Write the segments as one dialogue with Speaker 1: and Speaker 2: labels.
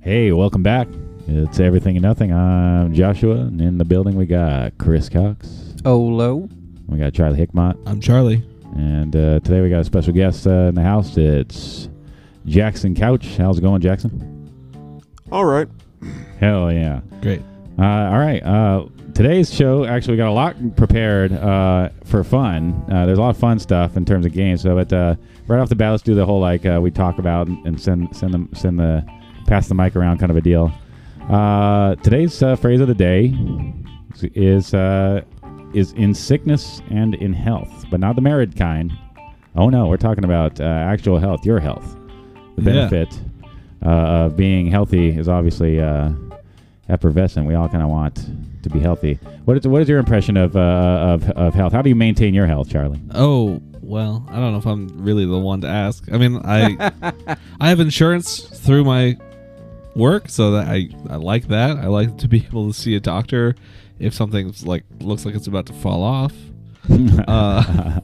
Speaker 1: Hey, welcome back. It's Everything and Nothing. I'm Joshua, and in the building we got Chris Cox,
Speaker 2: Olo.
Speaker 1: we got Charlie Hickmott,
Speaker 3: I'm Charlie.
Speaker 1: and uh, today we got a special guest uh, in the house. It's Jackson Couch. How's it going, Jackson?
Speaker 4: All right.
Speaker 1: Hell yeah.
Speaker 3: Great.
Speaker 1: Uh, all right. Uh, today's show actually we got a lot prepared uh, for fun. Uh, there's a lot of fun stuff in terms of games. So, but uh, right off the bat, let's do the whole like uh, we talk about and send send them send the pass the mic around kind of a deal. Uh, today's uh, phrase of the day is uh, is in sickness and in health, but not the married kind. Oh no, we're talking about uh, actual health, your health. The
Speaker 3: Yeah.
Speaker 1: benefit uh, of being healthy is obviously uh, effervescent. We all kind of want to be healthy. What is what is your impression of uh, of of health? How do you maintain your health, Charlie?
Speaker 3: Oh well, I don't know if I'm really the one to ask. I mean, I I have insurance through my work, so that I I like that. I like to be able to see a doctor if something's like looks like it's about to fall off. Uh,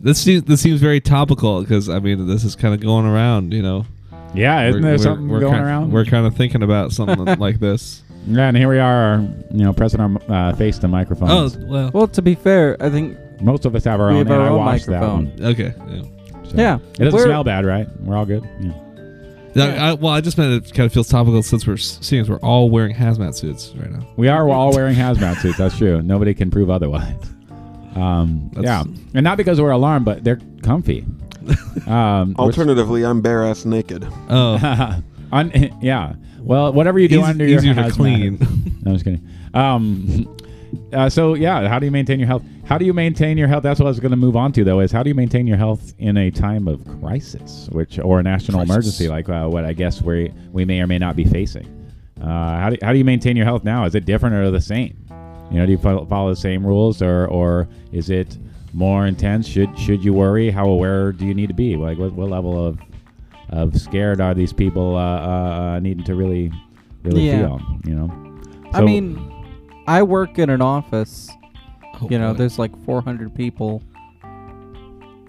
Speaker 3: this seems this seems very topical because I mean this is kind of going around, you know.
Speaker 1: yeah, isn't
Speaker 3: We're-
Speaker 1: there
Speaker 3: we're-
Speaker 1: something
Speaker 3: we're
Speaker 1: going
Speaker 3: kind-
Speaker 1: around?
Speaker 3: We're kind of thinking about something like this.
Speaker 1: yeah, and here we are, you know, pressing our uh, face to the microphone.
Speaker 3: Oh well,
Speaker 2: Well, to be fair, I think
Speaker 1: Most of us have our
Speaker 2: We
Speaker 1: own.
Speaker 2: have our
Speaker 1: and I
Speaker 2: own
Speaker 1: washed
Speaker 2: microphone.
Speaker 1: that
Speaker 3: okay. yeah.
Speaker 1: one. So-
Speaker 2: yeah.
Speaker 1: It doesn't
Speaker 2: we're-
Speaker 1: smell bad, right? We're all good. Yeah.
Speaker 3: No, I, well, I just meant it kind of feels topical since we're s- seeing as we're all wearing hazmat suits right now.
Speaker 1: We are all wearing hazmat suits. That's true. Nobody can prove otherwise. Um,
Speaker 3: That's-
Speaker 1: yeah, and not because we're alarmed, but they're comfy. Um, we're-
Speaker 4: Alternatively, I'm bare ass naked.
Speaker 3: Oh,
Speaker 1: un- yeah. Well, whatever you do
Speaker 3: Eas-
Speaker 1: under your
Speaker 3: easier to
Speaker 1: hazmat-
Speaker 3: clean.
Speaker 1: no, I'm just kidding. Um, uh, so yeah, how do you maintain your health? How do you maintain your health? That's what I was going to move on to though. Is how do you maintain your health in a time of crisis, which or a national
Speaker 3: Crisis.
Speaker 1: emergency like uh, what I guess we we may or may not be facing. Uh, how do how do you maintain your health now? Is it different or the same? You know, do you fo- follow the same rules or or is it more intense? Should should you worry? How aware do you need to be? Like what, what level of of scared are these people uh, uh, uh, needing to really really
Speaker 2: Yeah.
Speaker 1: feel? You know,
Speaker 2: I
Speaker 1: So-
Speaker 2: mean, I work in an office.
Speaker 3: Oh,
Speaker 2: you know,
Speaker 3: boy.
Speaker 2: there's like 400 people,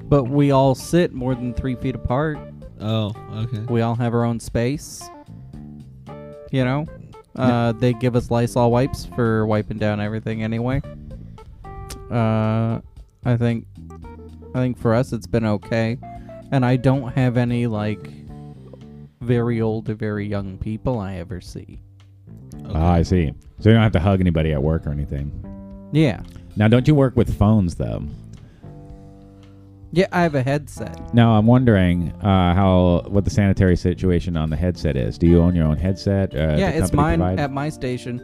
Speaker 2: but we all sit more than three feet apart.
Speaker 3: Oh, okay.
Speaker 2: We all have our own space. You know, uh, they give us Lysol wipes for wiping down everything anyway. Uh, I think, I think for us it's been okay, and I don't have any like very old or very young people I ever see.
Speaker 1: Ah, I see. So you don't have to hug anybody at work or anything.
Speaker 2: Yeah,
Speaker 1: Now, don't you work with phones though?
Speaker 2: yeah, I have a headset.
Speaker 1: Now, I'm wondering uh, how what the sanitary situation on the headset is. Do you own your own headset? Uh,
Speaker 2: yeah,
Speaker 1: the
Speaker 2: it's
Speaker 1: company
Speaker 2: mine
Speaker 1: provides-
Speaker 2: at my station.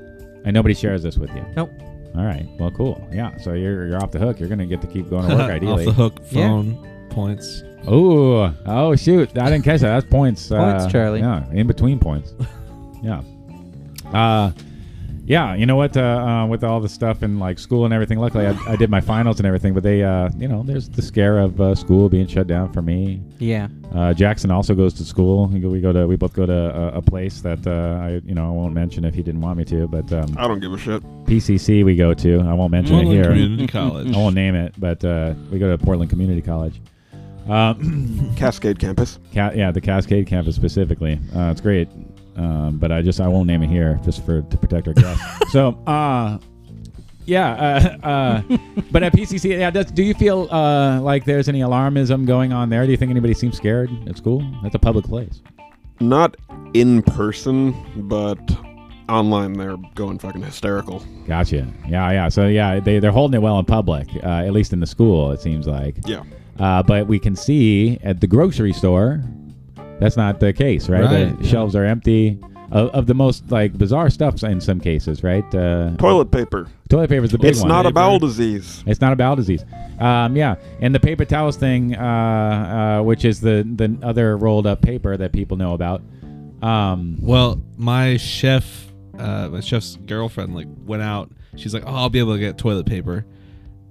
Speaker 1: and nobody shares this with you.
Speaker 2: Nope.
Speaker 1: All right. Well, cool. Yeah. So you're you're off the hook. You're gonna get to keep going to work
Speaker 3: Off
Speaker 1: ideally.
Speaker 3: the hook
Speaker 2: Yeah.
Speaker 3: phone points.
Speaker 1: Oh, oh shoot! I didn't catch that. That's points.
Speaker 2: Points,
Speaker 1: uh,
Speaker 2: Charlie.
Speaker 1: Yeah, in between points. yeah. Uh, yeah. You know what? Uh, uh, with all the stuff in like school and everything, luckily I, I did my finals and everything. But they, uh, you know, there's the scare of uh, school being shut down for me.
Speaker 2: Yeah.
Speaker 1: Uh, Jackson also goes to school. We go, we go to, we both go to a, a place that uh, I, you know, I won't mention if he didn't want me to. But um,
Speaker 4: I don't give a shit.
Speaker 1: PCC we go to. I won't mention it
Speaker 3: Portland
Speaker 1: here.
Speaker 3: Community College.
Speaker 1: I won't name it, but uh, we go to Portland Community College. Um,
Speaker 4: Cascade Campus.
Speaker 1: Ca- yeah, the Cascade campus specifically. Uh, it's great, um, but I just I won't name it here just for to protect our guests. so, uh, yeah, uh, uh, but at PCC, yeah, that's, do you feel uh, like there's any alarmism going on there? Do you think anybody seems scared at school? That's a public place.
Speaker 4: Not in person, but online they're going fucking hysterical.
Speaker 1: Gotcha. Yeah, yeah. So yeah, they they're holding it well in public, uh, at least in the school. It seems like.
Speaker 4: Yeah.
Speaker 1: Uh, but we can see at the grocery store, that's not the case, right?
Speaker 3: Right,
Speaker 1: The
Speaker 3: yeah.
Speaker 1: shelves are empty of, of the most like bizarre stuff in some cases, right? Uh,
Speaker 4: Toilet paper.
Speaker 1: toilet paper is the big
Speaker 4: it's
Speaker 1: one.
Speaker 4: not a
Speaker 3: paper.
Speaker 4: bowel disease.
Speaker 1: It's not a bowel disease. Um, yeah, and the paper towels thing, uh, uh, which is the the other rolled up paper that people know about. Um,
Speaker 3: Well, my chef, uh, my chef's girlfriend, like went out. She's like, "Oh, I'll be able to get toilet paper,"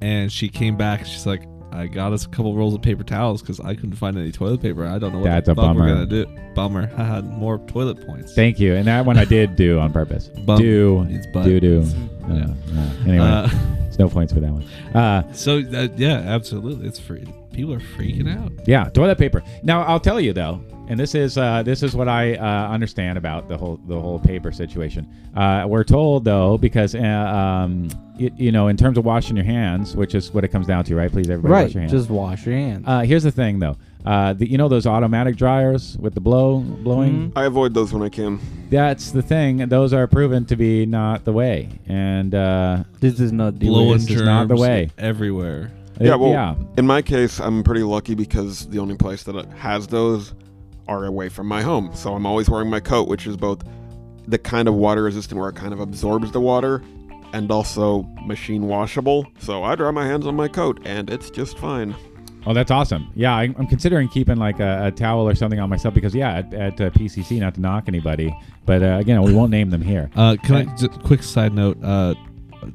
Speaker 3: and she came back. She's like, "I got us a couple rolls of paper towels because I couldn't find any toilet paper. I don't know what
Speaker 1: That's
Speaker 3: the
Speaker 1: a
Speaker 3: fuck
Speaker 1: bummer.
Speaker 3: we're gonna do." Bummer. Haha, More toilet points.
Speaker 1: thank you. And that one I did do on purpose.
Speaker 3: Bum.
Speaker 1: do
Speaker 3: It's butt.
Speaker 1: do do.
Speaker 3: Yeah.
Speaker 1: Yeah, yeah. Anyway,
Speaker 3: Uh,
Speaker 1: it's no points for that one. Uh,
Speaker 3: So uh, yeah, absolutely, it's free. People are freaking out.
Speaker 1: Yeah, toilet paper. Now I'll tell you though, And this is uh, this is what I uh, understand about the whole the whole paper situation. Uh, we're told though, because uh, um, y- you know, in terms of washing your hands, which is what it comes down to, right? Please, everybody, wash
Speaker 2: right.
Speaker 1: your hands.
Speaker 2: Just wash your hands.
Speaker 1: uh, here's the thing though. Uh, the, you know those automatic dryers with the blow blowing.
Speaker 2: Mhm.
Speaker 4: I avoid those when I can.
Speaker 2: Mm-hmm.
Speaker 1: That's the thing. Those are proven to be not the way. And uh,
Speaker 2: this is not
Speaker 1: Blow-
Speaker 3: Blowing
Speaker 1: this
Speaker 3: germs
Speaker 1: is not the way.
Speaker 3: everywhere.
Speaker 4: Yeah,
Speaker 1: it-
Speaker 4: well,
Speaker 1: yeah.
Speaker 4: in my case, I'm pretty lucky because the only place that has those are away from my home. So I'm always wearing my coat, which is both the kind of water resistant where it kind of absorbs the water and also machine washable. So I dry my hands on my coat and it's just fine.
Speaker 1: Oh, that's awesome. Yeah, I, I'm considering keeping like a, a towel or something on myself because, yeah, at, at uh, PCC, not to knock anybody, but uh, again, we won't name them here.
Speaker 3: Uh, can I
Speaker 1: Okay.
Speaker 3: just quick side note uh,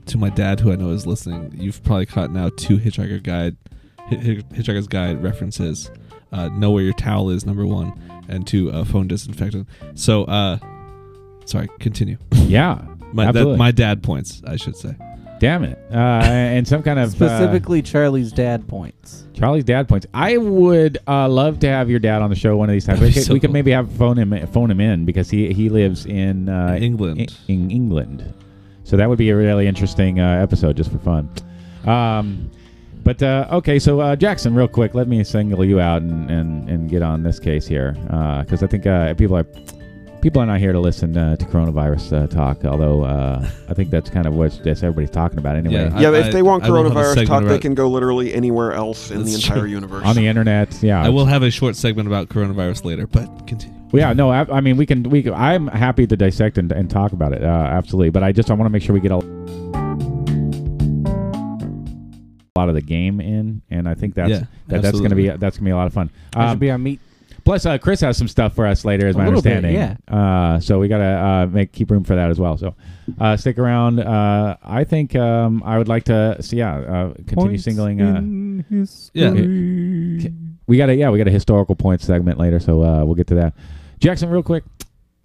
Speaker 3: to my dad, who I know is listening? You've probably caught now two Hitchhiker Guide, Hi- Hi- Hitchhiker's Guide references. Uh, know where your towel is, number one, and two, uh, phone disinfectant. So, uh, sorry, continue.
Speaker 1: Yeah,
Speaker 3: My that,
Speaker 1: absolutely.
Speaker 3: my dad points, I should say.
Speaker 1: Damn it. Uh, and some kind of uh,
Speaker 2: Specifically, Charlie's dad points.
Speaker 1: Charlie's dad points. I would uh, love to have your dad on the show one of these times.
Speaker 3: That'd
Speaker 1: We
Speaker 3: be
Speaker 1: could,
Speaker 3: so
Speaker 1: we could
Speaker 3: cool.
Speaker 1: maybe have phone him phone him in because he he lives in uh,
Speaker 3: England.
Speaker 1: in, in England, so that would be a really interesting uh, episode just for fun. Um, but uh, okay, so uh, Jackson, real quick, let me single you out and, and, and get on this case here because I think uh, people are people are not here to listen uh, to coronavirus uh, talk. Although uh, I think that's kind of what that's everybody's talking about anyway.
Speaker 3: Yeah, I-
Speaker 4: yeah, if they want
Speaker 3: I will have a
Speaker 4: coronavirus
Speaker 3: segment
Speaker 4: talk, they
Speaker 3: about-
Speaker 4: can go literally anywhere else in the
Speaker 3: That's
Speaker 4: entire
Speaker 3: true.
Speaker 4: universe.
Speaker 1: on the internet, yeah.
Speaker 3: I will have a short segment about coronavirus later, but continue.
Speaker 1: Well, yeah, no, I, I mean we can. We can- I'm happy to dissect and, and talk about it, uh, absolutely. But I just I want to make sure we get a lot of the game in, and I think that's
Speaker 3: Yeah,
Speaker 1: that, that's going to be
Speaker 3: absolutely.
Speaker 1: that's going to be a lot of fun.
Speaker 2: That
Speaker 1: Um,
Speaker 2: should be our meat.
Speaker 1: plus, uh, Chris has some stuff for us later, is
Speaker 2: A
Speaker 1: my
Speaker 2: little bit,
Speaker 1: understanding. yeah. Uh, so we got to uh, make keep room for that as well. So uh, stick around. Uh, I think um, I would like to. So yeah, uh, continue singling. Uh,
Speaker 3: Yeah.
Speaker 1: we got a yeah, we got a historical point segment later, so uh, we'll get to that. Jackson, real quick,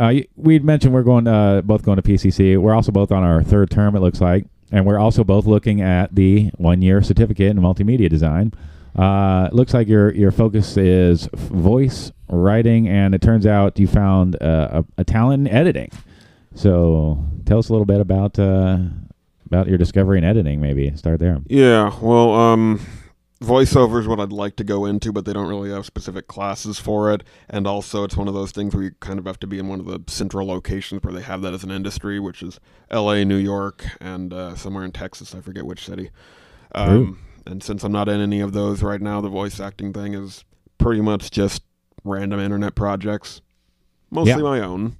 Speaker 1: uh, you- we'd mentioned we're going uh, both going to PCC. We're also both on our third term, it looks like, and we're also both looking at the one year certificate in multimedia design. Uh, it looks like your your focus is f- voice writing, and it turns out you found uh, a, a talent in editing. So tell us a little bit about uh, about your discovery in editing. Maybe start there.
Speaker 4: Yeah, well, um, voiceover is what I'd like to go into, but they don't really have specific classes for it. And also, it's one of those things where you kind of have to be in one of the central locations where they have that as an industry, which is L.A., New York, and uh, somewhere in Texas. I forget which city. Um, and since I'm not in any of those right now, the voice acting thing is pretty much just random internet projects, mostly
Speaker 1: Yeah.
Speaker 4: my own.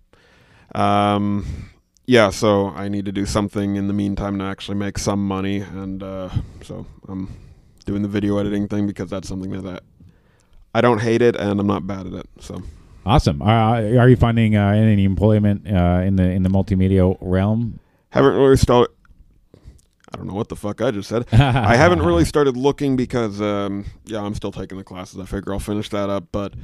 Speaker 4: Um, yeah, so I need to do something in the meantime to actually make some money, and uh, so I'm doing the video editing thing because that's something that I, I don't hate it, and I'm not bad at it. So
Speaker 1: Awesome. Uh, are you finding uh, any employment uh, in the in the multimedia realm?
Speaker 4: haven't really started. I don't know what the fuck I just said. I haven't really started looking because, um, yeah, I'm still taking the classes. I figure I'll finish that up, but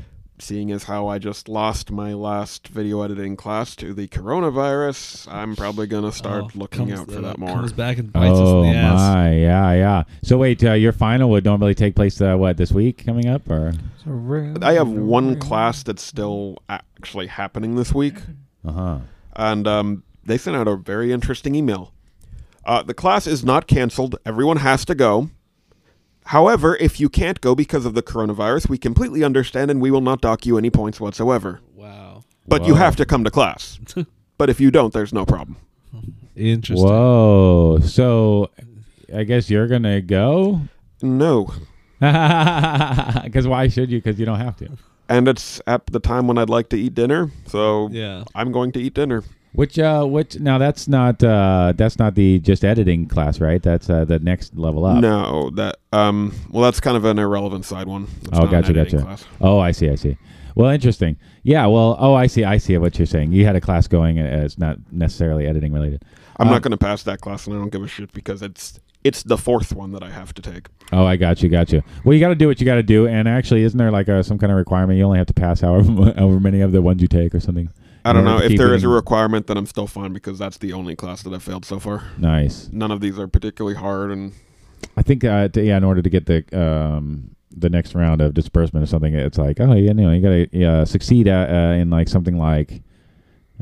Speaker 4: seeing as how I just lost my last video editing class to the coronavirus, I'm probably gonna start
Speaker 3: Oh,
Speaker 4: looking
Speaker 3: comes-
Speaker 4: out for that
Speaker 3: uh,
Speaker 4: more.
Speaker 3: Comes back and bites
Speaker 1: Oh
Speaker 3: us in the ass.
Speaker 1: my, yeah, yeah. So wait, uh, your final would normally take place uh, what this week coming up, or
Speaker 4: I have one class that's still actually happening this week,
Speaker 1: uh
Speaker 3: Uh-huh.
Speaker 1: huh.
Speaker 4: and um, they sent out a very interesting email. Uh, the class is not canceled. Everyone has to go. However, if you can't go because of the coronavirus, we completely understand and we will not dock you any points whatsoever.
Speaker 3: Wow.
Speaker 4: But you
Speaker 1: Wow.
Speaker 4: have to come to class. but if you don't, there's no problem.
Speaker 3: Interesting.
Speaker 1: uh, Whoa. So I guess you're gonna go
Speaker 4: No.
Speaker 1: because why should you? Because you don't have to.
Speaker 4: And it's at the time when I'd like to eat dinner, so
Speaker 3: Yeah.
Speaker 4: I'm going to eat dinner.
Speaker 1: Which uh, which now that's not uh, that's not the just editing class, right? That's uh, the next level up.
Speaker 4: No, that um well that's kind of an irrelevant side one. It's
Speaker 1: Oh,
Speaker 4: not an
Speaker 1: gotcha,
Speaker 4: editing
Speaker 1: gotcha.
Speaker 4: class.
Speaker 1: Oh, I see. I see. Well, interesting. Yeah. Well. Oh, I see. I see what you're saying. You had a class going, and it's not necessarily editing related.
Speaker 4: I'm
Speaker 1: Um,
Speaker 4: not going to pass that class, and I don't give a shit because it's it's the fourth one that I have to take.
Speaker 1: Oh, I got you. Got you. Well, you got to do what you got to do. And actually, isn't there like a, some kind of requirement? You only have to pass however, mu- however many of the ones you take or something.
Speaker 4: I don't
Speaker 1: Yeah,
Speaker 4: know if
Speaker 1: keep
Speaker 4: there
Speaker 1: it
Speaker 4: is a
Speaker 1: in-
Speaker 4: requirement, then I'm still fine because that's the only class that I failed so far.
Speaker 1: Nice.
Speaker 4: None of these are particularly hard, and
Speaker 1: I think uh, to, yeah, in order to get the um, the next round of disbursement or something, it's like, oh, yeah, you know, you gotta uh, succeed at, uh, in like something like,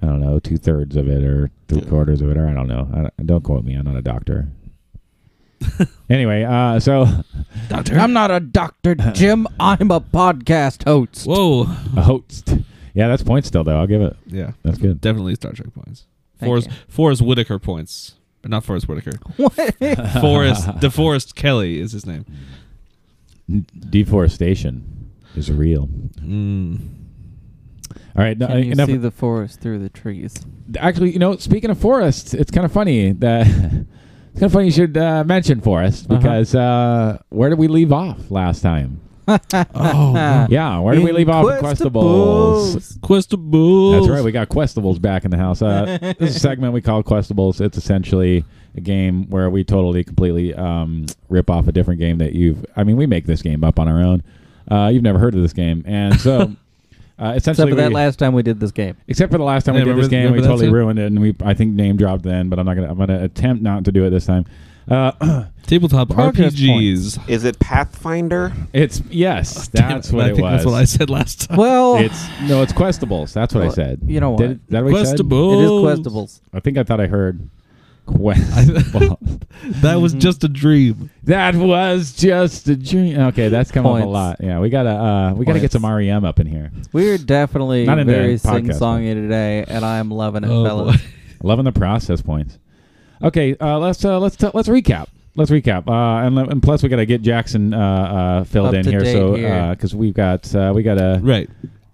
Speaker 1: I don't know, two thirds of it or three
Speaker 4: Yeah.
Speaker 1: quarters of it, or I don't know. I don't, don't quote me. I'm not a doctor. anyway, uh, so
Speaker 3: Doctor.
Speaker 2: I'm not a doctor,
Speaker 1: Uh.
Speaker 2: Jim. I'm a podcast host.
Speaker 3: Whoa.
Speaker 1: a host. Yeah, that's points still though. I'll give it.
Speaker 3: Yeah.
Speaker 1: That's good.
Speaker 3: Definitely Star Trek points.
Speaker 2: Thank
Speaker 3: Forrest
Speaker 2: you.
Speaker 3: Forrest Whitaker points. Not Forrest Whitaker. Forrest DeForest Kelly is his name.
Speaker 1: Deforestation is real. Hmm. All right, no,
Speaker 2: Can you
Speaker 1: enough.
Speaker 2: see the forest through the trees?
Speaker 1: actually, you know, speaking of forests, it's kind of funny that it's kind of funny you should uh, mention forest
Speaker 2: Uh-huh.
Speaker 1: because uh, where did we leave off last time?
Speaker 3: Oh,
Speaker 1: Yeah, where did we leave off? Questables.
Speaker 3: Questables.
Speaker 1: That's right. We got Questables back in the house. Uh, this is a segment we call Questables. It's essentially a game where we totally, completely um, rip off a different game that you've. I mean, we make this game up on our own. Uh, you've never heard of this game, and so uh,
Speaker 2: Except
Speaker 1: essentially,
Speaker 2: for that
Speaker 1: we-
Speaker 2: last time we did this game.
Speaker 1: except for the last time
Speaker 3: Yeah,
Speaker 1: we did this
Speaker 3: remember-
Speaker 1: game, we
Speaker 3: remember that
Speaker 1: totally
Speaker 3: too?
Speaker 1: ruined it, and we I think name dropped then, but I'm not gonna. I'm gonna attempt not to do it this time. Uh,
Speaker 3: Tabletop
Speaker 1: Progress
Speaker 3: RPGs.
Speaker 4: Is it Pathfinder?
Speaker 1: it's yes,
Speaker 3: Oh, Damn
Speaker 1: that's
Speaker 3: it,
Speaker 1: what
Speaker 3: I
Speaker 1: it
Speaker 3: think
Speaker 1: was.
Speaker 3: That's what I said Oh. last time.
Speaker 2: Well, it is
Speaker 1: It's no, it's Questables. That's what I
Speaker 2: Well,
Speaker 1: said.
Speaker 2: you know
Speaker 1: Did,
Speaker 2: what?
Speaker 1: is that what I said?
Speaker 3: Questables.
Speaker 2: Questables.
Speaker 1: I think I thought I heard
Speaker 3: I-
Speaker 1: Questables.
Speaker 3: that was just a dream.
Speaker 1: That was just a dream. Okay, that's coming up a
Speaker 2: Points.
Speaker 1: lot. Yeah, we gotta uh, we gotta get
Speaker 2: Points.
Speaker 1: some REM up in here.
Speaker 2: We're definitely
Speaker 1: Not in the
Speaker 2: very
Speaker 1: podcast,
Speaker 2: sing songy today, and I'm loving it,
Speaker 3: Oh,
Speaker 2: fellas.
Speaker 3: boy.
Speaker 1: Loving the process points. Okay, uh, let's uh, let's t- let's recap. Let's recap. Uh, and, le- and plus we gotta get Jackson uh, uh, filled
Speaker 2: Up
Speaker 1: in
Speaker 2: to
Speaker 1: here,
Speaker 2: date
Speaker 1: so
Speaker 2: here.
Speaker 1: because we've got uh, we gotta
Speaker 3: Right.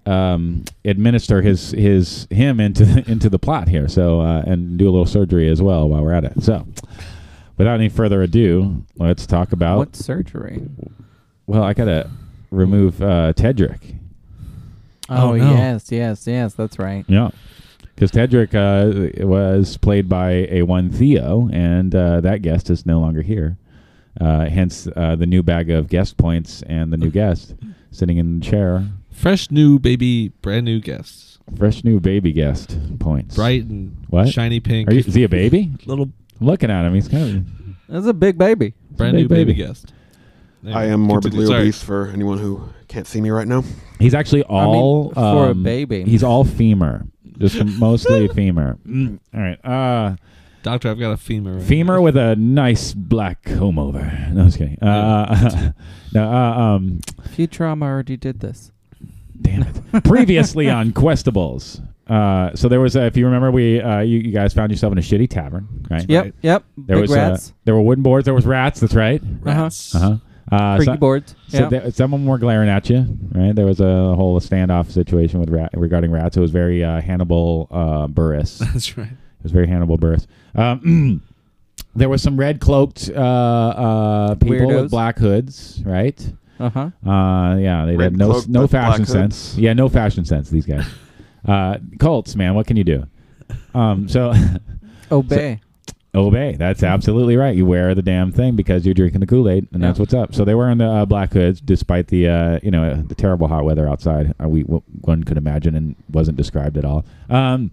Speaker 1: um, administer his his him into the, into the plot here. So uh, and do a little surgery as well while we're at it. So. Without any further ado, let's talk about.
Speaker 2: What surgery?
Speaker 1: Well, I gotta remove uh, Tedrick.
Speaker 3: Oh,
Speaker 2: Oh,
Speaker 3: no.
Speaker 2: yes, yes, yes. That's right.
Speaker 1: Yeah. Because Tedrick uh, was played by a one Theo, and uh, that guest is no longer here. Uh, hence uh, the new bag of guest points and the new guest sitting in the chair.
Speaker 3: Fresh new baby, brand new guests.
Speaker 1: Fresh new baby guest points.
Speaker 3: Bright and
Speaker 1: What?
Speaker 3: shiny pink.
Speaker 1: Are you, is he a baby?
Speaker 3: little
Speaker 1: I'm looking at him. He's kind
Speaker 2: That's a big baby.
Speaker 3: brand
Speaker 1: Big
Speaker 3: new baby,
Speaker 1: baby.
Speaker 3: guest.
Speaker 4: I am morbidly
Speaker 3: Continue. Sorry.
Speaker 4: obese for anyone who can't see me right now.
Speaker 1: of. He's actually all.
Speaker 2: for a
Speaker 1: um,
Speaker 2: baby.
Speaker 1: He's all femur. Just mostly femur. Mm, all right. Uh,
Speaker 3: Doctor, I've got a femur. right
Speaker 1: femur
Speaker 3: now.
Speaker 1: with a nice black comb over. No, I'm just kidding. Uh, no, uh, um,
Speaker 2: Futurama already did this.
Speaker 1: Damn it. Previously on Questables. Uh, so there was, a, if you remember, we uh, you, you guys found yourself in a shitty tavern, right?
Speaker 2: Yep,
Speaker 3: right.
Speaker 2: yep.
Speaker 1: There
Speaker 2: big
Speaker 1: was uh,
Speaker 2: rats.
Speaker 1: there were wooden boards. There was rats. That's right.
Speaker 3: Rats.
Speaker 1: Uh-huh. Uh
Speaker 2: freaky
Speaker 1: so-
Speaker 2: boards.
Speaker 1: So
Speaker 2: Yeah.
Speaker 1: there- some of them were glaring at you, right? There was a whole standoff situation with rat regarding rats. It was very uh, Hannibal uh, Burris.
Speaker 3: That's right.
Speaker 1: It was very Hannibal Burris. Um, there was some red cloaked uh, uh, people
Speaker 2: Weirdos.
Speaker 1: with black hoods, right?
Speaker 2: uh-huh.
Speaker 1: Uh, yeah, they
Speaker 4: Red
Speaker 1: had no
Speaker 4: cloak,
Speaker 1: no
Speaker 4: but black
Speaker 1: fashion
Speaker 4: hoods.
Speaker 1: sense. Yeah, no fashion sense. These guys, uh, cults, man. What can you do? Um, so
Speaker 3: Oh,
Speaker 2: Obey.
Speaker 1: obey. That's absolutely right. You wear the damn thing because you're drinking the Kool Aid, and that's
Speaker 2: Yeah.
Speaker 1: what's up. So they were in the uh, black hoods, despite the uh, you know uh, the terrible hot weather outside. Uh, we w- one could imagine and wasn't described at all. Um,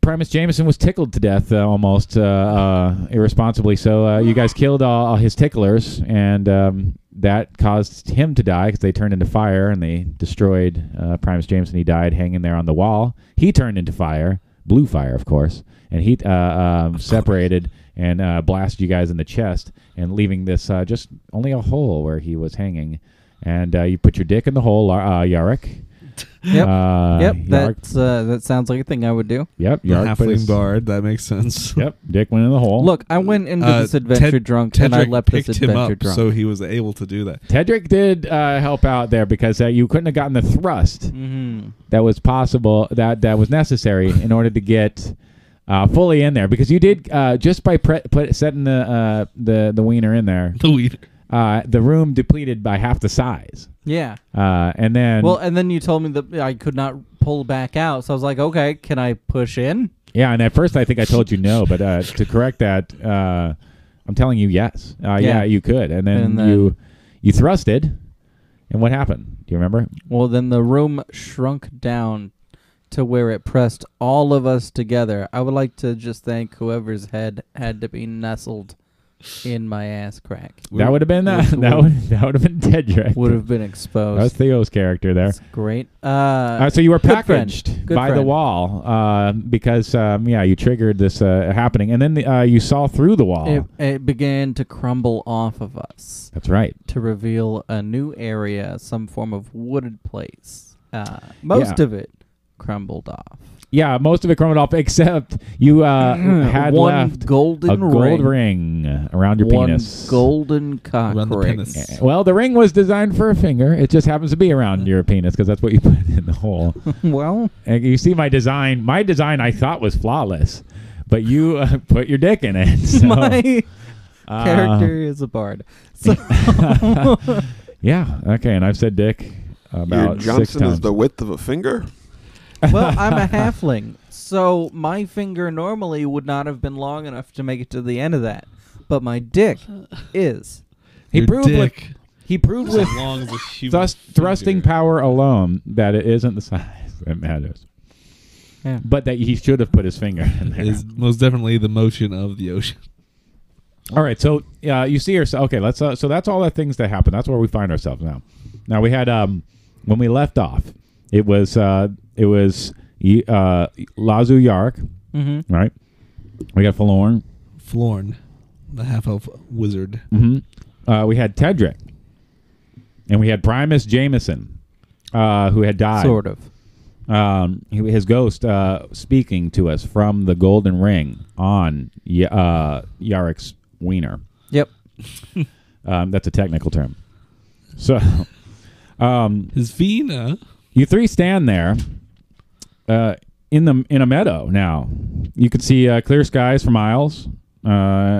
Speaker 1: Primus Jameson was tickled to death, uh, almost uh, uh, irresponsibly. So uh, you guys killed all, all his ticklers, and um, that caused him to die because they turned into fire and they destroyed uh, Primus Jameson. He died hanging there on the wall. He turned into fire, blue fire, of course, and he uh, um, separated and uh, blasted you guys in the chest, and leaving this uh, just only a hole where he was hanging. And uh, you put your dick in the hole, uh, Yarick.
Speaker 2: Yep.
Speaker 1: Uh,
Speaker 2: yep.
Speaker 1: Yarick-
Speaker 2: That's uh, that sounds like a thing I would do.
Speaker 1: yep.
Speaker 3: The
Speaker 1: Yarick put
Speaker 3: halfling
Speaker 1: his-
Speaker 3: bard. That makes sense.
Speaker 1: Yep, Dick went in the hole.
Speaker 2: Look, I went into
Speaker 3: Uh,
Speaker 2: this adventure
Speaker 3: Ted-
Speaker 2: drunk,
Speaker 3: Tedrick
Speaker 2: and I left this
Speaker 3: picked him
Speaker 2: adventure
Speaker 3: up,
Speaker 2: drunk.
Speaker 3: so he was able to do that.
Speaker 1: Tedrick did uh, help out there because uh, you couldn't have gotten the thrust
Speaker 2: hmm
Speaker 1: that was possible that that was necessary in order to get uh, fully in there because you did uh, just by pre- put, setting the uh, the the wiener in there,
Speaker 3: The weed.
Speaker 1: uh, the room depleted by half the size,
Speaker 2: Yeah.
Speaker 1: uh, and then
Speaker 2: well, and then you told me that I could not pull back out, so I was like, okay, can I push in?
Speaker 1: yeah, and at first I think I told you no, but uh, to correct that, uh, I'm telling you yes, uh, yeah.
Speaker 2: Yeah.
Speaker 1: you could, and then,
Speaker 2: And then-
Speaker 1: you you thrusted, and what happened? Do you remember?
Speaker 2: Well, then the room shrunk down to where it pressed all of us together. I would like to just thank whoever's head had to be nestled in my ass crack.
Speaker 1: That would have been uh,
Speaker 3: Which
Speaker 1: that
Speaker 3: one?
Speaker 1: would that would have been Tedrick.
Speaker 2: Would have been
Speaker 1: That was
Speaker 2: exposed.
Speaker 1: Theo's character there.
Speaker 2: That's great. Uh,
Speaker 1: Uh, so you were
Speaker 2: good friend.
Speaker 1: packaged
Speaker 2: Good
Speaker 1: by the
Speaker 2: friend.
Speaker 1: wall uh, because um, yeah, you triggered this uh, happening, and then the, uh, you saw through the wall.
Speaker 2: it, it began to crumble off of us
Speaker 1: That's right.
Speaker 2: to reveal a new area, some form of wooded place. Uh, most
Speaker 1: Yeah.
Speaker 2: of it crumbled off.
Speaker 1: Yeah, most of it crumbled off except you uh,
Speaker 3: Hmm.
Speaker 1: had
Speaker 2: one
Speaker 1: left
Speaker 2: golden
Speaker 1: a gold
Speaker 2: ring,
Speaker 1: ring around your
Speaker 2: one
Speaker 1: penis.
Speaker 2: golden cock
Speaker 3: Around the
Speaker 2: ring.
Speaker 3: penis.
Speaker 1: Well, the ring was designed for a finger. It just happens to be around your penis because that's what you put in the hole.
Speaker 2: well,
Speaker 1: And you see my design. My design I thought was flawless, but you uh, put your dick in it. So,
Speaker 2: my
Speaker 1: uh,
Speaker 2: character is a bard. So
Speaker 1: Yeah. Okay. And I've said dick
Speaker 4: Your
Speaker 1: about six
Speaker 4: Johnson
Speaker 1: times.
Speaker 4: is the width of a finger.
Speaker 2: well, I'm a halfling, so my finger normally would not have been long enough to make it to the end of that, but my dick is.
Speaker 1: he
Speaker 3: Your
Speaker 1: proved with
Speaker 3: dick
Speaker 1: he proved
Speaker 3: is
Speaker 1: with
Speaker 3: as long as a human
Speaker 1: thrust, thrusting
Speaker 3: finger.
Speaker 1: power alone that it isn't the size that matters,
Speaker 2: Yeah.
Speaker 1: but that he should have put his finger in there.
Speaker 3: is most definitely the motion of the ocean.
Speaker 1: All right, so uh, you see yourself. Okay, let's. Uh, so that's all the things that happen. That's where we find ourselves now. Now we had um, when we left off, it was uh, it was y- uh, Lazu Yark,
Speaker 2: Mm-hmm.
Speaker 1: right? We got Falorn.
Speaker 3: Florn, the half elf wizard.
Speaker 1: Mm-hmm. Uh, we had Tedrick, and we had Primus Jameson, uh, who had died.
Speaker 2: Sort of.
Speaker 1: um, he- his ghost uh, speaking to us from the golden ring on y- uh, Yarik's wiener.
Speaker 2: Yep.
Speaker 1: Um, that's a technical term. So, um,
Speaker 3: His Vina.
Speaker 1: you three stand there uh, in the in a meadow. Now you can see uh, clear skies for miles, uh,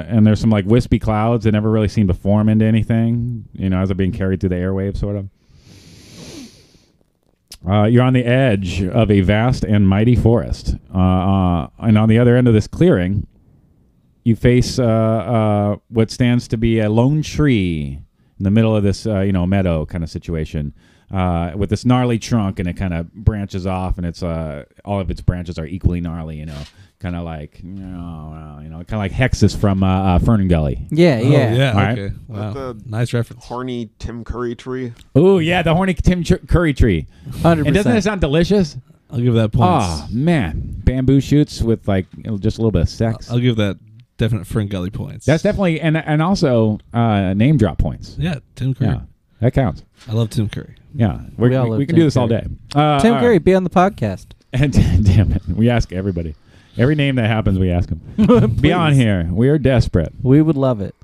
Speaker 1: and there's some like wispy clouds that never really seem to form into anything. You know, as they're being carried through the airwaves, sort of. Uh, you're on the edge of a vast and mighty forest, uh, uh, and on the other end of this clearing, you face uh, uh, what stands to be a lone tree in the middle of this, uh, you know, meadow kind of situation, uh, with this gnarly trunk, and it kind of branches off, and it's uh, all of its branches are equally gnarly, you know, kind of like, you know, you know kind of like Hexus from uh, uh, Fern Gully.
Speaker 2: Yeah,
Speaker 3: Oh,
Speaker 2: yeah.
Speaker 3: yeah.
Speaker 1: All right.
Speaker 3: Okay. Wow.
Speaker 4: the-
Speaker 3: nice reference.
Speaker 4: Horny Tim Curry tree.
Speaker 1: Oh yeah, the horny Tim Ch- Curry tree.
Speaker 2: 100%.
Speaker 1: And doesn't it sound delicious?
Speaker 3: I'll give that points.
Speaker 1: Oh man, bamboo shoots with like you know, just a little bit of sex.
Speaker 2: Uh,
Speaker 3: I'll give that definite Ferngully points.
Speaker 1: That's definitely and and also uh, name drop points.
Speaker 3: yeah. Tim Curry.
Speaker 1: Yeah, that counts.
Speaker 3: I love Tim Curry.
Speaker 1: Yeah, We're,
Speaker 2: We all
Speaker 1: we,
Speaker 2: love
Speaker 1: we can
Speaker 2: Tim
Speaker 1: do this all
Speaker 2: Curry.
Speaker 1: day. Uh,
Speaker 2: Tim
Speaker 1: all
Speaker 2: Curry,
Speaker 1: right.
Speaker 2: be on the podcast.
Speaker 1: And damn it, we ask everybody. Every name that happens, we ask them.
Speaker 2: Please.
Speaker 1: Beyond here, we are desperate.
Speaker 2: We would love it.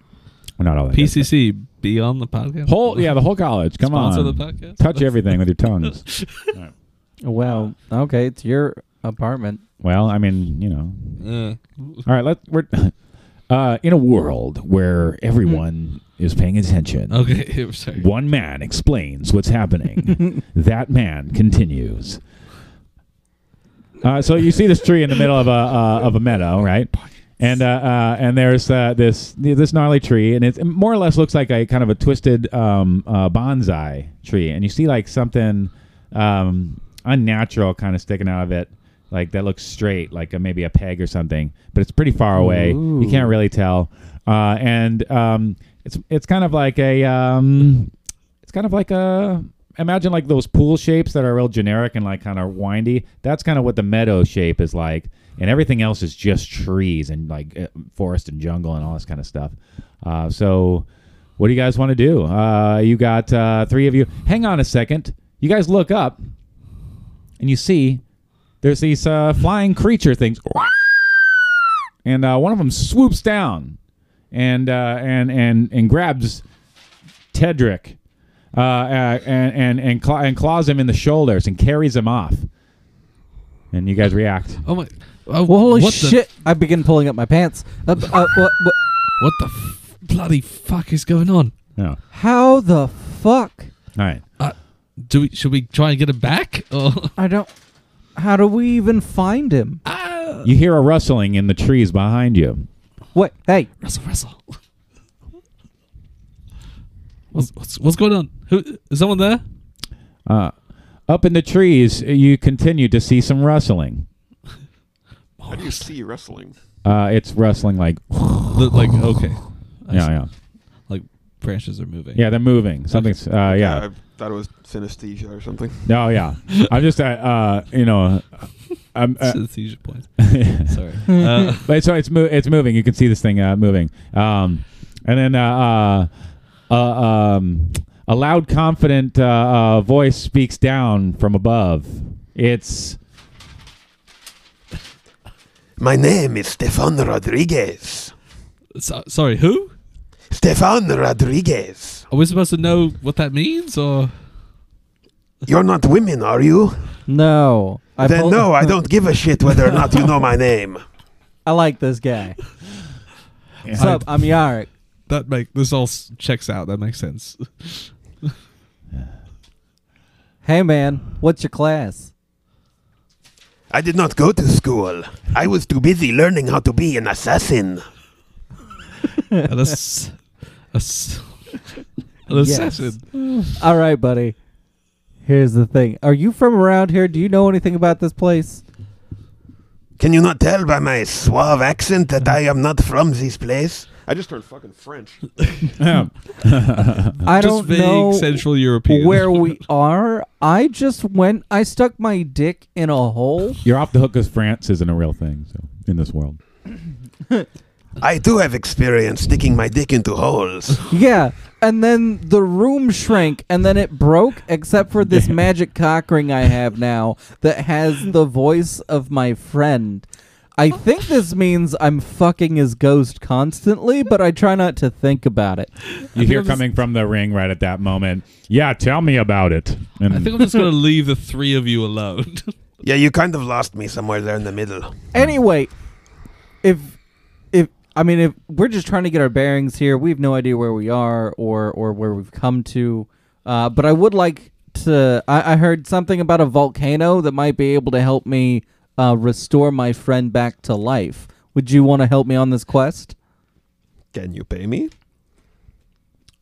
Speaker 1: We're not all that. desperate.
Speaker 3: PCC, be on the podcast.
Speaker 1: Whole yeah, the whole college. Come
Speaker 3: Sponsor
Speaker 1: on,
Speaker 3: the podcast.
Speaker 1: touch everything with your tongues.
Speaker 2: Well, okay, it's your apartment.
Speaker 1: Well, I mean, you know,
Speaker 3: Uh,
Speaker 1: All right, let's we're uh, in a world where everyone
Speaker 3: Hmm.
Speaker 1: is paying attention.
Speaker 3: okay. I'm sorry.
Speaker 1: One man explains what's happening. that man continues. Uh, so you see this tree in the middle of a uh, of a meadow, right? And uh, uh, and there's uh, this this gnarly tree, and it's, it more or less looks like a kind of a twisted um, uh, bonsai tree, and you see like something um, unnatural kind of sticking out of it, like that looks straight, like a, maybe a peg or something, but it's pretty far away. You can't
Speaker 2: Ooh.
Speaker 1: really tell, uh, and um, it's it's kind of like a um, it's kind of like a imagine like those pool shapes that are real generic and like kind of windy. That's kind of what the meadow shape is like, and everything else is just trees and like uh, forest and jungle and all this kind of stuff. Uh, so, what do you guys want to do? Uh, you got uh, three of you. Hang on a second. You guys look up, and you see there's these uh, flying creature things, and uh, one of them swoops down and uh, and and and grabs Tedrick uh, uh, and and and, claw, and claws him in the shoulders and carries him off. And you guys react.
Speaker 3: Oh my. Oh,
Speaker 2: Well, holy
Speaker 3: what the-
Speaker 2: shit! I begin pulling up my pants. Uh, uh, what, what,
Speaker 3: what the f- bloody fuck is going on?
Speaker 1: No. All
Speaker 2: how the fuck?
Speaker 1: right.
Speaker 3: Uh, do we? Should we try and get it back? Or
Speaker 2: I don't. How do we even find him?
Speaker 3: ah,
Speaker 1: You hear a rustling in the trees behind you.
Speaker 2: What? Hey,
Speaker 3: wrestle, wrestle. What's, what's what's going on? Who is someone there?
Speaker 1: Uh, up in the trees, you continue to see some rustling.
Speaker 4: How do you see wrestling?
Speaker 1: Uh, it's rustling like
Speaker 3: The- like okay, I
Speaker 1: yeah,
Speaker 3: see.
Speaker 1: yeah,
Speaker 3: Branches are moving.
Speaker 1: yeah. They're moving. Something's. Uh, yeah.
Speaker 4: I thought it was synesthesia or something.
Speaker 1: No, yeah. I'm just. Uh, uh, you know. I'm. Uh,
Speaker 3: Synesthesia points. Sorry. Uh,
Speaker 1: But so it's mo- it's moving. You can see this thing uh, moving. Um, and then uh, uh, uh, um, a loud, confident uh, uh, voice speaks down from above. It's
Speaker 5: My name is Stefan Rodriguez.
Speaker 3: so, sorry, who?
Speaker 5: Stefan Rodriguez.
Speaker 3: Are we supposed to know what that means? Or
Speaker 5: You're not women, are you?
Speaker 2: No. I
Speaker 5: then
Speaker 2: pull-
Speaker 5: no, I don't give a shit whether or not you know my name.
Speaker 2: I like this guy. What's
Speaker 3: I-
Speaker 2: up? I'm Yarick.
Speaker 3: that make this all s- checks out. That makes sense.
Speaker 2: Hey man, what's your class?
Speaker 5: I did not go to school. I was too busy learning how to be an assassin.
Speaker 3: An ass- ass- an
Speaker 2: Yes.
Speaker 3: assassin.
Speaker 2: All right, buddy. Here's the thing. Are you from around here? Do you know anything about this place?
Speaker 5: Can you not tell by my suave accent that I am not from this place?
Speaker 4: I just learned fucking French.
Speaker 2: I
Speaker 3: Just
Speaker 2: don't
Speaker 3: vague
Speaker 2: know
Speaker 3: Central European.
Speaker 2: where we are. I just went. I stuck my dick in a hole.
Speaker 1: you're off the hook because France isn't a real thing. So in this world,
Speaker 5: I too have experience sticking my dick into holes.
Speaker 2: Yeah, and then the room shrank, and then it broke, except for this magic cock ring I have now that has the voice of my friend. I think this means I'm fucking his ghost constantly, but I try not to think about it.
Speaker 1: you hear
Speaker 3: I'm just-
Speaker 1: coming from the ring right at that moment. Yeah, tell me about it. And
Speaker 3: I think I'm just gonna leave the three of you alone.
Speaker 5: yeah, you kind of lost me somewhere there in the middle.
Speaker 2: Anyway, if if I mean if we're just trying to get our bearings here, we have no idea where we are or or where we've come to. Uh, but I would like to. I, I heard something about a volcano that might be able to help me uh, restore my friend back to life. Would you want to help me on this quest?
Speaker 4: Can you pay me?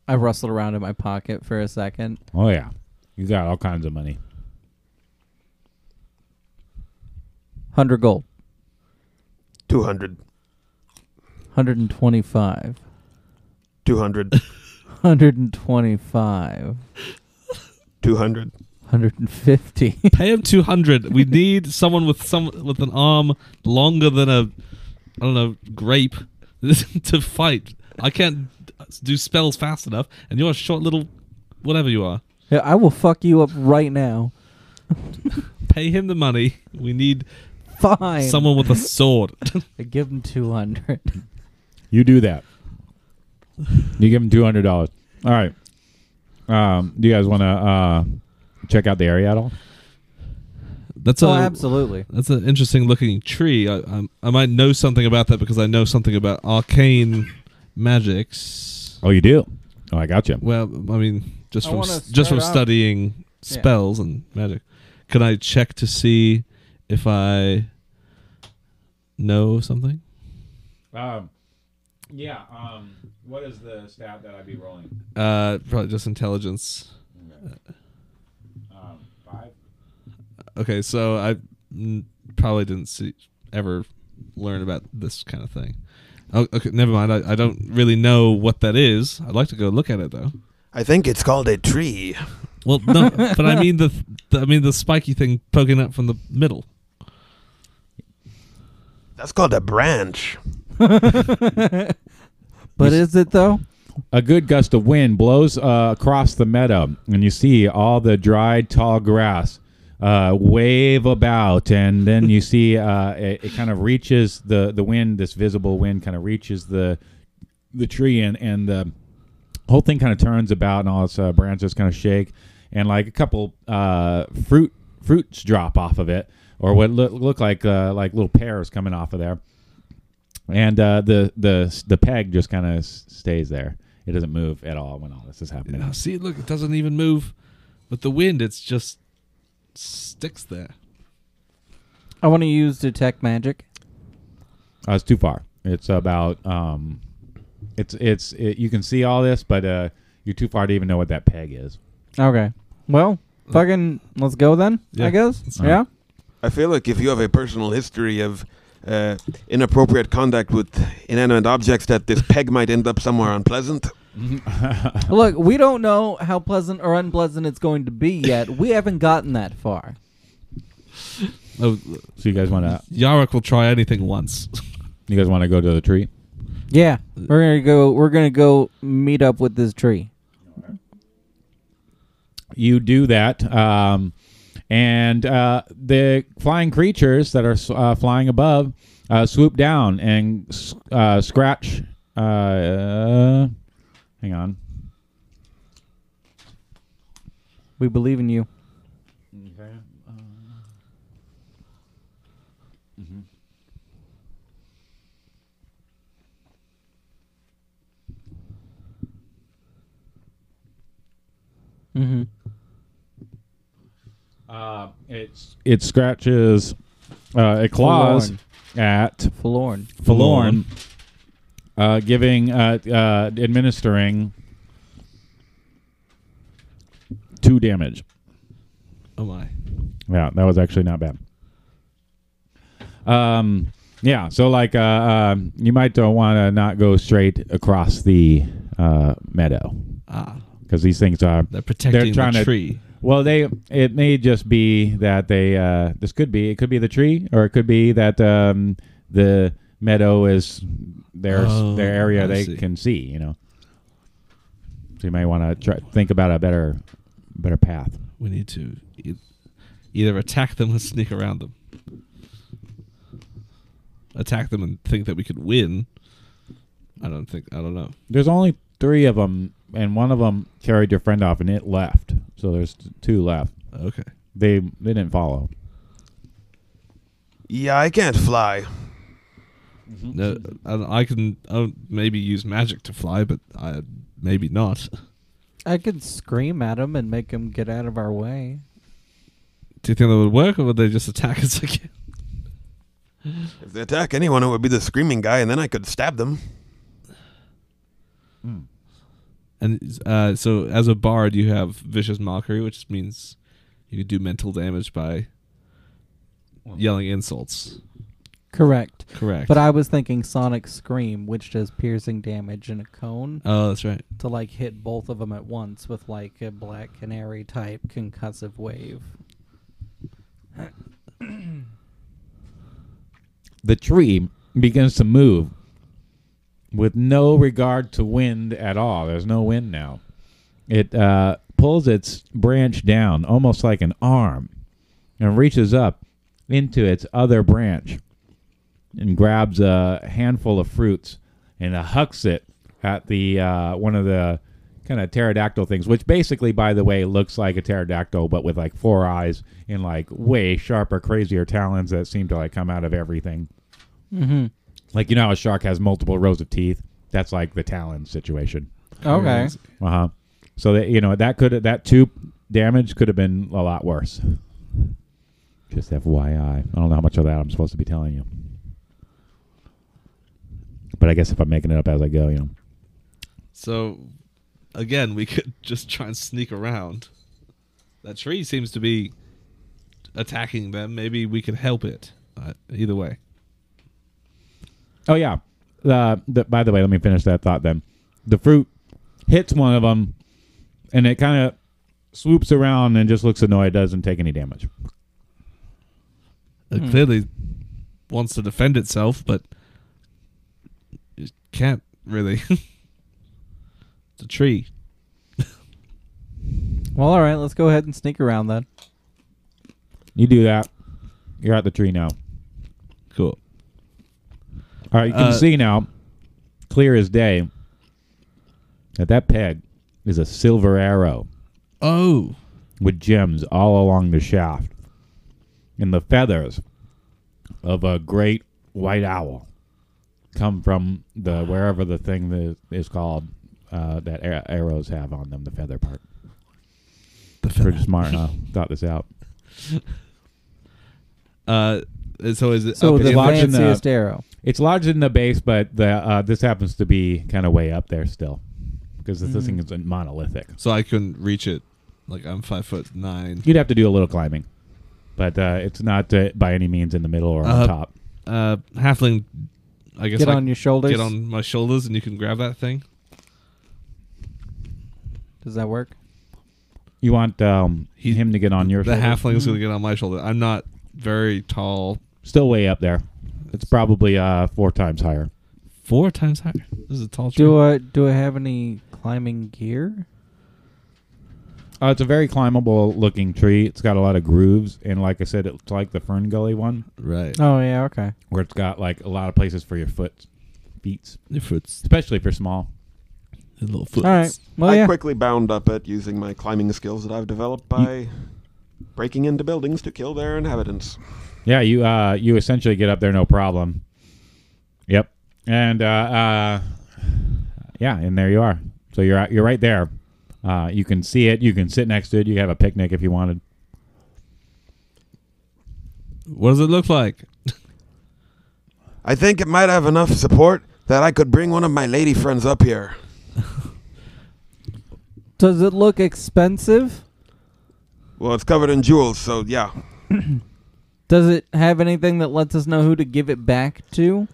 Speaker 2: I rustled around in my pocket for a second.
Speaker 1: oh yeah, you got all kinds of money.
Speaker 2: Hundred gold.
Speaker 5: 200.
Speaker 2: Hundred and twenty-five.
Speaker 5: 200.
Speaker 2: Hundred and twenty-five.
Speaker 5: 200.
Speaker 2: Hundred and fifty.
Speaker 3: Pay him two hundred. We need someone with some with an arm longer than a I don't know grape to fight. I can't do spells fast enough, and you're a short little whatever you are.
Speaker 2: Yeah, I will fuck you up right now.
Speaker 3: Pay him the money. We need
Speaker 2: Fine.
Speaker 3: someone with a sword.
Speaker 2: I give him 200.
Speaker 1: You do that. You give him two hundred dollars. All right. Um, do you guys want to uh, check out the area at all?
Speaker 3: That's
Speaker 2: oh,
Speaker 3: a
Speaker 2: absolutely.
Speaker 3: that's an interesting looking tree. I, I I might know something about that because I know something about arcane magics.
Speaker 1: Oh, you do. Oh, I got you.
Speaker 3: Well, I mean, just
Speaker 2: I
Speaker 3: from
Speaker 2: wanna
Speaker 3: s- just from
Speaker 2: start out-
Speaker 3: studying
Speaker 2: Yeah.
Speaker 3: spells and magic, can I check to see if I know something?
Speaker 1: Um, yeah. Um, what is the stat that I'd be rolling?
Speaker 3: Uh, probably just intelligence.
Speaker 1: Um, five.
Speaker 3: Okay, so I mm, probably didn't see ever learn about this kind of thing. Oh, okay, never mind. I, I don't really know what that is. I'd like to go look at it though.
Speaker 5: I think it's called a tree.
Speaker 3: Well, no, but I mean the, the I mean the spiky thing poking up from the middle.
Speaker 5: That's called a branch.
Speaker 2: But is it though?
Speaker 1: A good gust of wind blows uh, across the meadow, and you see all the dried tall grass uh, wave about, and then you see uh, it, it kind of reaches the the wind. This visible wind kind of reaches the the tree, and and the whole thing kind of turns about, and all its uh, branches kind of shake, and like a couple uh, fruit fruits drop off of it, or what look, look like uh, like little pears coming off of there and uh, the the the peg just kind of stays there. It doesn't move at all when all this is happening.
Speaker 3: Now, see, look, it doesn't even move with the wind. It's just sticks there.
Speaker 2: I want to use detect magic.
Speaker 1: Uh, it's too far. It's about um, it's it's it, you can see all this, but uh, you're too far to even know what that peg is.
Speaker 2: Okay. Well, fucking let's go then,
Speaker 3: Yeah.
Speaker 2: I guess.
Speaker 1: fine.
Speaker 2: Yeah.
Speaker 4: Yeah?
Speaker 5: I feel like if you have a personal history of
Speaker 4: uh, inappropriate contact with inanimate objects that this peg might end up somewhere unpleasant.
Speaker 2: Look, we don't know how pleasant or unpleasant it's going to be yet. We haven't gotten that far.
Speaker 3: Oh,
Speaker 1: So you guys want to
Speaker 3: Yarok will try anything once.
Speaker 1: you guys want to go to the tree?
Speaker 2: Yeah, we're gonna go. We're gonna go meet up with this tree.
Speaker 1: you do that um, and uh, the flying creatures that are uh, flying above uh, swoop down and s- uh, scratch uh, uh, hang on
Speaker 2: We believe in you.
Speaker 1: uh, mm-hmm.
Speaker 2: Mm-hmm.
Speaker 1: uh, it's, it scratches uh, it claws
Speaker 2: Forlorn.
Speaker 1: at
Speaker 2: Forlorn.
Speaker 1: Falorn uh, giving uh, uh, administering two damage
Speaker 3: Oh my.
Speaker 1: Yeah, that was actually not bad. Um, yeah, so like uh, um, you might uh, want to not go straight across the uh, meadow
Speaker 3: Ah,
Speaker 1: because these things are.
Speaker 3: they're protecting
Speaker 1: trying
Speaker 3: the
Speaker 1: to-
Speaker 3: tree.
Speaker 1: Well, they it may just be that they uh, this could be it could be the tree or it could be that um, the meadow is their
Speaker 3: Oh,
Speaker 1: their area
Speaker 3: I
Speaker 1: they
Speaker 3: see.
Speaker 1: can see. You know, so you may want to try think about a better better path.
Speaker 3: we need to e- either attack them or sneak around them. Attack them and think that we could win. I don't think. I don't know.
Speaker 1: There's only three of them, and one of them carried your friend off, and it left. So there's t- two left.
Speaker 3: Okay.
Speaker 1: They they didn't follow.
Speaker 5: Yeah, I can't fly.
Speaker 3: No, I, I can uh, maybe use magic to fly, but I maybe not.
Speaker 2: I could scream at him and make him get out of our way.
Speaker 3: Do you think that would work, or would they just attack us again?
Speaker 5: If they attack anyone, it would be the screaming guy, and then I could stab them.
Speaker 3: And uh, so, as a bard, you have vicious mockery, which means you can do mental damage by yelling insults.
Speaker 2: Correct.
Speaker 3: Correct.
Speaker 2: But I was thinking sonic scream, which does piercing damage in a cone
Speaker 3: oh, that's right.
Speaker 2: to like hit both of them at once with like a black canary type concussive wave.
Speaker 1: The tree begins to move with no regard to wind at all. There's no wind now. It uh, pulls its branch down, almost like an arm, and reaches up into its other branch and grabs a handful of fruits and uh, hucks it at the uh, one of the kind of pterodactyl things, which basically, by the way, looks like a pterodactyl, but with like four eyes and like way sharper, crazier talons that seem to like come out of everything. Like you know how a shark has multiple rows of teeth. That's like the talon situation.
Speaker 2: Okay.
Speaker 1: Uh huh. So that you know that could that two damage could have been a lot worse. Just FYI, I don't know how much of that I'm supposed to be telling you, but I guess if I'm making it up as I go, you know.
Speaker 3: So, again, we could just try and sneak around. That tree seems to be attacking them. Maybe we can help it. Uh, either way.
Speaker 1: Oh yeah. Uh, the, by the way, let me finish that thought. Then the fruit hits one of them, and it kind of swoops around and just looks annoyed. Doesn't take any damage.
Speaker 2: Hmm.
Speaker 3: It Uh, clearly wants to defend itself, but it can't really. it's a tree.
Speaker 2: Well, all right, let's go ahead and sneak around then.
Speaker 1: You do that. You're at the tree now.
Speaker 3: Cool.
Speaker 1: All right, you can
Speaker 3: Uh,
Speaker 1: see now, clear as day, that that peg is a silver arrow
Speaker 3: Oh.
Speaker 1: with gems all along the shaft and the feathers of a great white owl come from the wherever the thing that is called uh, that ar- arrows have on them the feather part
Speaker 3: The
Speaker 1: pretty smart huh thought this out
Speaker 3: Uh, so is it?
Speaker 2: So
Speaker 3: up in-
Speaker 2: the
Speaker 1: it's lodged in the-
Speaker 2: fanciest arrow.
Speaker 1: it's lodged in the base but the uh, this happens to be kind of way up there still because this, this thing
Speaker 3: Mm.
Speaker 1: is monolithic
Speaker 3: so I couldn't reach it. Like I'm five foot nine.
Speaker 1: You'd have to do a little climbing, but uh, it's not uh, by any means in the middle or on
Speaker 3: Uh,
Speaker 1: top.
Speaker 3: uh, halfling, I guess
Speaker 2: Get
Speaker 3: like,
Speaker 2: on your shoulders.
Speaker 3: get on my shoulders and you can grab that thing.
Speaker 2: Does that work?
Speaker 1: You want um, him to get on your
Speaker 3: The
Speaker 1: shoulders?
Speaker 3: halfling is going to get on my shoulder. I'm not very tall.
Speaker 1: Still way up there. It's probably uh, four times higher.
Speaker 3: Four times higher. This is a tall tree.
Speaker 2: Do I do I have any climbing gear?
Speaker 1: Uh, it's a very climbable looking tree. It's got a lot of grooves, and like I said, it's like the fern gully one,
Speaker 3: Right.
Speaker 2: Oh yeah, okay.
Speaker 1: where it's got like a lot of places for your foot, feet,
Speaker 3: Your foot's
Speaker 1: especially if you're small.
Speaker 3: little foot.
Speaker 2: All right. Well,
Speaker 4: I
Speaker 2: Oh, yeah.
Speaker 4: quickly bound up it using my climbing skills that I've developed by breaking into buildings to kill their inhabitants.
Speaker 1: Yeah, you uh, you essentially get up there no problem. Yep, and uh, uh, yeah, and there you are. So you're out- you're right there. Uh, you can see it. You can sit next to it. You can have a picnic if you wanted.
Speaker 3: What does it look like?
Speaker 5: I think it might have enough support that I could bring one of my lady friends up here.
Speaker 2: Does it look expensive?
Speaker 5: Well, it's covered in jewels, so yeah.
Speaker 2: Does it have anything that lets us know who to give it back to?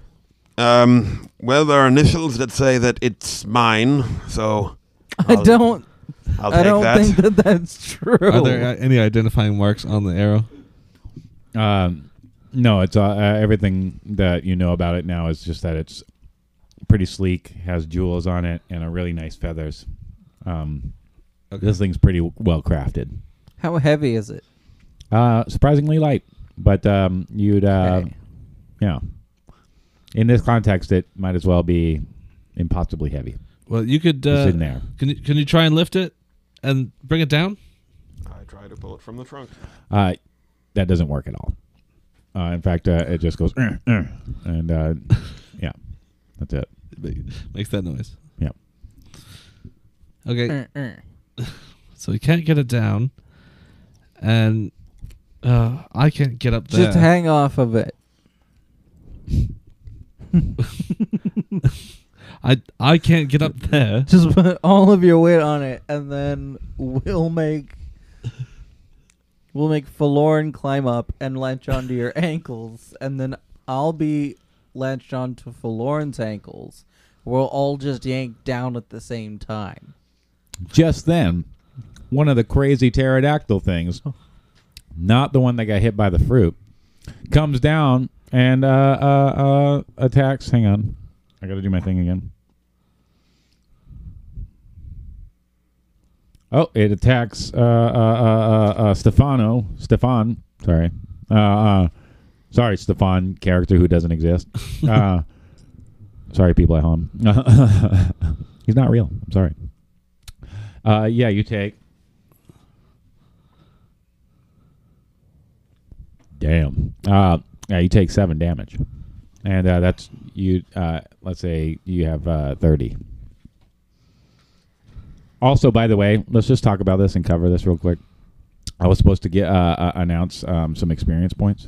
Speaker 5: Um, well, there are initials that say that it's mine, so
Speaker 2: I
Speaker 5: I'll-
Speaker 2: don't.
Speaker 5: I'll
Speaker 2: I
Speaker 5: take
Speaker 2: don't
Speaker 5: that.
Speaker 2: think that that's true.
Speaker 3: Are there uh, any identifying marks on the arrow?
Speaker 1: Um, no, it's uh, uh, everything that you know about it now is just that it's pretty sleek, has jewels on it, and a really nice feathers. Um,
Speaker 3: Okay.
Speaker 1: This thing's pretty w- well crafted.
Speaker 2: How heavy is it?
Speaker 1: Uh, surprisingly light, but um, you'd uh,
Speaker 2: Okay.
Speaker 1: yeah. In this context, it might as well be impossibly heavy.
Speaker 3: Well, you could.
Speaker 1: It's
Speaker 3: Uh,
Speaker 1: in there.
Speaker 3: can you can you try and lift it and bring it down?
Speaker 4: I try to pull it from the trunk.
Speaker 1: Uh, that doesn't work at all. Uh, in fact, uh, it just goes "Eh, eh," and uh, yeah, that's it.
Speaker 3: Makes that noise.
Speaker 1: Yep.
Speaker 3: Okay,
Speaker 2: Uh, uh.
Speaker 3: so you can't get it down, and uh, I can't get up there.
Speaker 2: Just hang off of it.
Speaker 3: I I can't get up there.
Speaker 2: Just put all of your weight on it, and then we'll make we'll make Forlorn climb up and latch onto your ankles, and then I'll be latched onto Forlorn's ankles. We'll all just yank down at the same time.
Speaker 1: Just then, one of the crazy pterodactyl things, not the one that got hit by the fruit, comes down and uh, uh, uh, attacks. Hang on. I got to do my thing again. Oh, it attacks uh, uh, uh, uh, uh, Stefano. Stefan. Sorry. Uh, uh, sorry, Stefan, character who doesn't exist. uh, sorry, people at home. He's not real. I'm sorry. Uh, yeah, you take. Damn. Uh, yeah, you take seven damage, and uh, that's you. Uh, let's say you have uh, thirty. Also, by the way, let's just talk about this and cover this real quick. I was supposed to get uh, uh, announce um, some experience points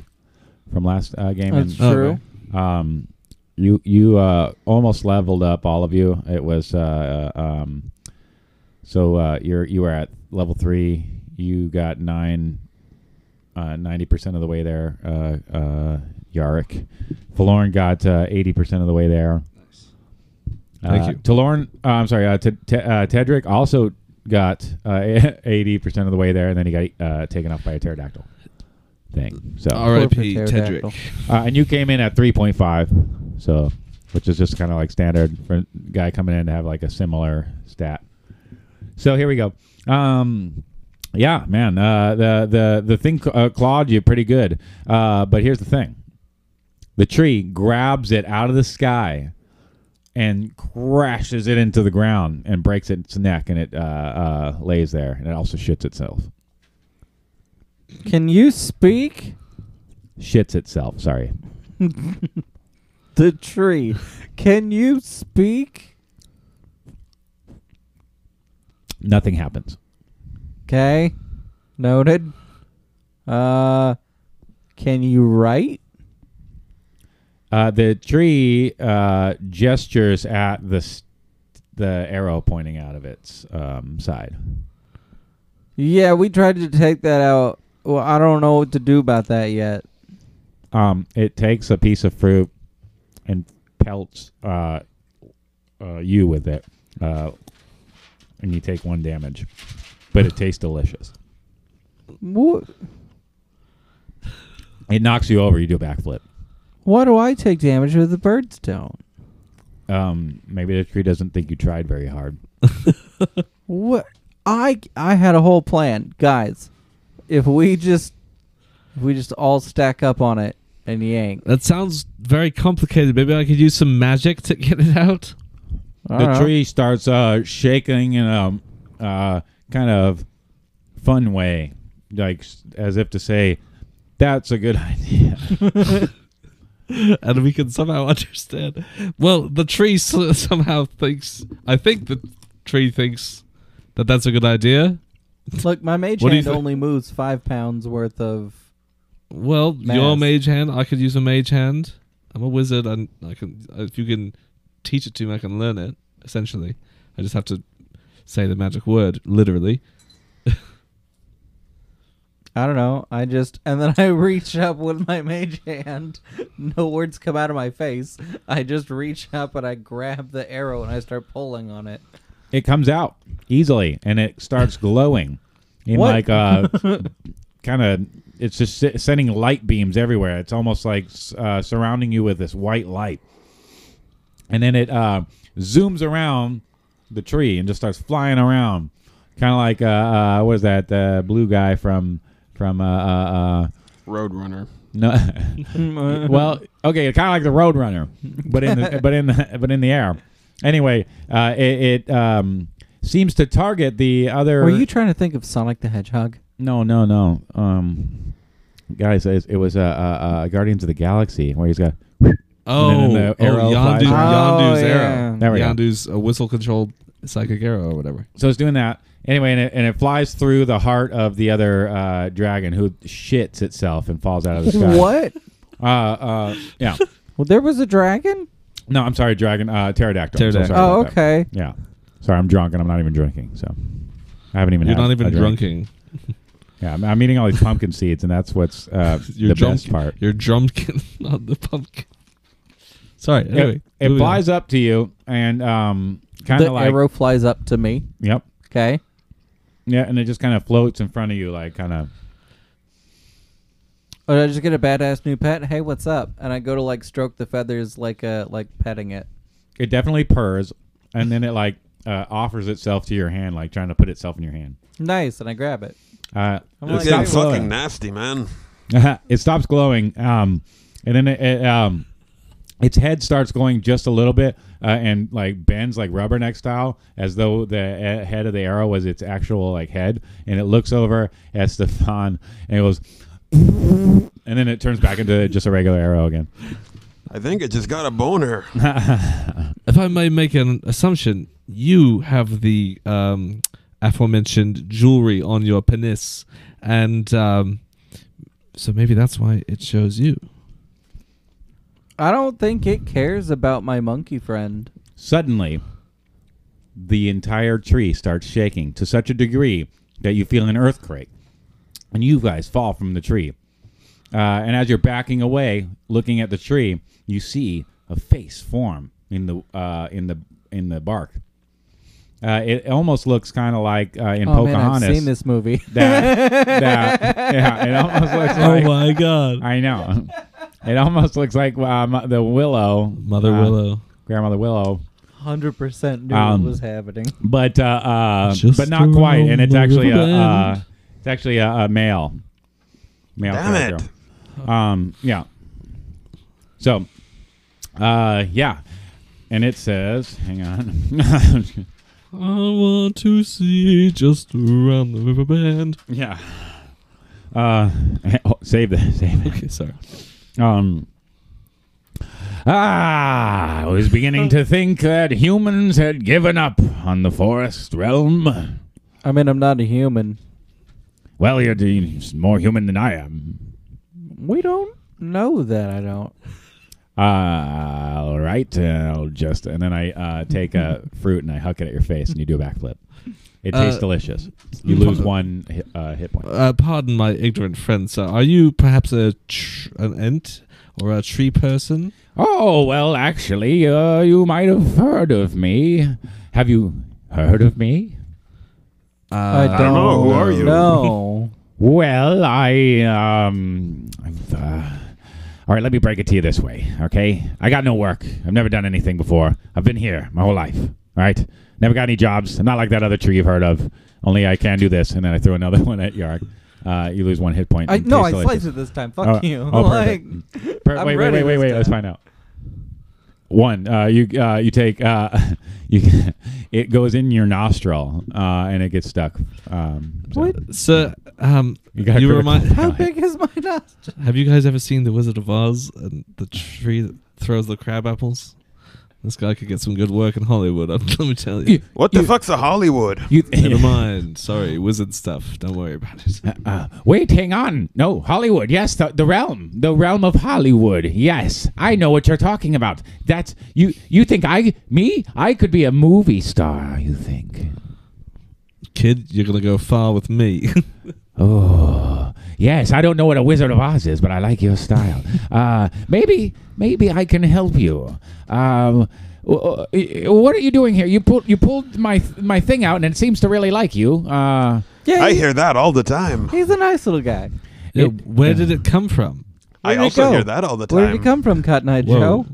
Speaker 1: from last uh, game, and
Speaker 2: That's
Speaker 3: Oh,
Speaker 2: true.
Speaker 3: okay.
Speaker 1: um, you you uh, almost leveled up all of you. It was uh, um, so uh, you're you were at level three. You got nine. uh, Ninety percent of the way there, uh, uh, Yarick. Valoran got uh, eighty percent of the way there.
Speaker 3: Thank
Speaker 1: Uh,
Speaker 3: you.
Speaker 1: Talorn, uh, I'm sorry, uh, Te- Te- uh, Tedric also got uh, eighty percent of the way there, and then he got uh, taken off by a pterodactyl thing. So
Speaker 3: R.I.P.
Speaker 2: Poor pterodactyl.
Speaker 3: Tedric.
Speaker 1: uh, and you came in at 3.5, so which is just kind of like standard for a guy coming in to have like a similar stat. So here we go. Um, yeah, man, uh, the the the thing uh, clawed you pretty good, uh, but here's the thing: the tree grabs it out of the sky and crashes it into the ground and breaks its neck, and it uh, uh, lays there, and it also shits itself.
Speaker 2: Can you speak?
Speaker 1: Shits itself. Sorry.
Speaker 2: The tree. Can you speak?
Speaker 1: Nothing happens.
Speaker 2: Okay. Noted. Uh, can you write?
Speaker 1: Uh, the tree uh, gestures at the s the arrow pointing out of its um, side.
Speaker 2: Yeah, we tried to take that out. Well, I don't know what to do about that yet.
Speaker 1: Um, it takes a piece of fruit and pelts uh, uh, you with it, uh, and you take one damage. But it tastes delicious.
Speaker 2: What?
Speaker 1: It knocks you over. You do a backflip.
Speaker 2: Why do I take damage if the birds don't?
Speaker 1: Um, maybe the tree doesn't think you tried very hard.
Speaker 2: What? I I had a whole plan, guys. If we just if we just all stack up on it and yank.
Speaker 3: That sounds very complicated. Maybe I could use some magic to get it out.
Speaker 2: I
Speaker 1: the
Speaker 2: dunno.
Speaker 1: tree starts uh, shaking in a uh, kind of fun way, like s- as if to say, "That's a good idea."
Speaker 3: and we can somehow understand. Well, the tree s- somehow thinks. I think the tree thinks that that's a good idea.
Speaker 2: Look, my mage
Speaker 3: What do you
Speaker 2: hand
Speaker 3: thi-
Speaker 2: only moves five pounds worth of.
Speaker 3: Well, your
Speaker 2: Mass.
Speaker 3: mage hand. I could use a mage hand. I'm a wizard, and I can. If you can teach it to me, I can learn it. Essentially, I just have to say the magic word literally.
Speaker 2: I don't know. I just and then I reach up with my mage hand. No words come out of my face. I just reach up and I grab the arrow and I start pulling on it.
Speaker 1: it comes out easily, and it starts glowing in
Speaker 2: What?
Speaker 1: like uh, kind of. It's just si- sending light beams everywhere. It's almost like s- uh, surrounding you with this white light, and then it uh, zooms around the tree and just starts flying around, kind of like uh, uh, what is that uh, blue guy from from uh, uh, uh,
Speaker 4: Roadrunner.
Speaker 1: No. well, okay, kind of like the Roadrunner, but in the, but in the, but in the air. Anyway, uh, it, it um, seems to target the other.
Speaker 2: Were you trying to think of Sonic the Hedgehog?
Speaker 1: no, no, no. Um, guys, it, it was uh, uh, uh, Guardians of the Galaxy where he's got.
Speaker 3: Oh,
Speaker 1: And then the
Speaker 3: oh,
Speaker 1: arrow
Speaker 3: Yandu,
Speaker 1: flies
Speaker 2: around.
Speaker 3: Yandu's
Speaker 2: Oh,
Speaker 3: arrow.
Speaker 2: yeah.
Speaker 1: There we go.
Speaker 3: Yandu's a whistle controlled psychic arrow or whatever.
Speaker 1: So it's doing that anyway, and it, and it flies through the heart of the other uh, dragon who shits itself and falls out of the sky.
Speaker 2: What?
Speaker 1: Uh, uh, yeah.
Speaker 2: Well, there was a dragon.
Speaker 1: No, I'm sorry, dragon. Uh, pterodactyl. I'm so
Speaker 3: Pterodactyl.
Speaker 1: sorry
Speaker 2: Oh,
Speaker 1: about that.
Speaker 2: okay.
Speaker 1: Yeah. Sorry, I'm drunk and I'm not even drinking. So I haven't even.
Speaker 3: You're
Speaker 1: had
Speaker 3: not
Speaker 1: a
Speaker 3: even
Speaker 1: drink.
Speaker 3: drunking.
Speaker 1: Yeah, I'm, I'm eating all these pumpkin seeds, and that's what's uh, the
Speaker 3: You're
Speaker 1: best
Speaker 3: drunk-
Speaker 1: part.
Speaker 3: You're drumkin, not the pumpkin. Sorry.
Speaker 1: It-
Speaker 3: Anyway,
Speaker 1: it
Speaker 3: moving on.
Speaker 1: flies up to you and um, kind
Speaker 2: The
Speaker 1: of like
Speaker 2: arrow flies up to me.
Speaker 1: yep,
Speaker 2: Okay.
Speaker 1: yeah, and it just kind of floats in front of you, like kind of
Speaker 2: Oh, did I just get a badass new pet? Hey, what's up? And I go to like stroke the feathers, like uh, like petting it.
Speaker 1: it definitely purrs, and then it like uh, offers itself to your hand, like trying to put itself in your hand.
Speaker 2: Nice, and I grab it.
Speaker 1: Uh,
Speaker 2: I'm
Speaker 4: It's
Speaker 2: like,
Speaker 4: getting
Speaker 1: not
Speaker 2: hey,
Speaker 1: fuck-
Speaker 4: fucking
Speaker 1: glowing.
Speaker 4: nasty, man.
Speaker 1: it stops glowing, um, and then it, it, um, its head starts glowing just a little bit, uh, and like bends like rubberneck style, as though the uh, head of the arrow was its actual like head, and it looks over at Stefan and it goes, and then it turns back into just a regular arrow again.
Speaker 4: I think it just got a boner.
Speaker 3: If I may make an assumption, you have the um, aforementioned jewelry on your penis, and um, so maybe that's why it shows you.
Speaker 2: I don't think it cares about my monkey friend.
Speaker 1: Suddenly, the entire tree starts shaking to such a degree that you feel an earthquake, and you guys fall from the tree. Uh, and as you're backing away, looking at the tree, you see a face form in the uh, in the in the bark. Uh, it almost looks kind of like uh, in
Speaker 2: oh man,
Speaker 1: Pocahontas.
Speaker 2: I've seen this movie.
Speaker 1: That, that, yeah, it almost looks
Speaker 2: Oh,
Speaker 1: like.
Speaker 3: Oh my god,
Speaker 1: I know. It almost looks like um, the willow,
Speaker 3: Mother
Speaker 1: uh,
Speaker 3: Willow!
Speaker 1: grandmother willow,
Speaker 2: Hundred percent knew
Speaker 1: Um,
Speaker 2: what was happening.
Speaker 1: but uh, uh,
Speaker 3: Just
Speaker 1: but not quite. And it's
Speaker 3: around the
Speaker 1: actually a
Speaker 3: river bend.
Speaker 1: uh, it's actually a, a male, male
Speaker 4: Damn
Speaker 1: character. Um, yeah. So, uh, yeah, and it says, hang on,
Speaker 3: I want to see just around the river bend.
Speaker 1: yeah. Uh, oh, save this, save it.
Speaker 3: Okay, sorry.
Speaker 1: Um. Ah, I was beginning to think that humans had given up on the forest realm.
Speaker 2: I mean, I'm not a human.
Speaker 1: Well, you're d- more human than I am.
Speaker 2: We don't know that. I don't.
Speaker 1: Uh, all right, uh, I'll just and then I uh, take a fruit and I huck it at your face and you do a backflip. It tastes
Speaker 3: Uh,
Speaker 1: delicious. You
Speaker 3: you
Speaker 1: lose
Speaker 3: pop-
Speaker 1: one hit, uh, hit point.
Speaker 3: Uh, pardon my ignorant friend, sir. Are you perhaps a tr- an ent? or a tree person.
Speaker 1: Oh, well, actually, uh, you might have heard of me. Have you heard of me?
Speaker 3: Uh,
Speaker 2: I don't
Speaker 4: know. Who are you?
Speaker 2: No.
Speaker 1: Well, I, um, I've, uh, all right, let me break it to you this way, okay? I got no work. I've never done anything before. I've been here my whole life, all right? Never got any jobs. I'm not like that other tree you've heard of. Only I can do this, and then I throw another one at Yark. Uh, you lose one hit point.
Speaker 2: I
Speaker 1: and
Speaker 2: no,
Speaker 1: taste
Speaker 2: I
Speaker 1: delicious.
Speaker 2: sliced it this time. Fuck
Speaker 1: Oh,
Speaker 2: you.
Speaker 1: oh,
Speaker 2: like,
Speaker 1: Per-
Speaker 2: I'm
Speaker 1: wait, wait,
Speaker 2: ready
Speaker 1: wait, wait,
Speaker 2: this
Speaker 1: wait. Let's
Speaker 2: time.
Speaker 1: find out. One, uh, you uh, you take uh, you it goes in your nostril uh, and it gets stuck. Um, so
Speaker 2: What?
Speaker 3: So, um,
Speaker 1: You
Speaker 3: you,
Speaker 1: got a critical
Speaker 3: remind.
Speaker 2: how
Speaker 1: God.
Speaker 2: big is my nostril?
Speaker 3: Have you guys ever seen The Wizard of Oz and the tree that throws the crab apples? This guy could get some good work in Hollywood. Let me tell you.
Speaker 4: What the fuck's a Hollywood?
Speaker 1: You,
Speaker 3: Never mind. Sorry, wizard stuff. Don't worry about it.
Speaker 1: uh, wait, hang on. No, Hollywood. Yes, the, the realm, the realm of Hollywood. Yes, I know what you're talking about. That's you. You think I, me, I could be a movie star? You think?
Speaker 3: Kid, you're gonna go far with me.
Speaker 1: Oh, yes. I don't know what a Wizard of Oz is, but I like your style. uh, maybe, maybe I can help you. Um, wh- wh- what are you doing here? You pulled you pulled my my thing out, and it seems to really like you. Uh,
Speaker 2: Yeah,
Speaker 4: I
Speaker 2: he-
Speaker 4: hear that all the time.
Speaker 2: he's a nice little guy.
Speaker 3: Yeah,
Speaker 1: It-
Speaker 3: where did it come from?
Speaker 4: I
Speaker 2: Where'd it
Speaker 4: also
Speaker 2: go?
Speaker 4: hear that all the time.
Speaker 2: Where did he come from, Cotton Eye Joe?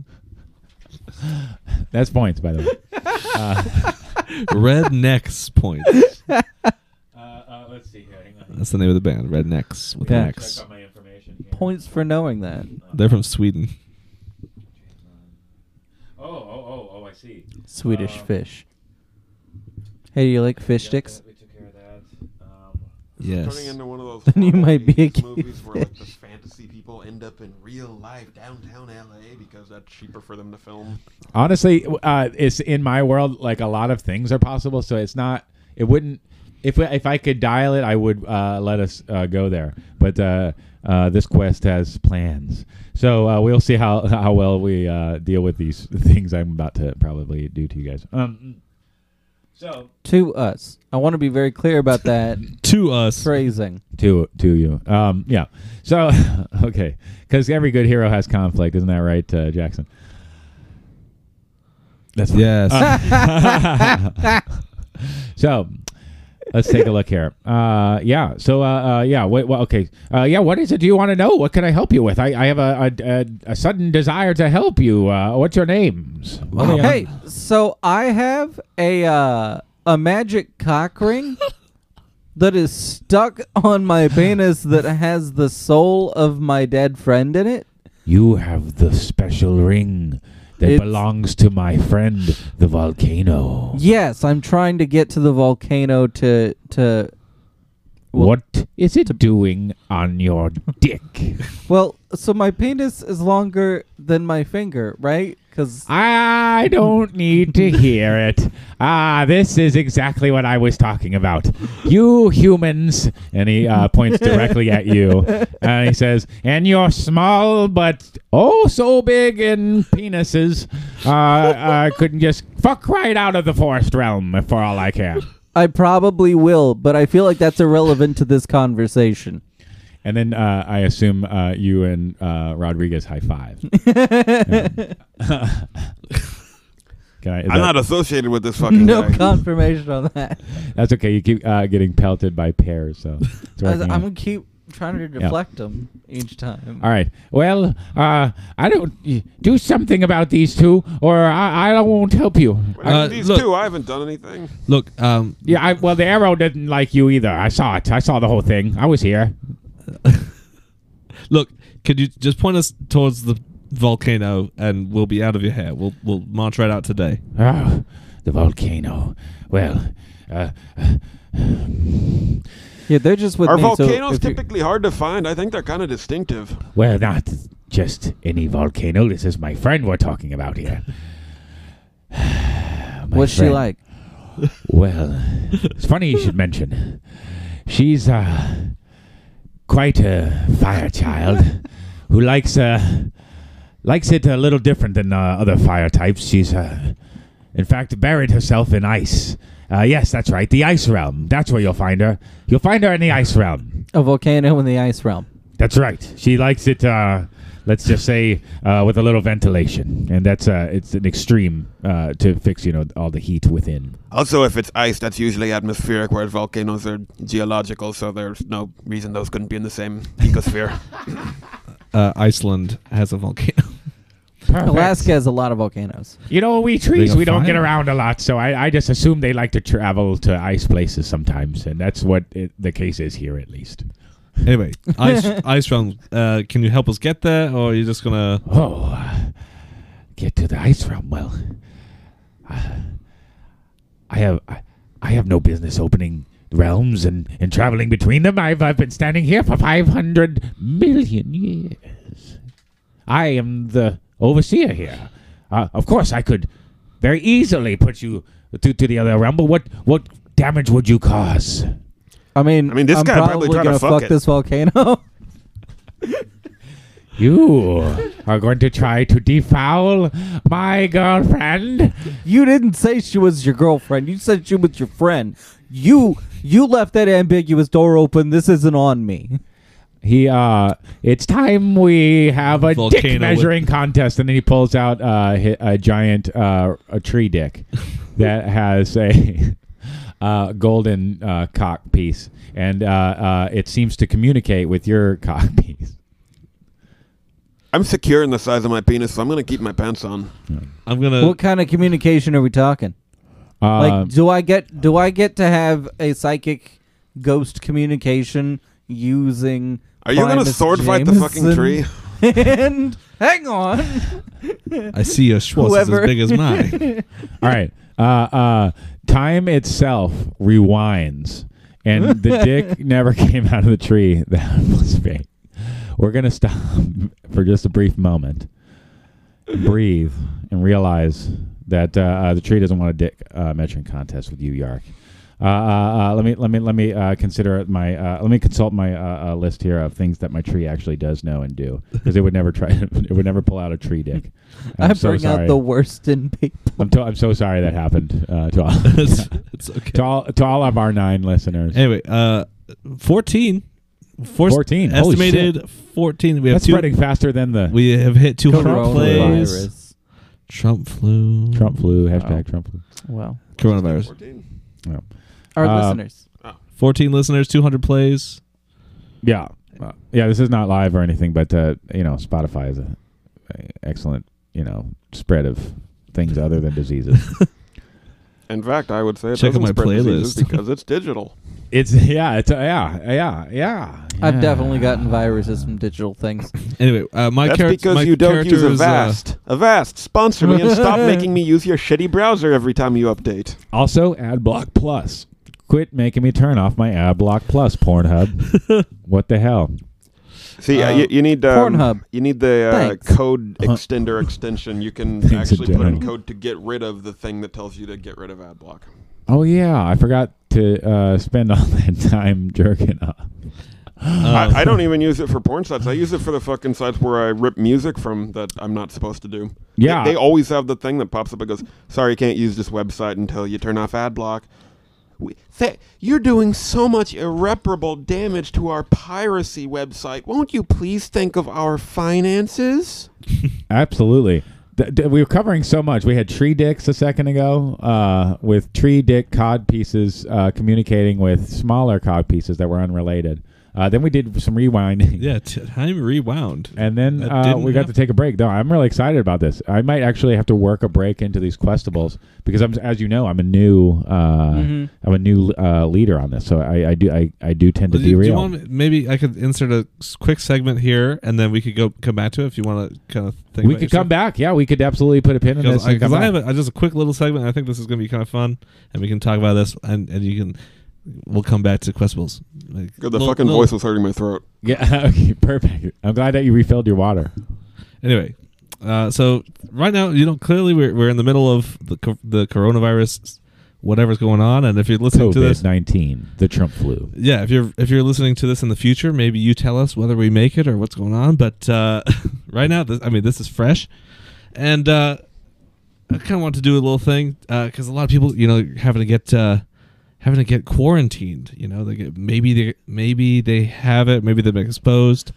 Speaker 1: that's points, by the way.
Speaker 2: Uh,
Speaker 3: Rednecks point.
Speaker 1: Uh, let's see here.
Speaker 3: That's the name of the band. Rednecks with
Speaker 2: Yeah.
Speaker 3: an X.
Speaker 1: my information
Speaker 2: Points for knowing that.
Speaker 3: They're from Sweden.
Speaker 1: Oh, oh, oh, oh! I see.
Speaker 2: Swedish fish. Hey, do you like fish sticks?
Speaker 1: we took care of that. Um,
Speaker 4: Turning
Speaker 3: Yes.
Speaker 4: into one of those
Speaker 2: Then you
Speaker 4: horrible
Speaker 2: might be a
Speaker 4: 80s
Speaker 2: cute
Speaker 4: movies where like the
Speaker 2: fish.
Speaker 4: fantasy people end up in real life downtown LA because that's cheaper for them to film.
Speaker 1: Honestly, uh, it's in my world. Like a lot of things are possible, so it's not. It wouldn't. If if I could dial it, I would uh, let us uh, go there. But uh, uh, this quest has plans, so uh, we'll see how how well we uh, deal with these things I'm about to probably do to you guys. Um, so
Speaker 2: To us. I want to be very clear about that
Speaker 3: To us.
Speaker 2: phrasing.
Speaker 1: to to you, um, yeah. So okay, because every good hero has conflict, isn't that right, uh, Jackson? That's Ah. fine.
Speaker 3: Yes.
Speaker 1: So let's take a look here. Uh, yeah. So uh, uh, yeah. Wait, well, okay. Uh, yeah. What is it? Do you want to know? What can I help you with? I, I have a, a, a, a sudden desire to help you. Uh, what's your names?
Speaker 3: Wow.
Speaker 1: Leon.
Speaker 2: Hey, so I have a uh, a magic cock ring that is stuck on my penis that has the soul of my dead friend in it.
Speaker 1: You have the special ring that
Speaker 2: It's-
Speaker 1: belongs to my friend, the volcano.
Speaker 2: Yes, I'm trying to get to the volcano to to well,
Speaker 1: what is it doing on your dick?
Speaker 2: Well, so my penis is longer than my finger, right? Cuz
Speaker 1: I don't need to hear it. Ah, this is exactly what I was talking about. You humans, and he uh, points directly at you, and he says, "And your small but oh so big in penises, uh, I couldn't just fuck right out of the forest realm for all I care."
Speaker 2: I probably will, but I feel like that's irrelevant to this conversation.
Speaker 1: And then uh, I assume uh, you and uh, Rodriguez high five. Can I, is
Speaker 4: I'm
Speaker 1: that-
Speaker 4: not associated with this fucking
Speaker 2: No
Speaker 4: guy.
Speaker 2: confirmation on that.
Speaker 1: That's okay. You keep uh, getting pelted by pears, so it's
Speaker 2: I, am
Speaker 1: working out.
Speaker 2: gonna keep trying to deflect them each time.
Speaker 1: All right. Well, uh, I don't do something about these two, or I, I won't help you.
Speaker 4: What happened
Speaker 3: Uh,
Speaker 4: to these
Speaker 3: look.
Speaker 4: two, I haven't done anything.
Speaker 3: Look, um,
Speaker 1: Yeah. I, well, the arrow didn't like you either. I saw it. I saw the whole thing. I was here.
Speaker 3: look. Could you just point us towards the volcano, and we'll be out of your hair. We'll we'll march right out today.
Speaker 1: Oh, the volcano. Well, uh,
Speaker 2: Yeah, they're just with
Speaker 4: Are
Speaker 2: me.
Speaker 4: volcanoes
Speaker 2: so if you-
Speaker 4: typically hard to find? I think they're kind of distinctive.
Speaker 1: well, not just any volcano. This is my friend we're talking about here. My
Speaker 2: what's she
Speaker 1: friend.
Speaker 2: like?
Speaker 1: Well, it's funny you should mention. She's uh, quite a fire child who likes uh, likes it a little different than uh, other fire types. She's, uh, in fact, buried herself in ice. Uh, yes, that's right, the ice realm. That's where you'll find her. You'll find her in the ice realm.
Speaker 2: A volcano in the ice realm.
Speaker 1: That's right. She likes it uh, let's just say uh, with a little ventilation, and that's uh, it's an extreme uh, to fix you know all the heat within.
Speaker 5: Also, if it's ice, that's usually atmospheric, whereas volcanoes are geological, so there's no reason those couldn't be in the same ecosphere.
Speaker 3: Uh, Iceland has a volcano.
Speaker 2: Alaska has a lot of volcanoes.
Speaker 1: You know, we trees
Speaker 3: Ring of
Speaker 1: we don't get
Speaker 3: fire.
Speaker 1: around a lot, so I, I just assume they like to travel to ice places sometimes, and that's what it, the case is here at least.
Speaker 3: anyway, ice, ice realm. Uh, can you help us get there, or are you just gonna?
Speaker 1: Oh, uh, get to the ice realm. Well, uh, I have I, I have no business opening realms and, and traveling between them. I've I've been standing here for five hundred million years. I am the overseer here. Uh, of course, I could very easily put you to, to the other realm, but what what damage would you cause?
Speaker 2: I mean,
Speaker 4: I mean, this
Speaker 2: I'm
Speaker 4: guy probably tried to
Speaker 2: gonna
Speaker 4: fuck
Speaker 2: fuck
Speaker 4: it.
Speaker 2: this volcano.
Speaker 1: You are going to try to defoul my girlfriend.
Speaker 2: you didn't say she was your girlfriend. You said she was your friend. You you left that ambiguous door open. This isn't on me.
Speaker 1: He uh, it's time we have a
Speaker 3: Volcano
Speaker 1: dick
Speaker 3: with-
Speaker 1: measuring contest, and then he pulls out uh, hi- a giant uh, a tree dick that has a uh, golden uh, cock piece, and uh, uh, it seems to communicate with your cock piece.
Speaker 4: I'm secure in the size of my penis, so I'm gonna keep my pants on.
Speaker 3: I'm gonna.
Speaker 2: what kind of communication are we talking? Like,
Speaker 1: Uh, Um,
Speaker 2: do I get do I get to have a psychic ghost communication using?
Speaker 4: Are you gonna
Speaker 2: Primus
Speaker 4: sword fight the fucking
Speaker 2: Jameson?
Speaker 4: tree?
Speaker 2: And hang on,
Speaker 3: I see your Schwartz is
Speaker 2: Whoever.
Speaker 3: as big as mine.
Speaker 1: All right. Uh, uh, time itself rewinds, and the dick never came out of the tree. That was fake. We're gonna stop for just a brief moment, breathe, and realize that uh, uh, the tree doesn't want a dick uh, measuring contest with you, Yark. Uh, uh, uh, let me let me let me uh, consider my uh, let me consult my uh, uh, list here of things that my tree actually does know and do because it would never try it would never pull out a tree dick.
Speaker 2: i
Speaker 1: I'm
Speaker 2: bring
Speaker 1: so
Speaker 2: out
Speaker 1: sorry.
Speaker 2: the worst in people.
Speaker 1: I'm, to- I'm so sorry that happened uh, to all
Speaker 3: it's, it's
Speaker 1: to
Speaker 3: okay.
Speaker 1: all to all of our nine listeners.
Speaker 3: Anyway, uh, fourteen. Forced-
Speaker 1: 14. Holy
Speaker 3: Estimated fourteen. We have
Speaker 1: That's
Speaker 3: two.
Speaker 1: spreading faster than the
Speaker 3: We have hit two hundred plays.
Speaker 2: Coronavirus.
Speaker 3: Trump flu.
Speaker 1: Trump flu hashtag
Speaker 2: Wow.
Speaker 1: Trump flu.
Speaker 2: Well,
Speaker 3: Coronavirus.
Speaker 2: our
Speaker 1: Uh,
Speaker 2: listeners.
Speaker 3: Fourteen listeners, two hundred plays.
Speaker 1: Yeah, Uh, yeah. This is not live or anything, but uh, you know, Spotify is a, a excellent you know spread of things other than diseases.
Speaker 4: In fact, I would say it
Speaker 3: Check out
Speaker 4: doesn't
Speaker 3: my
Speaker 4: spread diseases
Speaker 3: playlist.
Speaker 4: because it's digital.
Speaker 1: it's yeah, it's uh, yeah, yeah, yeah.
Speaker 2: I've
Speaker 1: yeah.
Speaker 2: definitely gotten viruses from digital things.
Speaker 3: Anyway, uh, my
Speaker 4: That's
Speaker 3: character. my
Speaker 4: because you don't
Speaker 3: character
Speaker 4: use
Speaker 3: is, uh,
Speaker 4: Avast. Avast, sponsor me and stop making me use your shitty browser every time you update.
Speaker 1: Also, AdBlock Plus. Quit making me turn off my AdBlock Plus, Pornhub. what the hell?
Speaker 4: See, uh,
Speaker 3: Uh,
Speaker 4: you, you need um,
Speaker 2: Pornhub.
Speaker 4: You need the
Speaker 2: Thanks.
Speaker 4: uh, code extender extension. You can
Speaker 1: Thanks in
Speaker 4: actually put in
Speaker 1: general.
Speaker 4: code to get rid of the thing that tells you to get rid of ad block.
Speaker 1: Oh yeah, I forgot to uh, spend all that time jerking off. Um,
Speaker 3: uh,
Speaker 4: I, I don't even use it for porn sites. I use it for the fucking sites where I rip music from that I'm not supposed to do. They-
Speaker 1: Yeah.
Speaker 4: They, always have the thing that pops up and goes, sorry, you can't use this website until you turn off ad block. We, th- you're doing so much irreparable damage to our piracy website. Won't you please think of our finances?
Speaker 1: Absolutely. Th- th- we were covering so much. We had tree dicks a second ago uh, with tree dick cod pieces uh, communicating with smaller cod pieces that were unrelated. Uh, then we did some rewinding.
Speaker 3: Yeah, t- time rewound.
Speaker 1: And then
Speaker 3: That
Speaker 1: uh,
Speaker 3: didn't
Speaker 1: we got to
Speaker 3: happen.
Speaker 1: take a break. No, I'm really excited about this. I might actually have to work a break into these questables because I'm, as you know, I'm a new, uh,
Speaker 3: Mm-hmm.
Speaker 2: Mm-hmm.
Speaker 1: I'm a new uh, leader on this. So I, I do, I, I do tend to
Speaker 3: Do you- do
Speaker 1: derail.
Speaker 3: you want maybe I could insert a s- quick segment here, and then we could go come back to it if you want to kind of think.
Speaker 1: we
Speaker 3: about
Speaker 1: could
Speaker 3: your
Speaker 1: come back. Yeah, we could absolutely put a pin in this.
Speaker 3: Because I,
Speaker 1: and come
Speaker 3: 'cause I
Speaker 1: back.
Speaker 3: have a, I- just a quick little segment. I think this is going to be kind of fun, and we can talk about this, and, and you can we'll come back to Questables. Like,
Speaker 4: God, the
Speaker 3: little-
Speaker 4: fucking
Speaker 3: little-
Speaker 4: voice was hurting my throat.
Speaker 1: yeah, okay, perfect. I'm glad that you refilled your water.
Speaker 3: Anyway, uh, so right now, you know, clearly we're, we're in the middle of the co- the coronavirus, whatever's going on, and if you're listening to this,
Speaker 1: COVID nineteen, the Trump flu.
Speaker 3: yeah, if you're if you're listening to this in the future, maybe you tell us whether we make it or what's going on. But uh, right now, this, I mean, this is fresh, and uh, I kind of want to do a little thing because a lot of people, you know, having to get uh, having to get quarantined. You know, they get maybe they maybe they have it, maybe they've been exposed,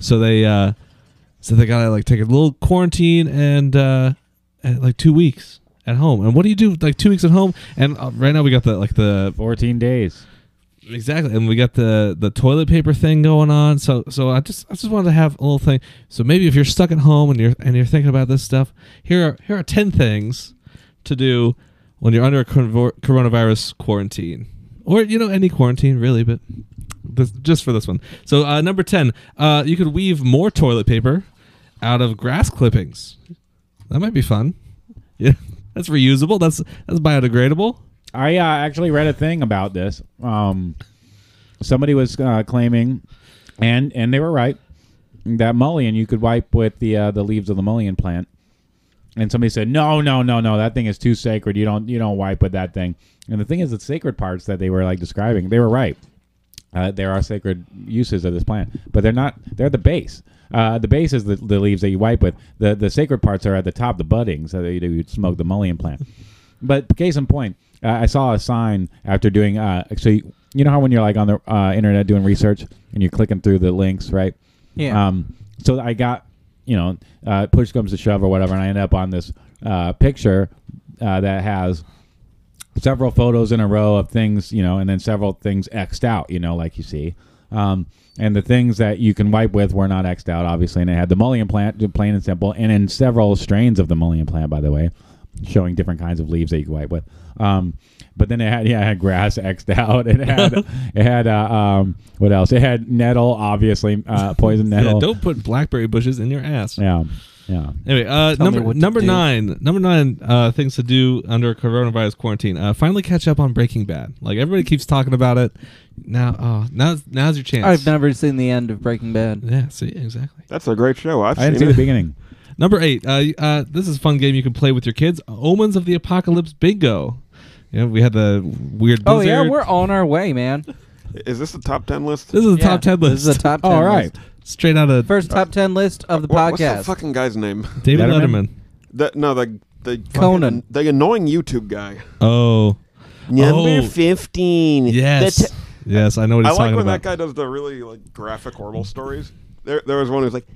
Speaker 3: so they uh, So they gotta like take a little quarantine and uh, and, like two weeks at home. And what do you do like two weeks at home? And uh, right now we got the like the
Speaker 1: 14 days.
Speaker 3: Exactly, and we got the the toilet paper thing going on. So so I just I just wanted to have a little thing. So maybe if you're stuck at home and you're and you're thinking about this stuff, here are here are ten things to do when you're under a convor- coronavirus quarantine, or you know any quarantine really, but this, just for this one. So uh, number ten, uh, you could weave more toilet paper out of grass clippings. That might be fun. Yeah, that's reusable. That's that's biodegradable.
Speaker 1: I uh, actually read a thing about this. Um, somebody was uh, claiming, and and they were right, that mullion you could wipe with the uh, the leaves of the mullion plant. And somebody said, "No, no, no, no. That thing is too sacred. You don't you don't wipe with that thing." And the thing is, the sacred parts that they were like describing, they were right. Uh, there are sacred uses of this plant, but they're not. They're the base. Uh, the base is the, the leaves that you wipe with. The the sacred parts are at the top, the buddings that you would smoke the mullion plant. But case in point, uh, I saw a sign after doing. Uh, so you, you know how when you're like on the uh, internet doing research and you're clicking through the links, right?
Speaker 2: Yeah.
Speaker 1: Um, so I got, you know, uh, push comes to shove or whatever, and I end up on this uh, picture uh, that has several photos in a row of things, you know, and then several things X'd out, you know, like you see. Um, and the things that you can wipe with were not X'd out, obviously. And it had the mullion plant, plain and simple, and in several strains of the mullion plant, by the way, showing different kinds of leaves that you can wipe with. Um, but then it had, yeah, it had grass X'd out. It had, it had, uh, um, what else? It had nettle, obviously, uh, poison nettle.
Speaker 3: Yeah, don't put blackberry bushes in your ass.
Speaker 1: Yeah, yeah.
Speaker 3: Anyway, uh,
Speaker 2: Tell me
Speaker 3: number
Speaker 2: what to
Speaker 3: number
Speaker 2: do.
Speaker 3: nine, number nine uh, things to do under coronavirus quarantine. Uh, finally catch up on Breaking Bad. Like everybody keeps talking about it. Now, oh, now's now's your chance.
Speaker 2: I've never seen the end of Breaking Bad.
Speaker 3: Yeah, see, exactly.
Speaker 4: That's a great show. I've
Speaker 1: I didn't see
Speaker 4: seen
Speaker 1: the
Speaker 4: it.
Speaker 1: beginning.
Speaker 3: Number eight, uh, y- uh, this is a fun game you can play with your kids. Omens of the Apocalypse Bingo. Yeah, we had the weird.
Speaker 2: Oh yeah,
Speaker 3: blizzard.
Speaker 2: we're on our way, man.
Speaker 4: Is this the top ten list?
Speaker 3: This is the
Speaker 2: Yeah,
Speaker 3: top ten list.
Speaker 2: This is a top. 10
Speaker 1: All right.
Speaker 2: list.
Speaker 3: Straight out of
Speaker 2: First top ten list of the
Speaker 4: What- What's
Speaker 2: podcast.
Speaker 4: that fucking guy's name?
Speaker 3: David
Speaker 1: Letterman?
Speaker 3: Letterman.
Speaker 4: That no, the the fucking-
Speaker 2: Conan.
Speaker 4: the annoying YouTube guy.
Speaker 3: Oh,
Speaker 5: Number
Speaker 3: Oh.
Speaker 5: fifteen.
Speaker 3: yes,
Speaker 5: The t-
Speaker 3: yes, I know what
Speaker 4: I
Speaker 3: he's
Speaker 4: like
Speaker 3: talking
Speaker 4: when
Speaker 3: about.
Speaker 4: that guy does the really like graphic horrible stories. There, there was one who's like,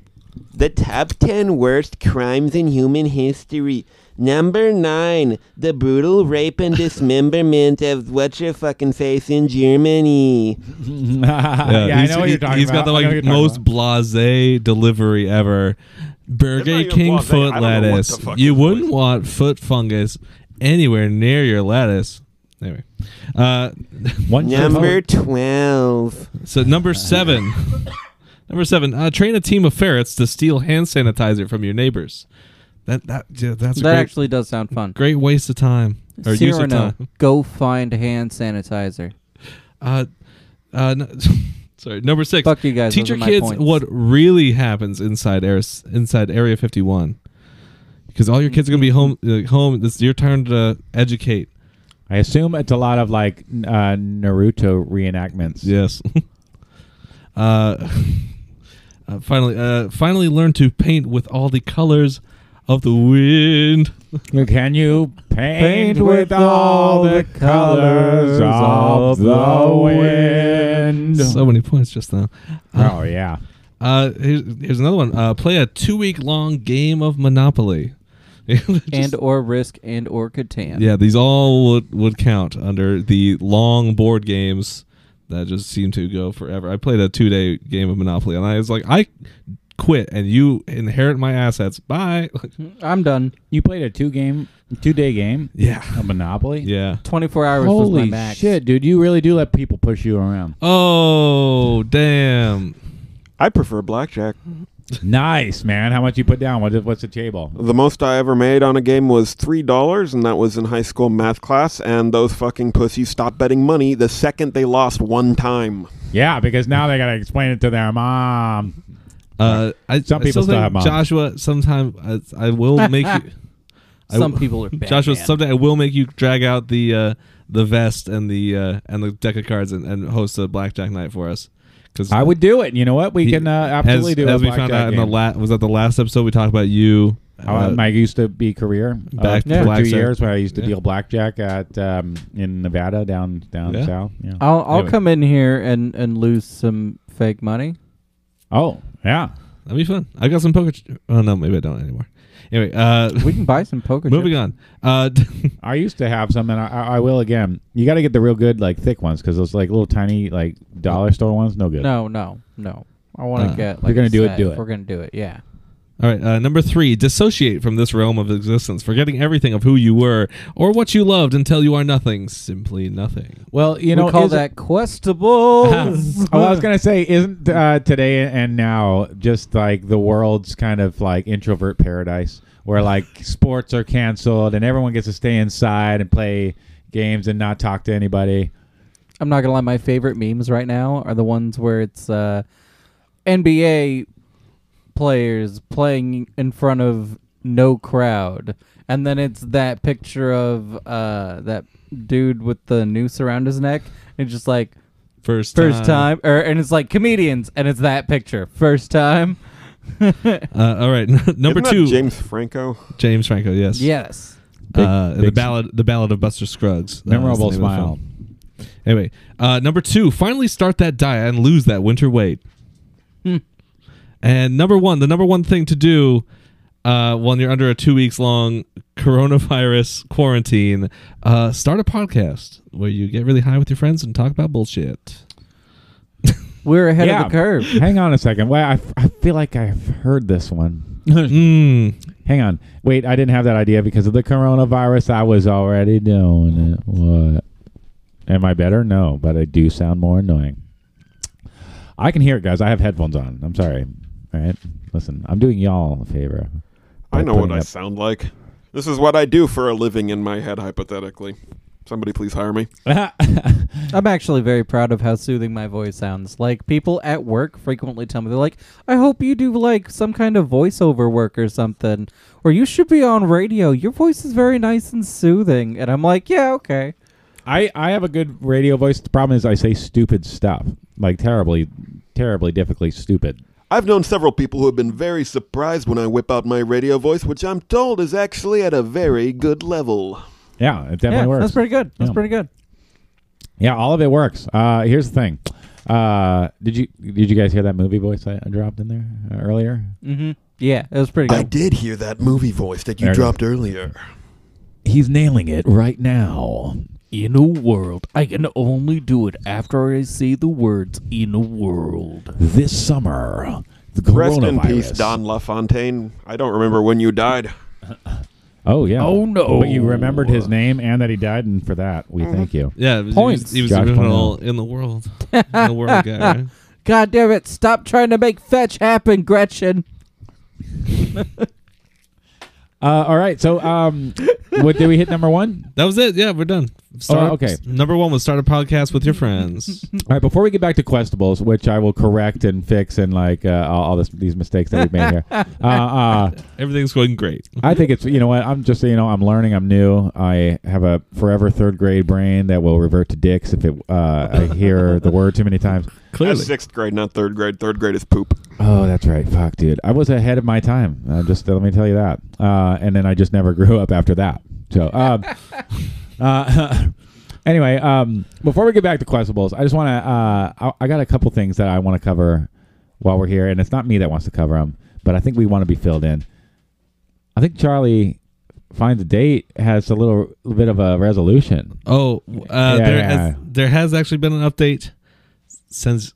Speaker 5: The top 10 worst crimes in human history. Number 9, the brutal rape and dismemberment of what's your fucking face in Germany.
Speaker 1: Uh, yeah, I
Speaker 3: he's-
Speaker 1: know what
Speaker 3: he-
Speaker 1: you're talking
Speaker 3: He's
Speaker 1: about. I know
Speaker 3: got the
Speaker 1: what you're
Speaker 3: like
Speaker 1: talking
Speaker 3: most
Speaker 1: about.
Speaker 3: blasé delivery ever.
Speaker 4: It's not
Speaker 3: Burger
Speaker 4: even
Speaker 3: King
Speaker 4: blasé.
Speaker 3: foot
Speaker 4: I don't know what the
Speaker 3: lettuce.
Speaker 4: fuck
Speaker 3: You
Speaker 4: is
Speaker 3: wouldn't
Speaker 4: blasé.
Speaker 3: want foot fungus anywhere near your lettuce. Anyway, uh,
Speaker 1: One
Speaker 5: Number 12,
Speaker 3: so number seven, number seven. Uh, train a team of ferrets to steal hand sanitizer from your neighbors. That that yeah, that's a
Speaker 2: that
Speaker 3: great,
Speaker 2: actually does sound fun.
Speaker 3: great waste of time or use of
Speaker 2: Cyrano,
Speaker 3: time.
Speaker 2: go find hand sanitizer.
Speaker 3: Uh, uh, no, sorry, number six.
Speaker 2: Fuck you guys,
Speaker 3: Teach
Speaker 2: those
Speaker 3: your
Speaker 2: are my
Speaker 3: kids
Speaker 2: points.
Speaker 3: what really happens inside air, inside Area 51, because all your kids are gonna be home. Uh, home. It's your turn to educate.
Speaker 1: I assume it's a lot of like n- uh, Naruto reenactments.
Speaker 3: Yes. uh, uh, finally, uh, finally, learn to paint with all the colors of the wind.
Speaker 1: Can you paint,
Speaker 2: Paint with
Speaker 1: with all
Speaker 2: all
Speaker 1: the
Speaker 2: the
Speaker 1: colors of
Speaker 2: colors of
Speaker 1: the
Speaker 2: the
Speaker 1: wind?
Speaker 3: So many points just now. Uh,
Speaker 1: oh yeah.
Speaker 3: uh, here's, here's another one. Uh, play a two-week-long game of Monopoly.
Speaker 2: and or risk and or Catan.
Speaker 3: Yeah, these all would, would count under the long board games that just seem to go forever. I played a two day game of Monopoly and I was like, I quit and you inherit my assets. Bye.
Speaker 2: Hmm, I'm done.
Speaker 1: You played a two game, two day game
Speaker 3: yeah.
Speaker 1: of Monopoly.
Speaker 3: Yeah.
Speaker 2: 24 hours was my
Speaker 1: Holy
Speaker 2: max.
Speaker 1: shit, dude! You really do let people push you around.
Speaker 3: Oh, damn.
Speaker 4: I prefer blackjack.
Speaker 1: nice, man. How much you put down? What's what's the table?
Speaker 4: The most I ever made on a game was three dollars, and that was in high school math class. And those fucking pussies stopped betting money the second they lost one time.
Speaker 1: Yeah, because now they gotta explain it to their mom.
Speaker 3: Uh, I,
Speaker 1: Some
Speaker 3: I
Speaker 1: people
Speaker 3: still
Speaker 1: still
Speaker 3: think
Speaker 1: have moms.
Speaker 3: Joshua, sometime I, I will make you. I
Speaker 2: Some
Speaker 3: w-
Speaker 2: people are bad.
Speaker 3: Joshua, someday I will make you drag out the uh, the vest and the uh, and the deck of cards and, and host a blackjack night for us. Because
Speaker 1: I would do it. You know what? We
Speaker 3: He-
Speaker 1: can uh, absolutely
Speaker 3: as,
Speaker 1: do
Speaker 3: as
Speaker 1: a
Speaker 3: we found
Speaker 1: blackjack
Speaker 3: out in the
Speaker 1: game.
Speaker 3: last was that the last episode we talked about you
Speaker 1: Uh, my used to be career uh,
Speaker 3: Back-
Speaker 1: for
Speaker 3: yeah.
Speaker 1: two
Speaker 3: Blackjack.
Speaker 1: years when I used to
Speaker 3: Yeah.
Speaker 1: deal blackjack at um, in Nevada down down
Speaker 3: Yeah.
Speaker 1: south. Yeah.
Speaker 2: Uh, I'll I'll
Speaker 1: Anyway.
Speaker 2: come in here and and lose some fake money.
Speaker 1: Oh yeah,
Speaker 3: that'd be fun. I got some poker. ch- Oh no, maybe I don't anymore. Anyway, uh,
Speaker 2: We can buy some poker
Speaker 3: moving
Speaker 2: chips.
Speaker 3: on. Uh,
Speaker 1: I used to have some, and I- I, I will again. You got to get the real good, like thick ones, because those like little tiny, like dollar store ones, no good.
Speaker 2: No, no, no. I want to
Speaker 3: Uh,
Speaker 2: get.
Speaker 1: you're
Speaker 2: Like, a
Speaker 1: gonna do it,
Speaker 2: set.
Speaker 1: do
Speaker 2: If
Speaker 1: it.
Speaker 2: We're gonna do it. Yeah.
Speaker 3: all right, uh, number three: dissociate from this realm of existence, forgetting everything of who you were or what you loved until you are nothing, simply nothing.
Speaker 1: Well, you
Speaker 2: You
Speaker 1: know,
Speaker 2: know, we call
Speaker 1: is it-
Speaker 2: that questables.
Speaker 1: Oh, I was gonna say, isn't uh, today and now just like the world's kind of like introvert paradise, where like sports are canceled and everyone gets to stay inside and play games and not talk to anybody.
Speaker 2: I'm not gonna lie. My favorite memes right now are the ones where it's uh, NBA players playing in front of no crowd, and then it's that picture of uh, that dude with the noose around his neck, and just like
Speaker 3: First,
Speaker 2: first time, or and it's like comedians, and it's that picture first time.
Speaker 3: Uh, all right, number
Speaker 4: Isn't that
Speaker 3: two: James.
Speaker 4: James Franco.
Speaker 3: Franco. Yes.
Speaker 2: yes.
Speaker 3: Uh,
Speaker 1: Big-
Speaker 3: the ballad, the ballad of Buster Scruggs. That was the
Speaker 1: Memorable
Speaker 3: name of the
Speaker 1: smile.
Speaker 3: film. Anyway, uh, number two, finally start that diet and lose that winter weight.
Speaker 2: Hmm.
Speaker 3: And number one, the number one thing to do uh, when you're under a two weeks long coronavirus quarantine, uh, start a podcast where you get really high with your friends and talk about bullshit.
Speaker 2: We're ahead
Speaker 1: Yeah.
Speaker 2: of the curve.
Speaker 1: Hang on a second. Well, I, I feel like I've heard this one.
Speaker 2: Hmm.
Speaker 3: Mm.
Speaker 1: Hang on. Wait, I didn't have that idea because of the coronavirus. I was already doing it. What? Am I better? No, but I do sound more annoying. I can hear it, guys. I have headphones on. I'm sorry. All right. Listen, I'm doing y'all a favor. by
Speaker 4: I know what
Speaker 1: putting
Speaker 4: I
Speaker 1: up-
Speaker 4: sound like. This is what I do for a living in my head, hypothetically. Somebody please hire me.
Speaker 2: I'm actually very proud of how soothing my voice sounds. Like people at work frequently tell me they're like, "I hope you do like some kind of voiceover work or something, or you should be on radio. Your voice is very nice and soothing." And I'm like, "Yeah, okay."
Speaker 1: I, I have a good radio voice. The problem is I say stupid stuff, like terribly, terribly, difficultly stupid.
Speaker 4: I've known several people who have been very surprised when I whip out my radio voice, which I'm told is actually at a very good level.
Speaker 1: Yeah, it definitely
Speaker 2: yeah,
Speaker 1: works.
Speaker 2: that's pretty good. That's
Speaker 1: Yeah.
Speaker 2: pretty good.
Speaker 1: Yeah, all of it works. Uh, here's the thing. Uh, did you did you guys hear that movie voice I, I dropped in there uh, earlier?
Speaker 2: Mm-hmm. Yeah, it was pretty
Speaker 4: I
Speaker 2: good.
Speaker 4: did hear that movie voice that you
Speaker 1: There it is.
Speaker 4: dropped earlier.
Speaker 1: He's nailing it right now.
Speaker 6: in a world. I can only do it after I say the words in a world.
Speaker 1: This summer, the
Speaker 4: Rest in peace, Don LaFontaine. I don't remember when you died.
Speaker 1: Oh yeah.
Speaker 6: Oh, no.
Speaker 1: But you remembered his name and that he died, and for that we
Speaker 4: Uh-huh.
Speaker 1: thank you.
Speaker 3: Yeah, he was-
Speaker 2: Points.
Speaker 3: He was
Speaker 1: Josh,
Speaker 3: original
Speaker 1: point
Speaker 3: in the world. in the world guy. right?
Speaker 2: God damn it! Stop trying to make fetch happen, Gretchen.
Speaker 1: Uh, all right. So, um, what did we hit number one?
Speaker 3: That was it. Yeah, we're done.
Speaker 2: Oh,
Speaker 3: Start a-
Speaker 1: okay.
Speaker 3: Number one was start a podcast with your friends.
Speaker 1: All right. Before we get back to Questables, which I will correct and fix, and like uh, all, all this, these mistakes that we've made here. Uh, uh,
Speaker 3: Everything's going great.
Speaker 1: I think it's you know what I'm just you know I'm learning I'm new I have a forever third grade brain that will revert to dicks if it uh, I hear the word too many times.
Speaker 4: That's sixth grade, not third grade. Third grade is poop.
Speaker 1: Oh, that's right. Fuck, dude, I was ahead of my time. Uh, just let me tell you that. Uh, and then I just never grew up after that. So, um, uh, anyway, um, before we get back to Questables, I just want to uh, I, I got a couple things that I want to cover while we're here, and it's not me that wants to cover them, but I think we want to be filled in. I think Charlie finds a date has a little, little bit of a resolution.
Speaker 3: Oh, uh,
Speaker 1: Yeah,
Speaker 3: there,
Speaker 1: yeah,
Speaker 3: Has,
Speaker 1: yeah.
Speaker 3: there has actually been an update since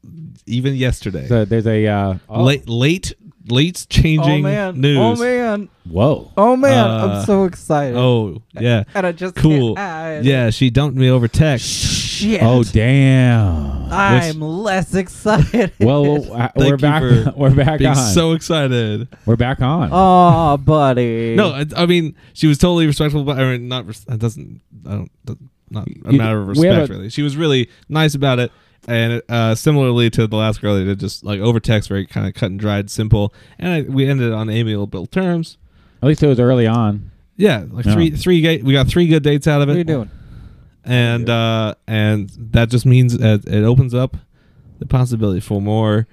Speaker 3: even yesterday.
Speaker 1: So there's a uh, oh,
Speaker 3: Late, late, late changing
Speaker 2: Oh man!
Speaker 3: news.
Speaker 2: Oh man!
Speaker 1: Whoa.
Speaker 2: Oh man!
Speaker 3: Uh,
Speaker 2: I'm so excited.
Speaker 3: Oh, yeah,
Speaker 2: and I just
Speaker 3: cool.
Speaker 2: Can't hide.
Speaker 3: Yeah, she dumped me over text.
Speaker 2: Shit.
Speaker 1: Oh damn.
Speaker 2: I'm less excited.
Speaker 1: Well, well, uh,
Speaker 3: Thank
Speaker 1: we're
Speaker 3: you for
Speaker 1: back. We're back
Speaker 3: Being
Speaker 1: on.
Speaker 3: so excited.
Speaker 1: We're back on.
Speaker 2: oh, buddy.
Speaker 3: No, I, I mean she was totally respectful, but I mean, not. res- It doesn't. I don't. does- Not a
Speaker 1: You-
Speaker 3: matter of
Speaker 1: we have
Speaker 3: respect,
Speaker 1: a-
Speaker 3: really. She was really nice about it, and uh, similarly to the last girl, they did just like over text, very kind of cut and dried, simple, and I, we ended on amiable terms.
Speaker 1: At least it was early on.
Speaker 3: Yeah, like
Speaker 1: Yeah.
Speaker 3: three, three. ga- We got three good dates out of it.
Speaker 2: what are you doing?
Speaker 3: and uh, and that just means that it opens up the possibility for more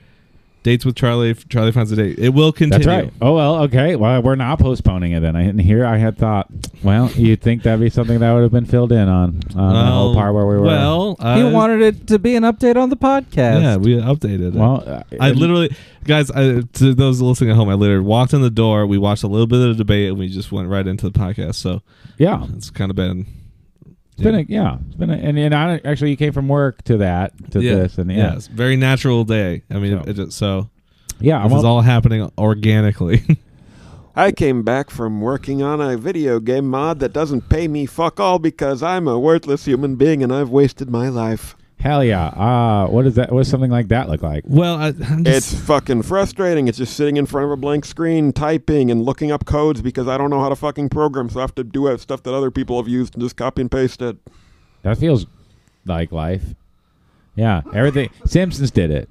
Speaker 3: Dates with Charlie. Charlie finds a date. It will continue.
Speaker 1: That's right. Oh well, okay. Well, we're not postponing it then. I and here I had thought. Well, you'd think that'd be something that would have been filled in on on the whole
Speaker 3: Well,
Speaker 1: part where we were.
Speaker 3: Um, Well,
Speaker 2: He
Speaker 3: I-
Speaker 2: wanted it to be an update on the podcast.
Speaker 3: Yeah, we updated. it.
Speaker 1: well, uh,
Speaker 3: I literally, guys, I, to those listening at home, I literally walked in the door. We watched a little bit of the debate, and we just went right into the podcast. So
Speaker 1: yeah.
Speaker 3: it's kind of been.
Speaker 1: It's been a yeah. It's been a, and and I actually you came from work to that to this and yeah
Speaker 3: it's a very natural day. I mean,
Speaker 1: So-
Speaker 3: so, it, just so
Speaker 1: yeah.
Speaker 3: this
Speaker 1: well,
Speaker 3: is all happening organically.
Speaker 4: I came back from working on a video game mod that doesn't pay me fuck all because I'm a worthless human being and I've wasted my life.
Speaker 1: hell yeah. Uh what is that? What's something like that look like?
Speaker 3: well, I, I'm just,
Speaker 4: It's fucking frustrating. It's just sitting in front of a blank screen, typing and looking up codes because I don't know how to fucking program, so I have to do uh, stuff that other people have used and just copy and paste it.
Speaker 1: That feels like life. Yeah, everything. Simpsons did it,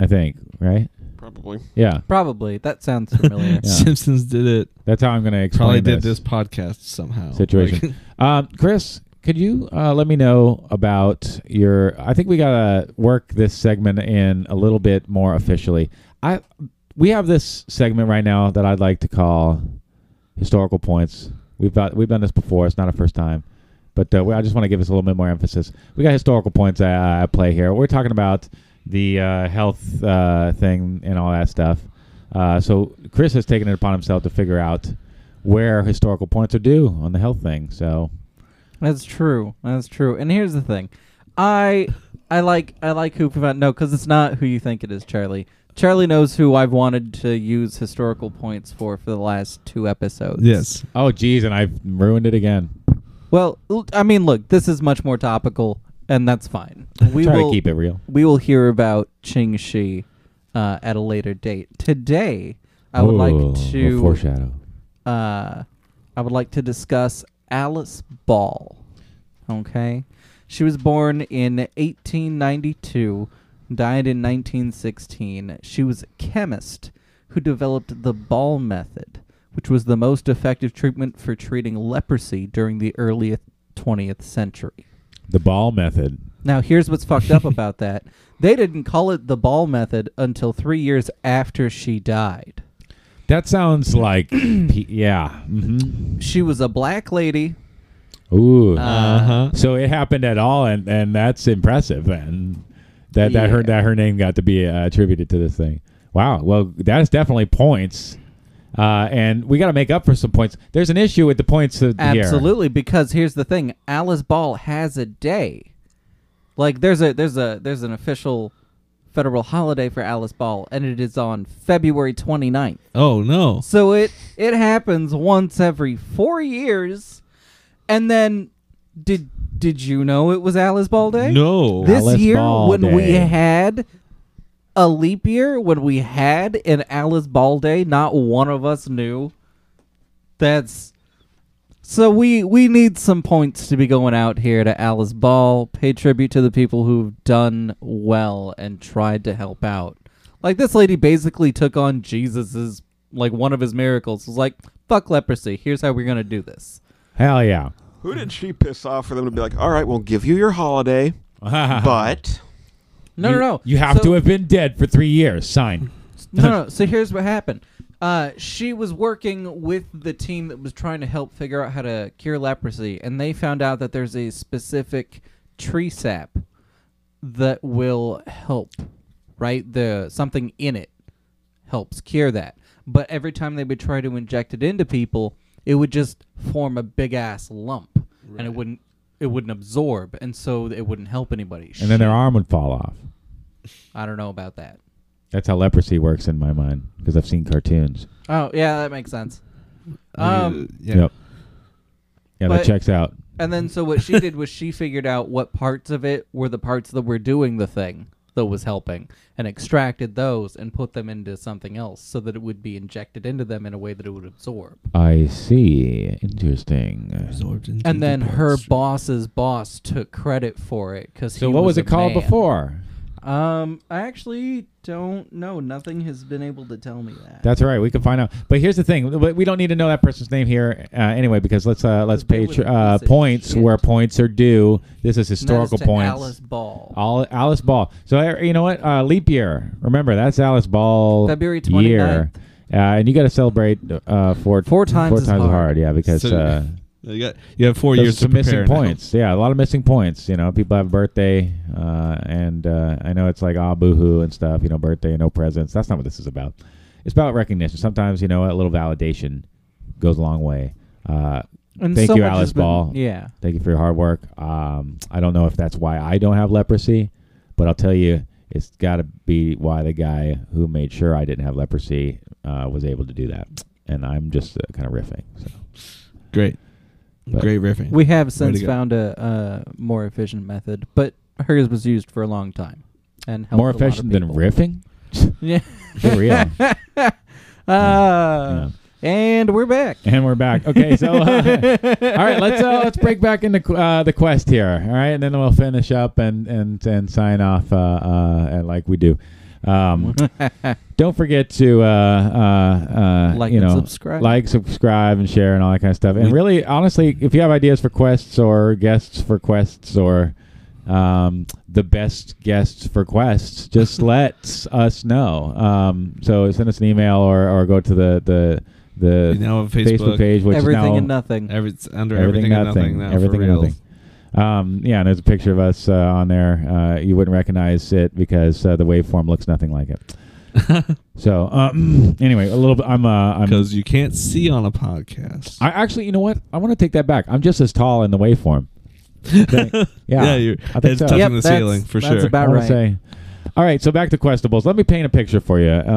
Speaker 1: I think. Right?
Speaker 4: Probably.
Speaker 1: Yeah,
Speaker 2: Probably. That sounds familiar.
Speaker 1: Yeah.
Speaker 3: Simpsons did it.
Speaker 1: that's how I'm going to explain.
Speaker 3: Probably did
Speaker 1: this.
Speaker 3: this podcast somehow.
Speaker 1: situation. um, Chris, could you uh, let me know about your? I think we gotta work this segment in a little bit more officially. I we have this segment right now that I'd like to call historical points. We've got we've done this before. It's not a first time, but uh, we, I just want to give us a little bit more emphasis. We got historical points uh, at, at play here. We're talking about the uh, health uh, thing and all that stuff. Uh, so Chris has taken it upon himself to figure out where historical points are due on the health thing. So
Speaker 2: That's true. That's true. And here's the thing, I I like I like who prevent no because it's not who you think it is, Charlie. Charlie knows who I've wanted to use historical points for for the last two episodes.
Speaker 3: yes.
Speaker 1: oh geez, and I've ruined it again.
Speaker 2: Well, l- I mean, look, this is much more topical, and that's fine. We
Speaker 1: Try
Speaker 2: will
Speaker 1: to keep it real.
Speaker 2: we will hear about Ching Shi uh, at a later date. Today, I would
Speaker 1: Ooh,
Speaker 2: like
Speaker 1: a
Speaker 2: to
Speaker 1: foreshadow.
Speaker 2: uh, I would like to discuss Alice Ball. Okay, she was born in 1892, died in 1916. She was a chemist who developed the Ball method, which was the most effective treatment for treating leprosy during the early 20th century.
Speaker 1: The ball method.
Speaker 2: Now, here's what's fucked up about that: they didn't call it the Ball method until three years after she died.
Speaker 1: That sounds like p- yeah. Mm-hmm.
Speaker 2: She was a black lady.
Speaker 1: Ooh.
Speaker 3: Uh
Speaker 4: Uh-huh.
Speaker 3: huh.
Speaker 1: so it happened at all, and and that's impressive. And that that her
Speaker 2: Yeah.
Speaker 1: that her name got to be uh, attributed to this thing. Wow. Well, that is definitely points. Uh, and we got to make up for some points. There's an issue with the points of here.
Speaker 2: Absolutely, because here's the thing: Alice Ball has a day. Like there's a there's a there's an official federal holiday for Alice Ball, and it is on February 29th.
Speaker 3: Oh no.
Speaker 2: So it it happens once every four years, and then did did you know it was Alice Ball Day?
Speaker 3: No.
Speaker 2: This
Speaker 1: Alice
Speaker 2: year,
Speaker 1: Ball
Speaker 2: when we
Speaker 1: Day.
Speaker 2: had a leap year, when we had an Alice Ball Day, not one of us knew. That's so we we need some points to be going out here to Alice Ball. Pay tribute to the people who've done well and tried to help out. Like this lady basically took on Jesus's like one of his miracles. Was like, fuck leprosy. Here's how we're gonna do this.
Speaker 1: Hell yeah.
Speaker 4: Who did she piss off for them to be like, all right, we'll give you your holiday, but.
Speaker 2: No, no, no.
Speaker 1: You have
Speaker 2: So-
Speaker 1: to have been dead for three years. Sign.
Speaker 2: no, no. So here's what happened. Uh, she was working with the team that was trying to help figure out how to cure leprosy, and they found out that there's a specific tree sap that will help. Right, the something in it helps cure that. But every time they would try to inject it into people, it would just form a big ass lump, and it wouldn't it wouldn't absorb, and so it wouldn't help anybody.
Speaker 1: And then their arm would fall off.
Speaker 2: I don't know about that.
Speaker 1: That's how leprosy works in my mind because I've seen cartoons.
Speaker 2: Oh yeah, that makes sense.
Speaker 3: I
Speaker 2: Um,
Speaker 3: mean,
Speaker 1: Yep. Yeah, that
Speaker 2: But-
Speaker 1: checks out.
Speaker 2: And then so what she did was she figured out what parts of it were the parts that were doing the thing that was helping and extracted those and put them into something else so that it would be injected into them in a way that it would absorb.
Speaker 1: I see. Interesting.
Speaker 3: Absorbed into
Speaker 2: And then
Speaker 3: the
Speaker 2: her
Speaker 3: bloodstream.
Speaker 2: boss's boss took credit for it cuz
Speaker 1: So, what was, it called before?
Speaker 2: Um, I actually don't know. Nothing has been able to tell me that.
Speaker 1: That's right. We can find out. But here's the thing: we we don't need to know that person's name here uh, anyway, because let's uh, let's
Speaker 2: They
Speaker 1: pay
Speaker 2: would've
Speaker 1: uh,
Speaker 2: piece of
Speaker 1: points
Speaker 2: shit.
Speaker 1: where points are due. This is
Speaker 2: And that is
Speaker 1: historical
Speaker 2: to
Speaker 1: points.
Speaker 2: Alice Ball.
Speaker 1: Al- Alice Ball. So uh, you know what? Uh, leap year. Remember that's Alice Ball
Speaker 2: February 29th.
Speaker 1: year, uh, and you got to celebrate uh, four
Speaker 2: Four times
Speaker 1: four
Speaker 2: as
Speaker 1: times
Speaker 2: hard.
Speaker 1: Yeah, because
Speaker 3: So-
Speaker 1: uh,
Speaker 3: You got you have four
Speaker 1: those
Speaker 3: years
Speaker 1: are
Speaker 3: to
Speaker 1: some missing
Speaker 3: prepare now.
Speaker 1: points. Yeah, a lot of missing points. You know, people have birthday, uh, and uh, I know it's like ah boohoo and stuff. You know, birthday and no presents. That's not what this is about. It's about recognition. Sometimes you know a little validation goes a long way. Uh,
Speaker 2: And
Speaker 1: Thank
Speaker 2: so
Speaker 1: you,
Speaker 2: much has
Speaker 1: Alice
Speaker 2: been-
Speaker 1: Ball.
Speaker 2: Yeah.
Speaker 1: Thank you for your hard work. Um, I don't know if that's why I don't have leprosy, but I'll tell you, it's got to be why the guy who made sure I didn't have leprosy uh, was able to do that. And I'm just uh, kind of riffing. So.
Speaker 3: Great,
Speaker 1: But-
Speaker 3: great riffing.
Speaker 2: We have since
Speaker 3: go.
Speaker 2: found a uh, more efficient method, but hers was used for a long time and helped
Speaker 1: More
Speaker 2: a lot of
Speaker 1: efficient than
Speaker 2: people.
Speaker 1: riffing?
Speaker 2: Yeah.
Speaker 1: For real.
Speaker 2: Uh,
Speaker 1: Yeah.
Speaker 2: Ah, And we're back.
Speaker 1: And we're back. Okay, so uh, all right, let's uh, let's break back into qu- uh, the quest here. All right, and then we'll finish up and and and sign off uh, uh, and like we do. Um, don't forget to uh, uh, uh,
Speaker 2: Like
Speaker 1: you
Speaker 2: and
Speaker 1: know
Speaker 2: subscribe.
Speaker 1: like subscribe and share and all that kind of stuff. And
Speaker 3: We-
Speaker 1: really, honestly, if you have ideas for quests or guests for quests or um, the best guests for quests, just let us know. Um, so send us an email or, or go to the the the
Speaker 3: We now have
Speaker 1: Facebook,
Speaker 3: Facebook,
Speaker 1: page, which
Speaker 2: Everything
Speaker 1: is now
Speaker 2: and nothing.
Speaker 3: Every, it's under
Speaker 1: everything,
Speaker 3: everything, and
Speaker 1: nothing,
Speaker 3: nothing now
Speaker 1: everything
Speaker 3: for
Speaker 1: and
Speaker 3: real.
Speaker 1: nothing. Um, yeah, and there's a picture of us uh, on there. Uh, you wouldn't recognize it because uh, the waveform looks nothing like it. so um, anyway, a little bit. I'm. Uh, I'm.
Speaker 3: Because you can't see on a podcast.
Speaker 1: I actually, you know what? I want to take that back. I'm just as tall in the waveform. yeah.
Speaker 3: yeah, you're,
Speaker 1: I think
Speaker 3: it's
Speaker 1: so.
Speaker 3: touching
Speaker 2: Yep,
Speaker 3: the
Speaker 2: that's-
Speaker 3: ceiling for
Speaker 2: that's
Speaker 3: sure.
Speaker 2: about-
Speaker 1: I wanna
Speaker 2: right.
Speaker 1: Say. All right, so back to questables. Let me paint a picture for you. Uh,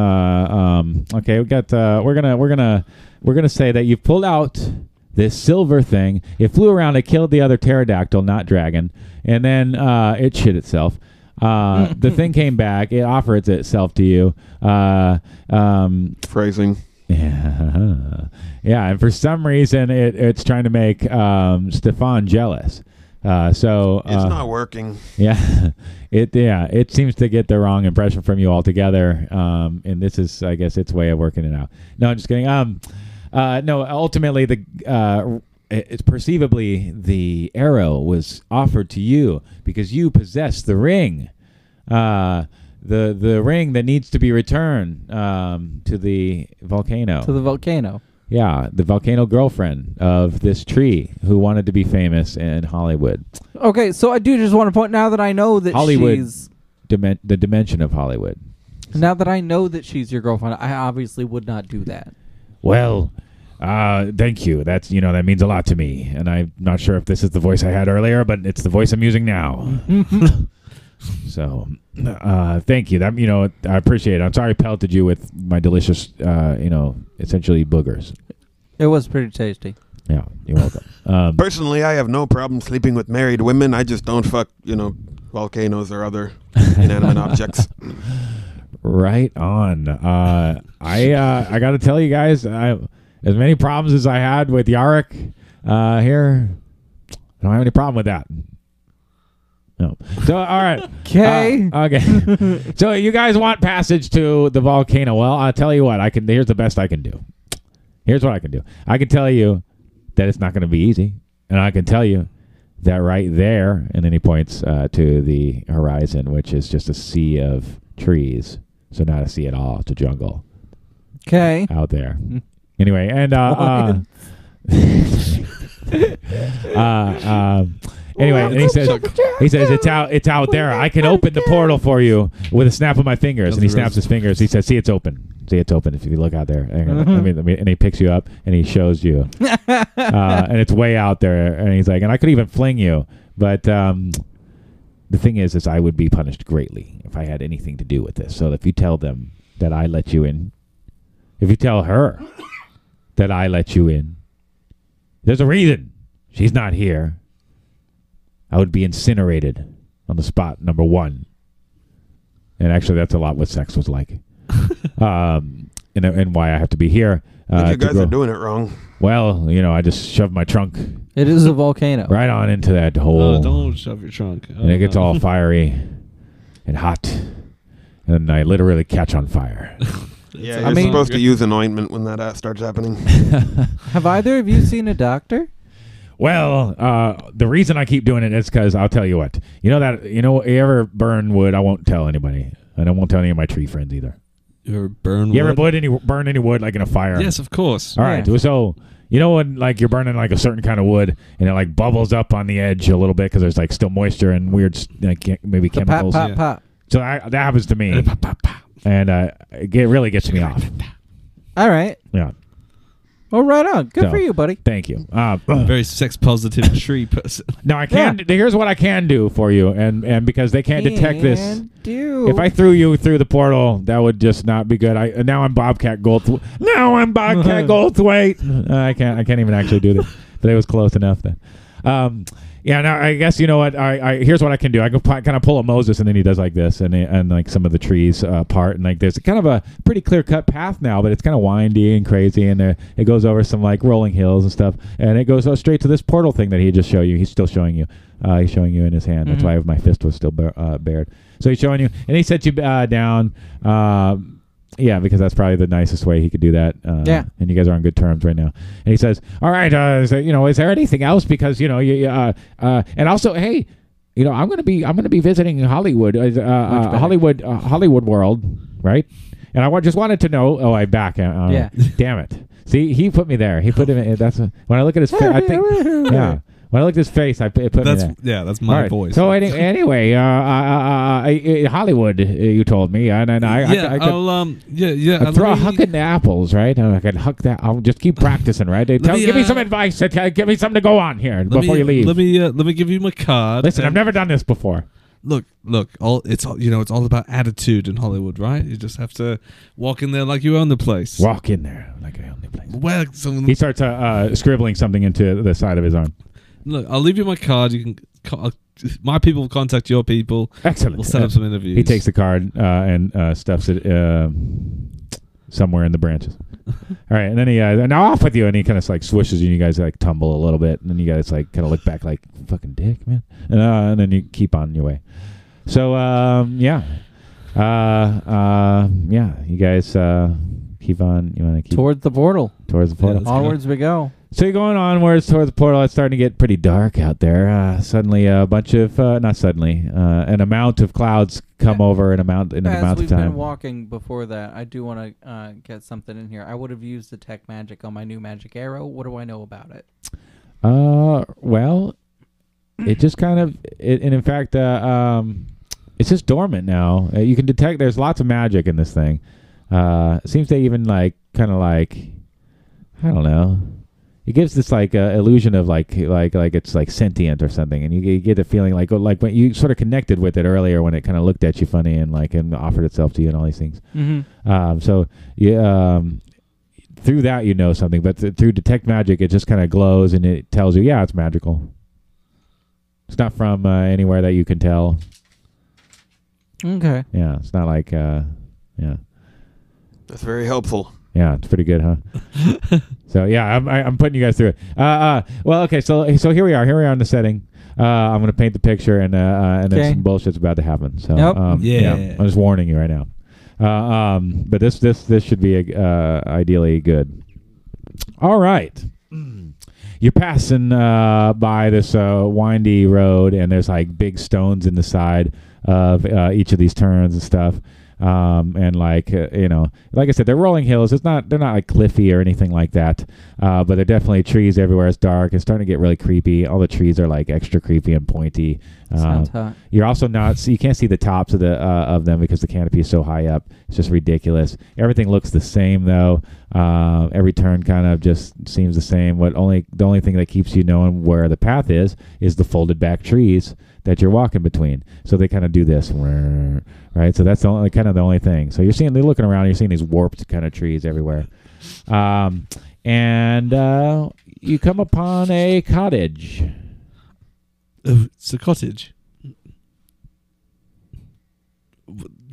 Speaker 1: um, okay, we got. Uh, we're gonna. We're gonna. We're gonna say that you pulled out this silver thing. It flew around. It killed the other pterodactyl, not dragon, and then uh, it shit itself. Uh, the thing came back. It offers itself to you. Uh, um,
Speaker 4: Phrasing.
Speaker 1: yeah. yeah, and for some reason, it, it's trying to make um, Stefan jealous. Uh, so
Speaker 4: It's
Speaker 1: uh,
Speaker 4: not working.
Speaker 1: yeah, it yeah it seems to get the wrong impression from you altogether, um, and this is I guess its way of working it out. No, I'm just kidding. Um, uh, no, ultimately the uh, it- it's perceivably the arrow was offered to you because you possess the ring, uh, the the ring that needs to be returned um, to the volcano.
Speaker 2: To the volcano.
Speaker 1: yeah, the volcano girlfriend of this tree who wanted to be famous in Hollywood,
Speaker 2: Okay, so I do just want to point now that I know that
Speaker 1: Hollywood.
Speaker 2: she's
Speaker 1: Dimen- the dimension of Hollywood.
Speaker 2: now that I know that she's your girlfriend, I obviously would not do that.
Speaker 1: Well, uh, thank you. That's you know that means a lot to me, and I'm not sure if this is the voice I had earlier, but it's the voice I'm using now. so, uh, thank you. That you know I appreciate it. I'm sorry I pelted you with my delicious, uh, you know, essentially boogers.
Speaker 2: It was pretty tasty.
Speaker 1: Yeah, you're welcome. Um,
Speaker 4: Personally, I have no problem sleeping with married women. I just don't fuck, you know, volcanoes or other inanimate objects.
Speaker 1: Right on. Uh, I uh, I got to tell you guys, I, as many problems as I had with Yarick uh, here, I don't have any problem with that. No. So all right.
Speaker 2: Okay.
Speaker 1: Uh, okay. so you guys want passage to the volcano? Well, I'll tell you what. I can. Here's the best I can do. Here's what I can do. I can tell you that it's not going to be easy, and I can tell you that right there, and then he points uh, to the horizon, which is just a sea of trees. So not a sea at all, it's a jungle
Speaker 2: Okay.
Speaker 1: out there. Anyway, and uh, uh, uh, um, anyway, and he says he says it's out it's out there. I can open the portal for you with a snap of my fingers. And he snaps his fingers. He says, "See, it's open. See, it's open. If you look out there, Hang on, let me- let me- and he picks you up and he shows you, uh, and it's way out there. And he's like, and I could even fling you, but." Um, the thing is, is I would be punished greatly if I had anything to do with this. So if you tell them that I let you in, if you tell her that I let you in, there's a reason she's not here. I would be incinerated on the spot, number one. And actually, that's a lot what sex was like, um, and and why I have to be here.
Speaker 4: I
Speaker 1: uh,
Speaker 4: think
Speaker 1: to
Speaker 4: you guys are
Speaker 1: grow-
Speaker 4: doing it wrong.
Speaker 1: well, you know, I just shoved my trunk
Speaker 2: It is a volcano.
Speaker 1: right on into that hole
Speaker 3: Oh, don't shove your trunk. Oh,
Speaker 1: and it gets
Speaker 3: no.
Speaker 1: all fiery. and hot, and I literally catch on fire.
Speaker 4: Yeah,
Speaker 2: I
Speaker 4: you're
Speaker 2: mean-
Speaker 4: supposed to use an ointment when that uh, starts happening.
Speaker 2: Have either of you seen a doctor?
Speaker 1: Well, uh, the reason I keep doing it is because I'll tell you what. You know that you know you ever burn wood, I won't tell anybody, and I won't tell any of my tree friends either.
Speaker 3: You ever burn?
Speaker 1: You ever
Speaker 3: wood?
Speaker 1: wood any burn any wood like in a fire?
Speaker 3: Yes, of course.
Speaker 1: All right.
Speaker 2: Yeah.
Speaker 1: So you know when like you're burning like a certain kind of wood and it like bubbles up on the edge a little bit because there's like still moisture and weird s- like ca- maybe
Speaker 2: The pop,
Speaker 1: chemicals.
Speaker 2: pop,
Speaker 3: yeah.
Speaker 2: pop.
Speaker 1: So I, that happens to me, and uh, it get- really gets me off.
Speaker 2: All right.
Speaker 1: Yeah.
Speaker 2: Well, right on. Good
Speaker 1: No.
Speaker 2: for you, buddy.
Speaker 1: Thank you. Uh,
Speaker 3: Very sex positive tree person.
Speaker 1: now I can. Here's what I can do for you, and and because they can't detect this.
Speaker 2: And Do.
Speaker 1: If I threw you through the portal, that would just not be good. I and now I'm Bobcat Goldthwait. Now I'm Bobcat Goldthwait. Uh, I can't. I can't even actually do that. But it was close enough then. Um, yeah. Now I guess you know what. I, I here's what I can do. I can pu- kind of pull a Moses, and then he does like this, and and like some of the trees uh, part, and like there's kind of a pretty clear cut path now, but it's kind of windy and crazy, and there, it goes over some like rolling hills and stuff, and it goes uh, straight to this portal thing that he just showed you. He's still showing you. Uh, he's showing you in his hand. That's
Speaker 2: Mhm.
Speaker 1: why my fist was still bar- uh, bared. So he's showing you, and he set you uh, down. Um yeah, because that's probably the nicest way he could do that. Uh,
Speaker 2: Yeah.
Speaker 1: And you guys are on good terms right now. And he says, "All right, uh, is there- you know, is there anything else? Because you know, you, you, uh, uh, and also, hey, you know, I'm gonna be I'm gonna be visiting Hollywood, uh, uh,
Speaker 2: better.
Speaker 1: Hollywood, uh, Hollywood World, right? And I wa- just wanted to know. Oh, I back. Uh, uh,
Speaker 2: Yeah.
Speaker 1: Damn it. See, he put me there. He put him. In, that's a, when I look at his face. I think. Yeah. When I look at his face, I it put me
Speaker 3: That's
Speaker 1: there.
Speaker 3: yeah. That's my
Speaker 1: All right.
Speaker 3: voice.
Speaker 1: So any, anyway, uh, uh, uh, uh, uh, Hollywood, uh, you told me, and, and I, I-
Speaker 3: yeah,
Speaker 1: I, could,
Speaker 3: will um, yeah, yeah.
Speaker 1: I
Speaker 3: uh,
Speaker 1: throw a
Speaker 3: let me-
Speaker 1: huck in the apples, right? And I could huck that. I'll just keep practicing, right? They
Speaker 3: Let
Speaker 1: tell,
Speaker 3: me,
Speaker 1: give me
Speaker 3: uh,
Speaker 1: some advice. They tell- give me something to go on here
Speaker 3: let
Speaker 1: before
Speaker 3: me-
Speaker 1: you leave.
Speaker 3: Let me uh, let me give you my card.
Speaker 1: Listen, I've
Speaker 3: and-
Speaker 1: never done this before.
Speaker 3: look, look. All it's all you know. It's all about attitude in Hollywood, right? You just have to walk in there like you own the place.
Speaker 1: Walk in there like I own the place.
Speaker 3: Well, some,
Speaker 1: He starts uh, uh, scribbling something into the side of his arm.
Speaker 3: look, I'll leave you my card. You can. co- My people will contact your people.
Speaker 1: Excellent.
Speaker 3: We'll set up some interviews.
Speaker 1: he takes the card uh, and uh, stuffs it uh, somewhere in the branches. All right, and then he uh, now off with you, and he kind of like swishes you, and you guys like tumble a little bit, and then you guys like kind of look back like fucking dick, man, and, uh, and then you keep on your way. So um, yeah, uh, uh, yeah, you guys uh, keep on. You want to keep
Speaker 2: Towards the portal.
Speaker 1: towards the
Speaker 3: Yeah,
Speaker 1: portal.
Speaker 3: Let's go.
Speaker 2: Onwards we go.
Speaker 1: So you're going onwards toward the portal. It's starting to get pretty dark out there. Uh, suddenly, a bunch of uh, not suddenly, uh, an amount of clouds come over in amount in an
Speaker 2: As
Speaker 1: amount
Speaker 2: we've
Speaker 1: of time.
Speaker 2: been walking before that, I do want to uh, get something in here. I would have used the tech magic on my new magic arrow. What do I know about it?
Speaker 1: Uh, well, it just kind of, it, and in fact, uh, um, it's just dormant now. Uh, you can detect there's lots of magic in this thing. Uh, it seems they even like kind of like, I don't know. It gives this like uh, illusion of like like like it's like sentient or something, and you, you get the feeling like oh, like when you sort of connected with it earlier when it kind of looked at you funny and like and offered itself to you and all these things.
Speaker 2: Mm-hmm.
Speaker 1: Um, so yeah, um, through that you know something, but th- through detect magic, it just kind of glows and it tells you, yeah, it's magical. It's not from uh, anywhere that you can tell.
Speaker 2: Okay.
Speaker 1: Yeah, it's not like, uh, yeah,
Speaker 4: That's very helpful.
Speaker 1: yeah, it's pretty good, huh? so yeah, I'm, I, I'm putting you guys through it. Uh, uh, well, okay, so so here we are. Here we are in the setting. Uh, I'm gonna paint the picture, and uh, uh, and then
Speaker 2: Okay.
Speaker 1: some bullshit's about to happen. So
Speaker 2: Yep.
Speaker 1: um,
Speaker 3: Yeah.
Speaker 1: I'm just warning you right now. Uh, um, but this this this should be uh, ideally good. All right. You're passing uh, by this uh, windy road, and there's like big stones in the side of uh, each of these turns and stuff. Um, and like uh, you know, like I said, they're rolling hills. It's not they're not like cliffy or anything like that, uh, but they're definitely trees everywhere. It's dark. It's starting to get really creepy. All the trees are like extra creepy and pointy. Um,
Speaker 2: Sounds hot.
Speaker 1: you're also not so you can't see the tops of the uh, of them because the canopy is so high up. It's just ridiculous. Everything looks the same though. Uh, every turn kind of just seems the same. What only the only thing that keeps you knowing where the path is is the folded back trees that you're walking between. So they kind of do this, right? So that's the only kind of the only thing. So you're seeing they're looking around. You're seeing these warped kind of trees everywhere. Um, and uh, you come upon a cottage.
Speaker 3: Oh, it's a cottage.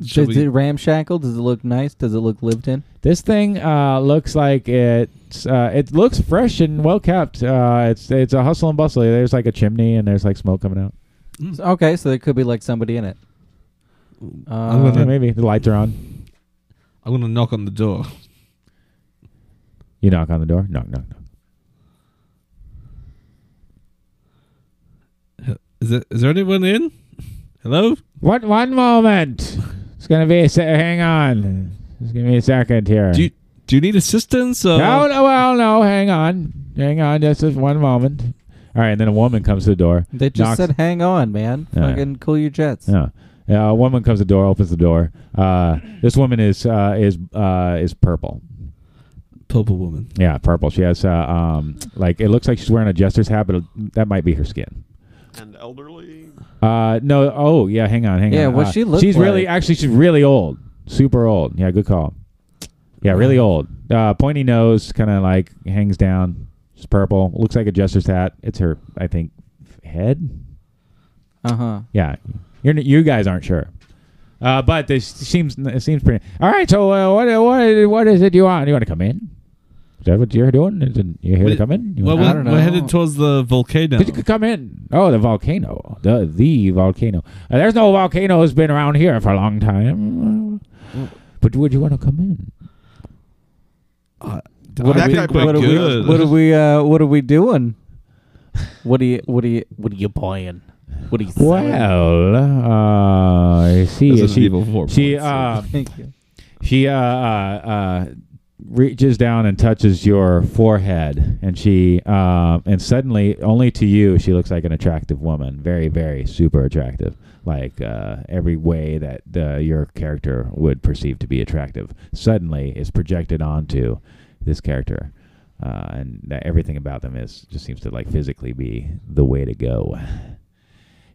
Speaker 3: Shall
Speaker 2: Is
Speaker 3: we-
Speaker 2: it ramshackle? Does it look nice? Does it look lived in?
Speaker 1: This thing uh, looks like it's uh, it looks fresh and well kept. Uh, it's it's a hustle and bustle. There's like a chimney and there's like smoke coming out.
Speaker 2: Okay, so there could be like somebody in it. Uh,
Speaker 3: I'm
Speaker 1: Yeah,
Speaker 3: gonna-
Speaker 1: maybe the lights are on.
Speaker 3: I'm gonna knock on the door.
Speaker 1: You knock on the door. Knock, knock, knock.
Speaker 3: Is it? Is there anyone in? Hello?
Speaker 1: What? One moment. It's gonna be. A se- hang on. Just give me a second here.
Speaker 3: Do you do you need assistance? Uh,
Speaker 1: no, no, well, no. Hang on. Hang on. Just this one moment. All right, and then a woman comes to the door.
Speaker 2: they just
Speaker 1: knocks-
Speaker 2: said, "Hang on, man.
Speaker 1: Yeah.
Speaker 2: Fucking cool your jets."
Speaker 1: Yeah. Yeah, a woman comes to the door, opens the door. Uh, this woman is uh, is uh, is purple.
Speaker 3: Purple woman.
Speaker 1: Yeah, purple. She has uh, um, like it looks like she's wearing a jester's hat, but it- that might be her skin.
Speaker 4: And elderly.
Speaker 1: Uh, no. Oh, yeah. Hang on. Hang
Speaker 2: Yeah,
Speaker 1: on.
Speaker 2: what
Speaker 1: Uh,
Speaker 2: she look
Speaker 1: She's really
Speaker 2: like?
Speaker 1: actually she's really old, super old. Yeah, good call. Yeah, really old. Uh, pointy nose, kind of like hangs down. She's purple. Looks like a jester's hat. It's her, I think, head.
Speaker 2: Uh huh.
Speaker 1: Yeah, You're, n- you guys aren't sure, uh, but this seems it seems pretty. All right, so uh, what what what is it you want? You want to come in? Is that what you're doing? Is it, you here to
Speaker 3: Well,
Speaker 1: come in? You
Speaker 3: Well,
Speaker 1: wanna-
Speaker 2: I
Speaker 3: we're,
Speaker 2: don't
Speaker 3: we're
Speaker 2: know.
Speaker 3: headed towards the volcano.
Speaker 1: But you could come in. Oh, the volcano, the the volcano. Uh, there's no volcano has been around here for a long time. But would you want to come in?
Speaker 2: What
Speaker 4: That
Speaker 2: are we?
Speaker 4: guy
Speaker 2: What are
Speaker 4: played
Speaker 2: we?
Speaker 4: good.
Speaker 2: What are we? Uh, what are we doing? What do you? What do you?
Speaker 6: What are you buying? What are you selling?
Speaker 1: Well, uh, I see.
Speaker 3: This is
Speaker 1: she,
Speaker 3: evil four
Speaker 1: she,
Speaker 3: points.
Speaker 1: uh,
Speaker 2: Thank you.
Speaker 1: She uh, uh, uh, reaches down and touches your forehead, and she uh, and suddenly, only to you, she looks like an attractive woman, very, very super attractive, like uh, every way that uh, your character would perceive to be attractive. Suddenly, is projected onto this character, uh, and that everything about them is just seems to like physically be the way to go.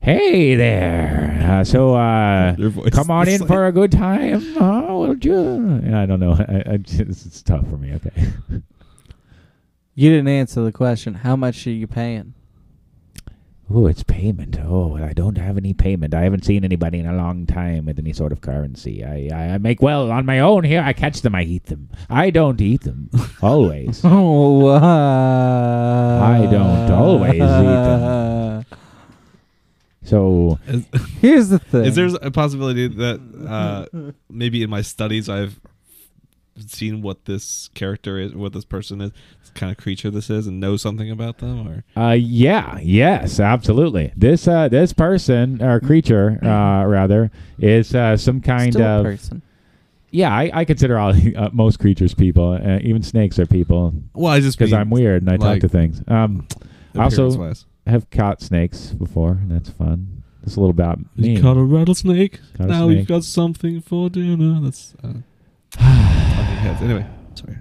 Speaker 1: Hey there. Uh, so, uh,
Speaker 3: Your voice
Speaker 1: Come on
Speaker 3: is
Speaker 1: in
Speaker 3: like-
Speaker 1: for a good time. Oh, will you? Yeah, I don't know. I, I just, it's tough for me. Okay.
Speaker 2: You didn't answer the question. How much are you paying?
Speaker 1: Oh, it's payment. Oh, well, I don't have any payment. I haven't seen anybody in a long time with any sort of currency. I, I, I make well on my own here. I catch them. I eat them. I don't eat them. Always.
Speaker 2: Oh, uh,
Speaker 1: I don't always eat them. so,
Speaker 3: Is,
Speaker 2: Here's the thing.
Speaker 3: is there a possibility that uh, maybe in my studies I've seen what this character is, what this person is, this kind of creature this is, and know something about them? Or
Speaker 1: uh, yeah, yes, absolutely. This, uh, this person or creature, uh, rather, is uh, some kind
Speaker 2: Still a
Speaker 1: of
Speaker 2: person?
Speaker 1: Yeah, I, I consider all uh, most creatures people. Uh, even snakes are people
Speaker 3: well, I just
Speaker 1: because
Speaker 3: mean
Speaker 1: I'm weird and I
Speaker 3: like-
Speaker 1: talk to things. Um, I also-
Speaker 3: appearance-wise.
Speaker 1: have caught snakes before. And that's fun. That's a little about me.
Speaker 3: You caught a rattlesnake.
Speaker 1: Caught a
Speaker 3: now
Speaker 1: snake.
Speaker 3: you've got something for dinner. That's uh, talking heads. Anyway, sorry.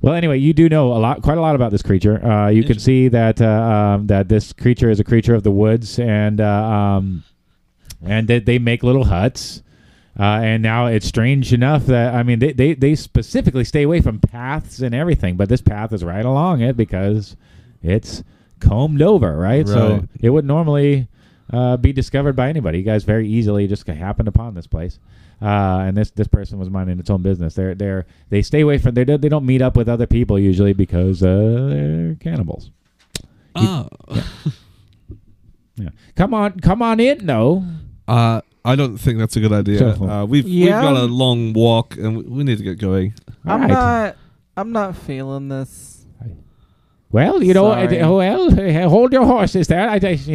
Speaker 1: Well, anyway, you do know a lot, quite a lot about this creature. Uh, you can
Speaker 3: Interesting.
Speaker 1: see that uh, um, that this creature is a creature of the woods, and uh, um, and they, they make little huts. Uh, and now it's strange enough that I mean they, they they specifically stay away from paths and everything, but this path is right along it because it's combed over, right? So
Speaker 3: Right.
Speaker 1: it would normally uh, be discovered by anybody. You guys very easily just happened upon this place, uh, and this this person was minding its own business. They're they're they stay away from they don't- they don't meet up with other people usually because uh, they're cannibals.
Speaker 3: Oh,
Speaker 1: Yeah. Come on, come on in though.
Speaker 3: uh, I don't think that's a good idea.
Speaker 1: So-
Speaker 3: Uh, we've
Speaker 2: Yeah.
Speaker 3: we've got a long walk and we, we need to get going.
Speaker 1: All
Speaker 2: I'm
Speaker 1: right.
Speaker 2: not. I'm not feeling this.
Speaker 1: Well, you know, uh,
Speaker 2: Sorry.
Speaker 1: well, uh, hold your horses there. I, I, there's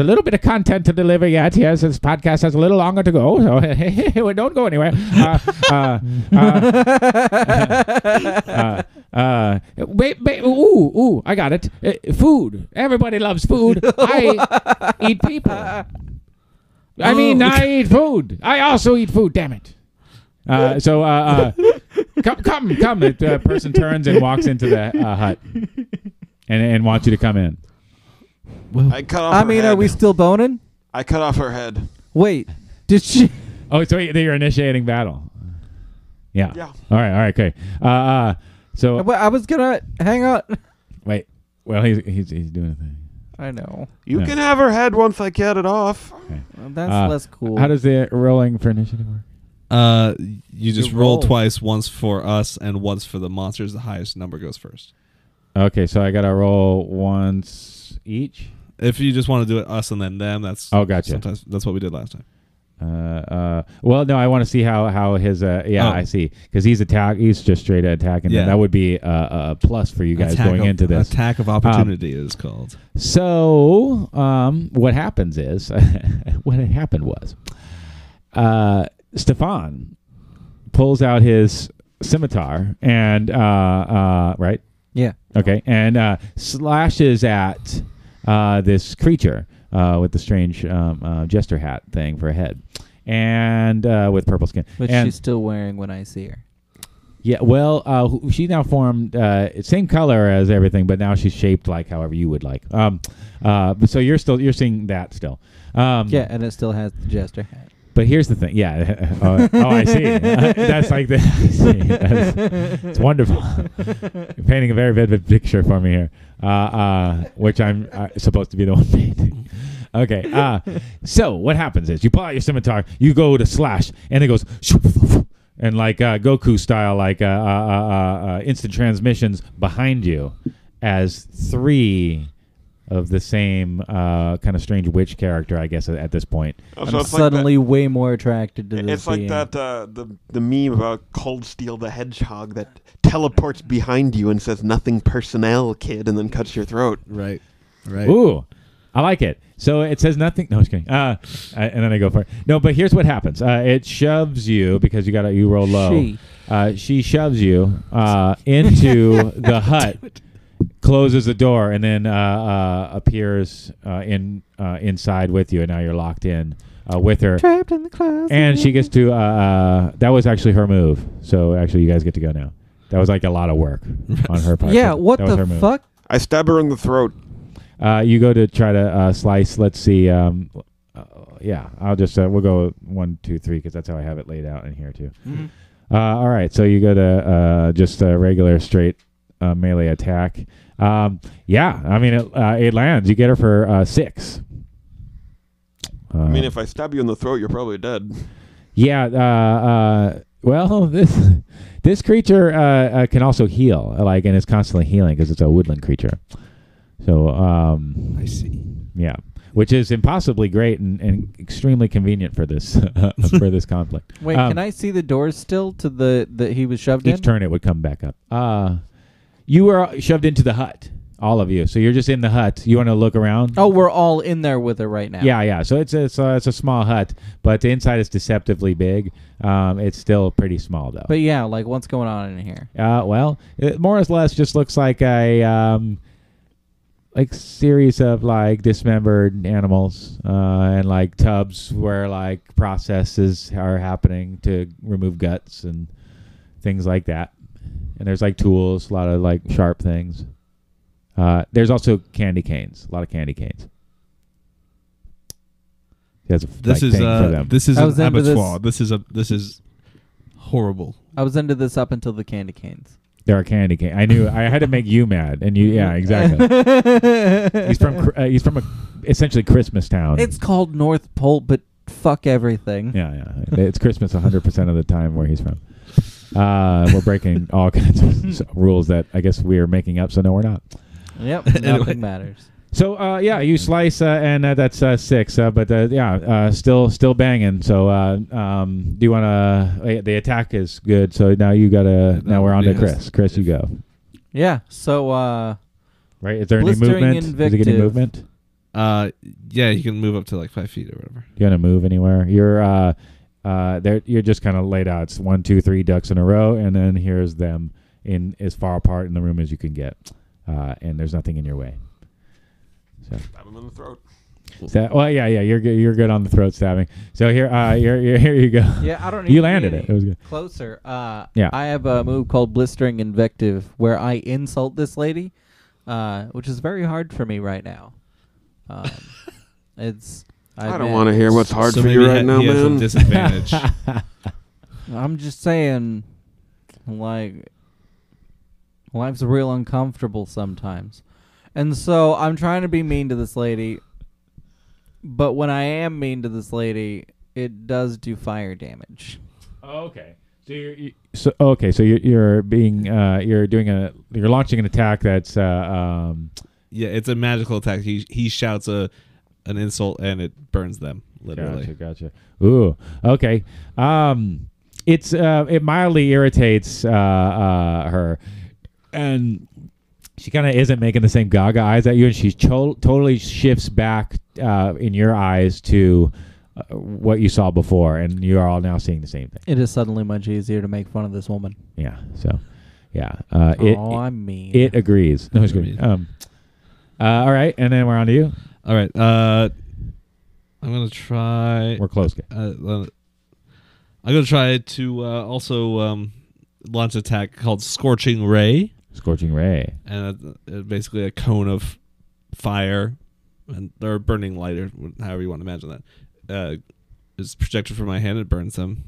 Speaker 1: a little bit of content to deliver yet here, so this podcast has a little longer to go, so well, don't go anywhere. Uh, uh, uh, uh, uh, wait, wait, ooh, ooh, I got it. Uh, food. Everybody loves food. I eat people. I mean,
Speaker 3: Oh.
Speaker 1: I eat food. I also eat food. Damn it. Uh, so, uh, uh, come, come, come. The uh, person turns and walks into the uh, hut and and wants you to come in.
Speaker 4: I cut off
Speaker 2: I
Speaker 4: her
Speaker 2: mean,
Speaker 4: head.
Speaker 2: are we still boning?
Speaker 4: I cut off her head.
Speaker 2: Wait, did she?
Speaker 1: Oh, so you- you're initiating battle. Yeah.
Speaker 4: Yeah.
Speaker 1: All right. All right. Okay. Uh, uh, so
Speaker 2: Wait, I was gonna hang on.
Speaker 1: wait. Well, he's he's he's doing a thing.
Speaker 2: I know.
Speaker 4: You
Speaker 1: Yeah.
Speaker 4: can have her head once I get it off.
Speaker 2: Well, That's
Speaker 1: Uh,
Speaker 2: less cool.
Speaker 1: How does the rolling for initiative work?
Speaker 3: Uh, you just
Speaker 2: You
Speaker 3: roll,
Speaker 2: roll.
Speaker 3: twice, once for us and once for the monsters. The highest number goes first.
Speaker 1: Okay, so I gotta roll once each.
Speaker 3: If you just want to do it us and then them, that's
Speaker 1: Oh, gotcha.
Speaker 3: Sometimes that's what we did last time.
Speaker 1: Uh, uh, well, no, I want to see how how his uh, yeah,
Speaker 3: Oh.
Speaker 1: I see because he's attack. He's just straight attacking.
Speaker 3: Yeah.
Speaker 1: Yeah. that would be uh, a plus for you guys
Speaker 3: Attack
Speaker 1: going
Speaker 3: of-
Speaker 1: into this. Um,
Speaker 3: attack of opportunity is called.
Speaker 1: So, um, what happens is, what had happened was, uh, Stefan pulls out his scimitar and, uh, uh, right?
Speaker 2: Yeah.
Speaker 1: Okay. And uh, slashes at uh, this creature uh, with the strange um, uh, jester hat thing for a head and uh, with purple skin.
Speaker 2: Which
Speaker 1: and,
Speaker 2: she's still wearing when I see her.
Speaker 1: yeah, well, uh, who- she now formed uh, same color as everything, but now she's shaped like however you would like. Um, uh, but so you're still you're seeing that still. Um,
Speaker 2: Yeah, uh, and it still has the jester hat.
Speaker 1: But here's the thing. Yeah. oh, oh, I see. That's like the. I see. That's, it's wonderful. you're painting a very vivid picture for me here, uh, uh, which I'm uh, supposed to be the one painting. Okay. Uh, so what happens is you pull out your scimitar, you go to slash, and it goes. And like uh, Goku style, like uh, uh, uh, uh, instant transmissions behind you, as three of the same uh, kind of strange witch character, I guess, at, at this point.
Speaker 4: Also,
Speaker 2: I'm
Speaker 4: it's like that-
Speaker 2: suddenly way more attracted to this.
Speaker 4: It's like
Speaker 2: being.
Speaker 4: that uh, the the meme about Cold Steel the Hedgehog that teleports behind you and says nothing personnel, kid, and then cuts your throat.
Speaker 3: Right. Right.
Speaker 1: Ooh, I like it. So it says nothing. No, I'm just kidding. Uh, I- and then I go for it. No, but here's what happens. Uh, it shoves you because you got to you roll Oh, low.
Speaker 2: She.
Speaker 1: Uh, she shoves you uh, into the hut, closes the door, and then uh, uh, appears uh, in uh, inside with you. And now you're locked in uh, with her.
Speaker 2: Trapped in the closet.
Speaker 1: And she gets to. Uh, uh, that was actually her move. So actually, you guys get to go now. That was like a lot of work on her part.
Speaker 2: Yeah,
Speaker 1: That
Speaker 2: what
Speaker 1: was her
Speaker 2: the
Speaker 1: move.
Speaker 2: fuck?
Speaker 4: I stab her in the throat.
Speaker 1: Uh, you go to try to uh, slice. Let's see. Um, uh, yeah, I'll just uh, we'll go one, two, three because that's how I have it laid out in here too. Uh, all right, so you go to uh, just a regular straight uh, melee attack. Um, yeah, I mean it, uh, it lands. You get her for uh, six. Uh,
Speaker 4: I mean, if I stab you in the throat, you're probably dead.
Speaker 1: yeah. Uh, uh, well, this this creature uh, uh, can also heal, like, and is constantly healing because it's a woodland creature. So um,
Speaker 3: I see.
Speaker 1: yeah, which is impossibly great and, and extremely convenient for this for this conflict.
Speaker 2: Wait,
Speaker 1: Um,
Speaker 2: can I see the doors still to the that he was shoved in?
Speaker 1: Each turn, it would come back up. Uh, you were shoved into the hut, all of you. So you're just in the hut. You want to look around?
Speaker 2: Oh, we're all in there with her right now.
Speaker 1: Yeah, yeah. So it's a, it's a it's a small hut, but the inside is deceptively big. Um, it's still pretty small though.
Speaker 2: But yeah, like what's going on in here?
Speaker 1: Uh, well, it more or less just looks like a um, like series of like dismembered animals uh, and like tubs where like processes are happening to remove guts and things like that. And there's like tools, a lot of like sharp things. Uh, there's also candy canes, a lot of candy canes. That's a, like,
Speaker 3: This is
Speaker 1: thing for
Speaker 3: uh,
Speaker 1: them.
Speaker 3: this is
Speaker 2: I
Speaker 3: an
Speaker 2: was into this-
Speaker 3: abattoir. This. is a this is horrible.
Speaker 2: I was into this up until the candy canes.
Speaker 1: there are candy canes. I knew I had to make you mad, and you, yeah, exactly. he's from Cr- uh, he's from a essentially Christmas town.
Speaker 2: It's called North Pole, but fuck everything.
Speaker 1: yeah, yeah. It's Christmas 100 percent of the time where he's from. Uh, we're breaking all kinds of s- rules that I guess we are making up. So no, we're not.
Speaker 2: Yep, nothing matters.
Speaker 1: So uh, yeah,
Speaker 2: Mm.
Speaker 1: you slice uh, and uh, that's uh, six. Uh, but uh, yeah, uh, still still banging. So uh, um, do you want to? Uh, the attack is good. So now you gotta. Now we're on to
Speaker 3: Yes.
Speaker 1: Chris. Chris, you go.
Speaker 2: Yeah. So uh
Speaker 1: Right? Is there any
Speaker 2: Blistering
Speaker 1: movement? Is it getting
Speaker 2: invective.
Speaker 1: movement? Do
Speaker 3: Uh, yeah, you can move up to like five feet or whatever.
Speaker 1: you want to move anywhere? You're uh, uh, there. You're just kind of laid out. It's one, two, three ducks in a row, and then here's them in as far apart in the room as you can get. Uh, and there's nothing in your way.
Speaker 4: Stab him in the throat.
Speaker 1: Sta- well, yeah, yeah, you're good. You're good on the throat stabbing. So here, uh, you're, you're, here you go.
Speaker 2: yeah, I don't need
Speaker 1: you
Speaker 2: to be
Speaker 1: landed
Speaker 2: any
Speaker 1: it. It was good.
Speaker 2: closer. Uh
Speaker 1: Yeah.
Speaker 2: I have a move called blistering invective where I insult this lady, uh, which is very hard for me right now. Um, it's
Speaker 4: I, don't want to hear what's hard
Speaker 3: So
Speaker 4: for
Speaker 3: maybe
Speaker 4: you right
Speaker 3: he-
Speaker 4: now,
Speaker 3: he has some
Speaker 4: man.
Speaker 3: disadvantage.
Speaker 2: I'm just saying, like, life's real uncomfortable sometimes. And so I'm trying to be mean to this lady, but when I am mean to this lady, it does do fire damage.
Speaker 1: Oh, okay. So you're you, so okay. So you're, you're being uh, you're doing a you're launching an attack that's uh, um,
Speaker 3: yeah, it's a magical attack. He he shouts a an insult and it burns them. literally.
Speaker 1: Gotcha, gotcha. Ooh, okay. Um, it's uh, it mildly irritates uh, uh, her, and she kind of isn't making the same Gaga eyes at you, and she cho- totally shifts back uh, in your eyes to uh, what you saw before, and you are all now seeing the same thing.
Speaker 2: It is suddenly much easier to make fun of this woman.
Speaker 1: Yeah. So, yeah. Uh, it,
Speaker 2: oh,
Speaker 1: it
Speaker 2: I mean,
Speaker 1: it agrees. No, it's good.
Speaker 3: Agreed.
Speaker 1: Um, uh, all right, and then we're on to you.
Speaker 3: All right. Uh, I'm gonna try.
Speaker 1: We're close.
Speaker 3: Uh, uh, I'm gonna try to uh, also um, launch an attack called Scorching Ray,
Speaker 1: Scorching Ray.
Speaker 3: and it- it basically a cone of fire and or burning light or wh- however you want to imagine that uh, is projected from my hand. It burns them.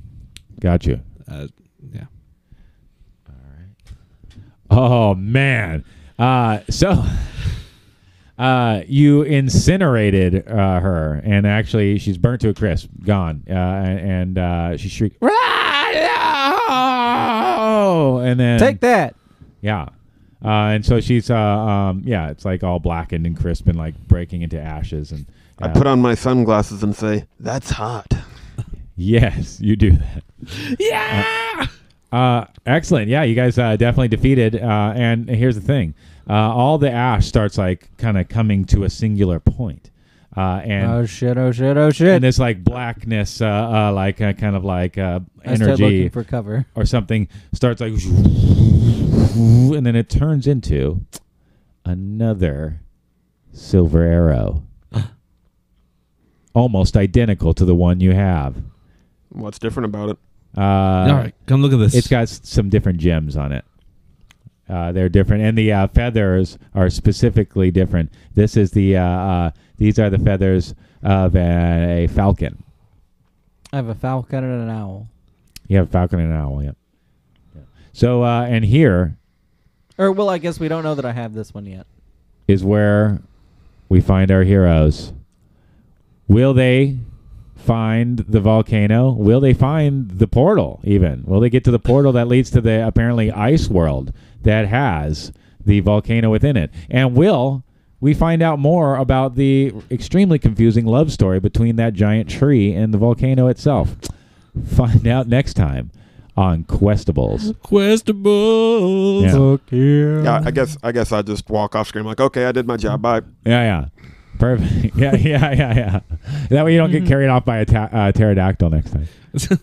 Speaker 1: Got you.
Speaker 3: Uh, yeah.
Speaker 1: Oh man. Uh, so uh, you incinerated uh, her, and actually she's burnt to a crisp, gone. Uh, and uh, she shrieked, "No!" And then
Speaker 2: take that.
Speaker 1: yeah. Uh, and so she's, uh, um, yeah, it's like all blackened and crisp and like breaking into ashes. And
Speaker 4: I put on my sunglasses and say, "That's hot."
Speaker 1: yes, you do that.
Speaker 3: Yeah.
Speaker 1: Uh, excellent. Yeah, you guys uh, definitely defeated. Uh, and here's the thing: uh, all the ash starts like kind of coming to a singular point, uh, and
Speaker 2: oh shit! Oh shit! Oh shit!
Speaker 1: and this like blackness, uh, uh, like uh, kind of like uh,
Speaker 2: I start looking
Speaker 1: energy
Speaker 2: for cover.
Speaker 1: or something, starts like, and then it turns into another silver arrow, almost identical to the one you have.
Speaker 4: What's different about it?
Speaker 1: Uh,
Speaker 3: All right. Come look at this.
Speaker 1: It's got s- some different gems on it. Uh, they're different, and the uh, feathers are specifically different. This is the uh, uh, these are the feathers of a, falcon.
Speaker 2: I have a falcon and an owl.
Speaker 1: You have a falcon and an owl. Yeah. Yeah. So uh, and here
Speaker 2: Or well, I guess we don't know that I have this one yet.
Speaker 1: is where we find our heroes. Will they find the volcano? Will they find the portal even? Will they get to the portal that leads to the apparently ice world that has the volcano within it? And will we find out more about the extremely confusing love story between that giant tree and the volcano itself? Find out next time on Questables.
Speaker 3: Questables.
Speaker 1: Yeah.
Speaker 4: Yeah, I guess I guess I just walk off screen like, "Okay, I did my job." Bye.
Speaker 1: Yeah, yeah. Perfect. Yeah, yeah, yeah, yeah. That way you don't get carried off by a ta- uh, pterodactyl next time.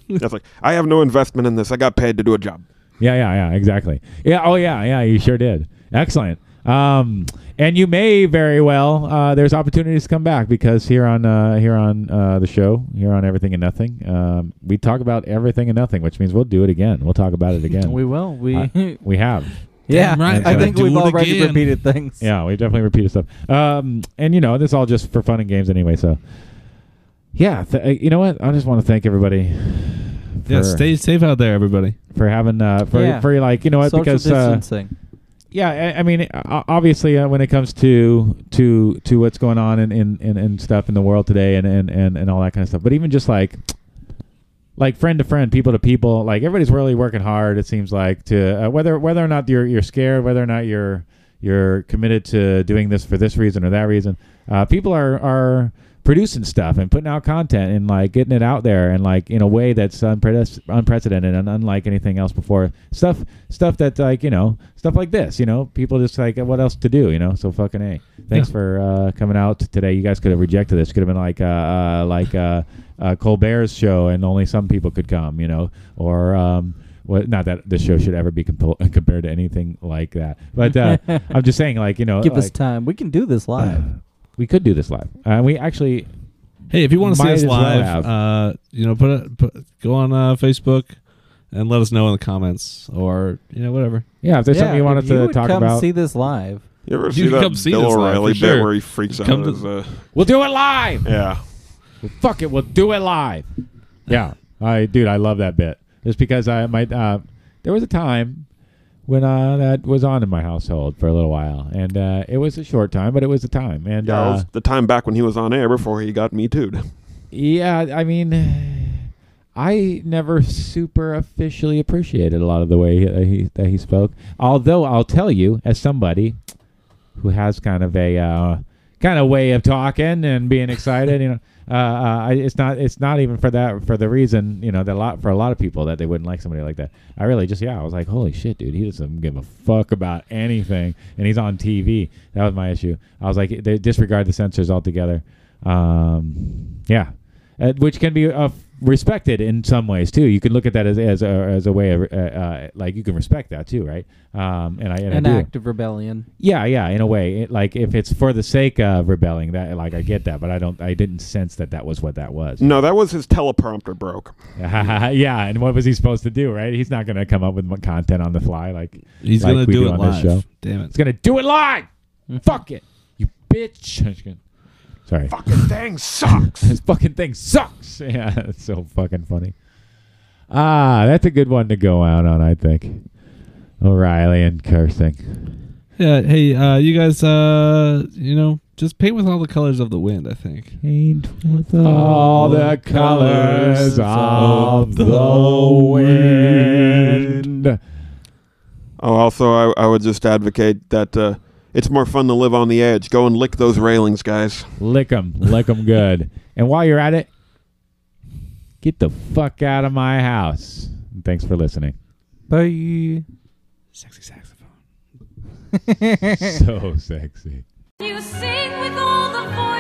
Speaker 4: That's like I have no investment in this. I got paid to do a job.
Speaker 1: Yeah, yeah, yeah, exactly. Yeah, oh yeah, yeah, you sure did. Excellent. Um, and you may very well uh, there's opportunities to come back because here on uh, here on uh, the show, here on Everything and Nothing, um, we talk about everything and nothing, which means we'll do it again. We'll talk about it again.
Speaker 2: We will. We
Speaker 1: I- we have.
Speaker 2: yeah.
Speaker 3: Damn right,
Speaker 2: I
Speaker 1: gotta
Speaker 2: think
Speaker 3: do
Speaker 2: we've
Speaker 3: it
Speaker 2: already
Speaker 3: again.
Speaker 2: repeated things.
Speaker 1: Yeah, we definitely repeated stuff. Um, and you know, this is all just for fun and games anyway. So, yeah, th- uh, you know what? I just want to thank everybody. For,
Speaker 3: Yeah. Stay safe out there, everybody.
Speaker 1: for having uh, for
Speaker 2: Yeah.
Speaker 1: for like you know what
Speaker 2: Social
Speaker 1: because uh,
Speaker 2: distancing.
Speaker 1: yeah, I, I mean, o- obviously, uh, when it comes to to to what's going on in in, in, in stuff in the world today, and, and and and all that kind of stuff, but even just like like friend to friend, people to people, like everybody's really working hard. It seems like to uh, whether whether or not you're you're scared, whether or not you're you're committed to doing this for this reason or that reason, uh, people are are producing stuff and putting out content and like getting it out there and like in a way that's unpre- unprecedented and unlike anything else before stuff stuff that like you know stuff like this you know people just like what else to do you know so fucking a thanks
Speaker 3: Yeah.
Speaker 1: for uh, coming out today you guys could have rejected this could have been like uh, uh like uh, uh colbert's show and only some people could come you know or um what, not that this show should ever be compo- compared to anything like that, but uh, I'm just saying, like you know,
Speaker 2: Give
Speaker 1: uh,
Speaker 2: us
Speaker 1: like,
Speaker 2: time. We can do this live.
Speaker 1: we could do this live. Uh, we actually
Speaker 3: Hey, if you want to see
Speaker 1: Might
Speaker 3: us
Speaker 1: as well
Speaker 3: live,
Speaker 1: have.
Speaker 3: uh, you know, put, it, put go on uh, Facebook and let us know in the comments or you know whatever.
Speaker 1: Yeah, if there's something you want us
Speaker 2: if
Speaker 1: to
Speaker 2: would
Speaker 1: talk
Speaker 2: come
Speaker 1: about,
Speaker 2: see this live.
Speaker 4: You ever
Speaker 3: You
Speaker 4: see
Speaker 3: can
Speaker 4: that
Speaker 3: come see
Speaker 4: Bill
Speaker 3: this live,
Speaker 4: O'Reilly
Speaker 3: for
Speaker 4: bit
Speaker 3: sure.
Speaker 4: where he freaks out?
Speaker 3: Come
Speaker 4: at
Speaker 3: to-
Speaker 4: his, uh,
Speaker 1: we'll do it live.
Speaker 4: yeah,
Speaker 1: Fuck it, we'll do it live. Yeah, I dude, I love that bit. Just because I my uh, there was a time when uh, that was on in my household for a little while, and uh, it was a short time, but it was a time. And
Speaker 4: yeah. it
Speaker 1: uh,
Speaker 4: was the time back when he was on air before he got me too.
Speaker 1: yeah, I mean, I never super officially appreciated a lot of the way he, he, that he spoke. Although I'll tell you, as somebody who has kind of a uh, kind of way of talking and being excited, you know, uh, uh, I, it's not it's not even for that for the reason you know that a lot for a lot of people that they wouldn't like somebody like that. I really just yeah I was like holy shit dude he doesn't give a fuck about anything and he's on TV that was my issue. I was like they disregard the censors altogether. Um, yeah, uh, which can be uh, respected in some ways too. You can look at that as as a, as a way of uh, uh, like you can respect that too, right? Um, and I and
Speaker 2: An
Speaker 1: I do.
Speaker 2: act of rebellion.
Speaker 1: Yeah, yeah, in a way. It, like if it's for the sake of rebelling, that like I get that, but I don't. I didn't sense that that was what that was.
Speaker 4: No, that was his teleprompter broke.
Speaker 1: yeah, and what was he supposed to do? Right? He's not going to come up with m- content on the fly. Like
Speaker 3: He's
Speaker 1: Like
Speaker 3: gonna
Speaker 1: we
Speaker 3: do,
Speaker 1: do
Speaker 3: it
Speaker 1: on this
Speaker 3: live.
Speaker 1: show.
Speaker 3: Damn it!
Speaker 1: he's going to do it live. Fuck it, you bitch. I'm just kidding. Sorry,
Speaker 4: Fucking thing sucks.
Speaker 1: this fucking thing sucks. Yeah, that's so fucking funny. Ah, that's a good one to go out on. I think O'Reilly and cursing.
Speaker 3: Yeah. Hey, uh, you guys. Uh, you know, just paint with all the colors of the wind. I think.
Speaker 1: Paint with all the colors of the wind.
Speaker 4: Oh, also, I, I would just advocate that uh, it's more fun to live on the edge. Go and lick those railings, guys.
Speaker 1: Lick 'em, lick 'em good. And while you're at it, get the fuck out of my house. And thanks for listening.
Speaker 2: Bye.
Speaker 3: Sexy saxophone.
Speaker 1: so sexy.
Speaker 7: You sing with all the voices.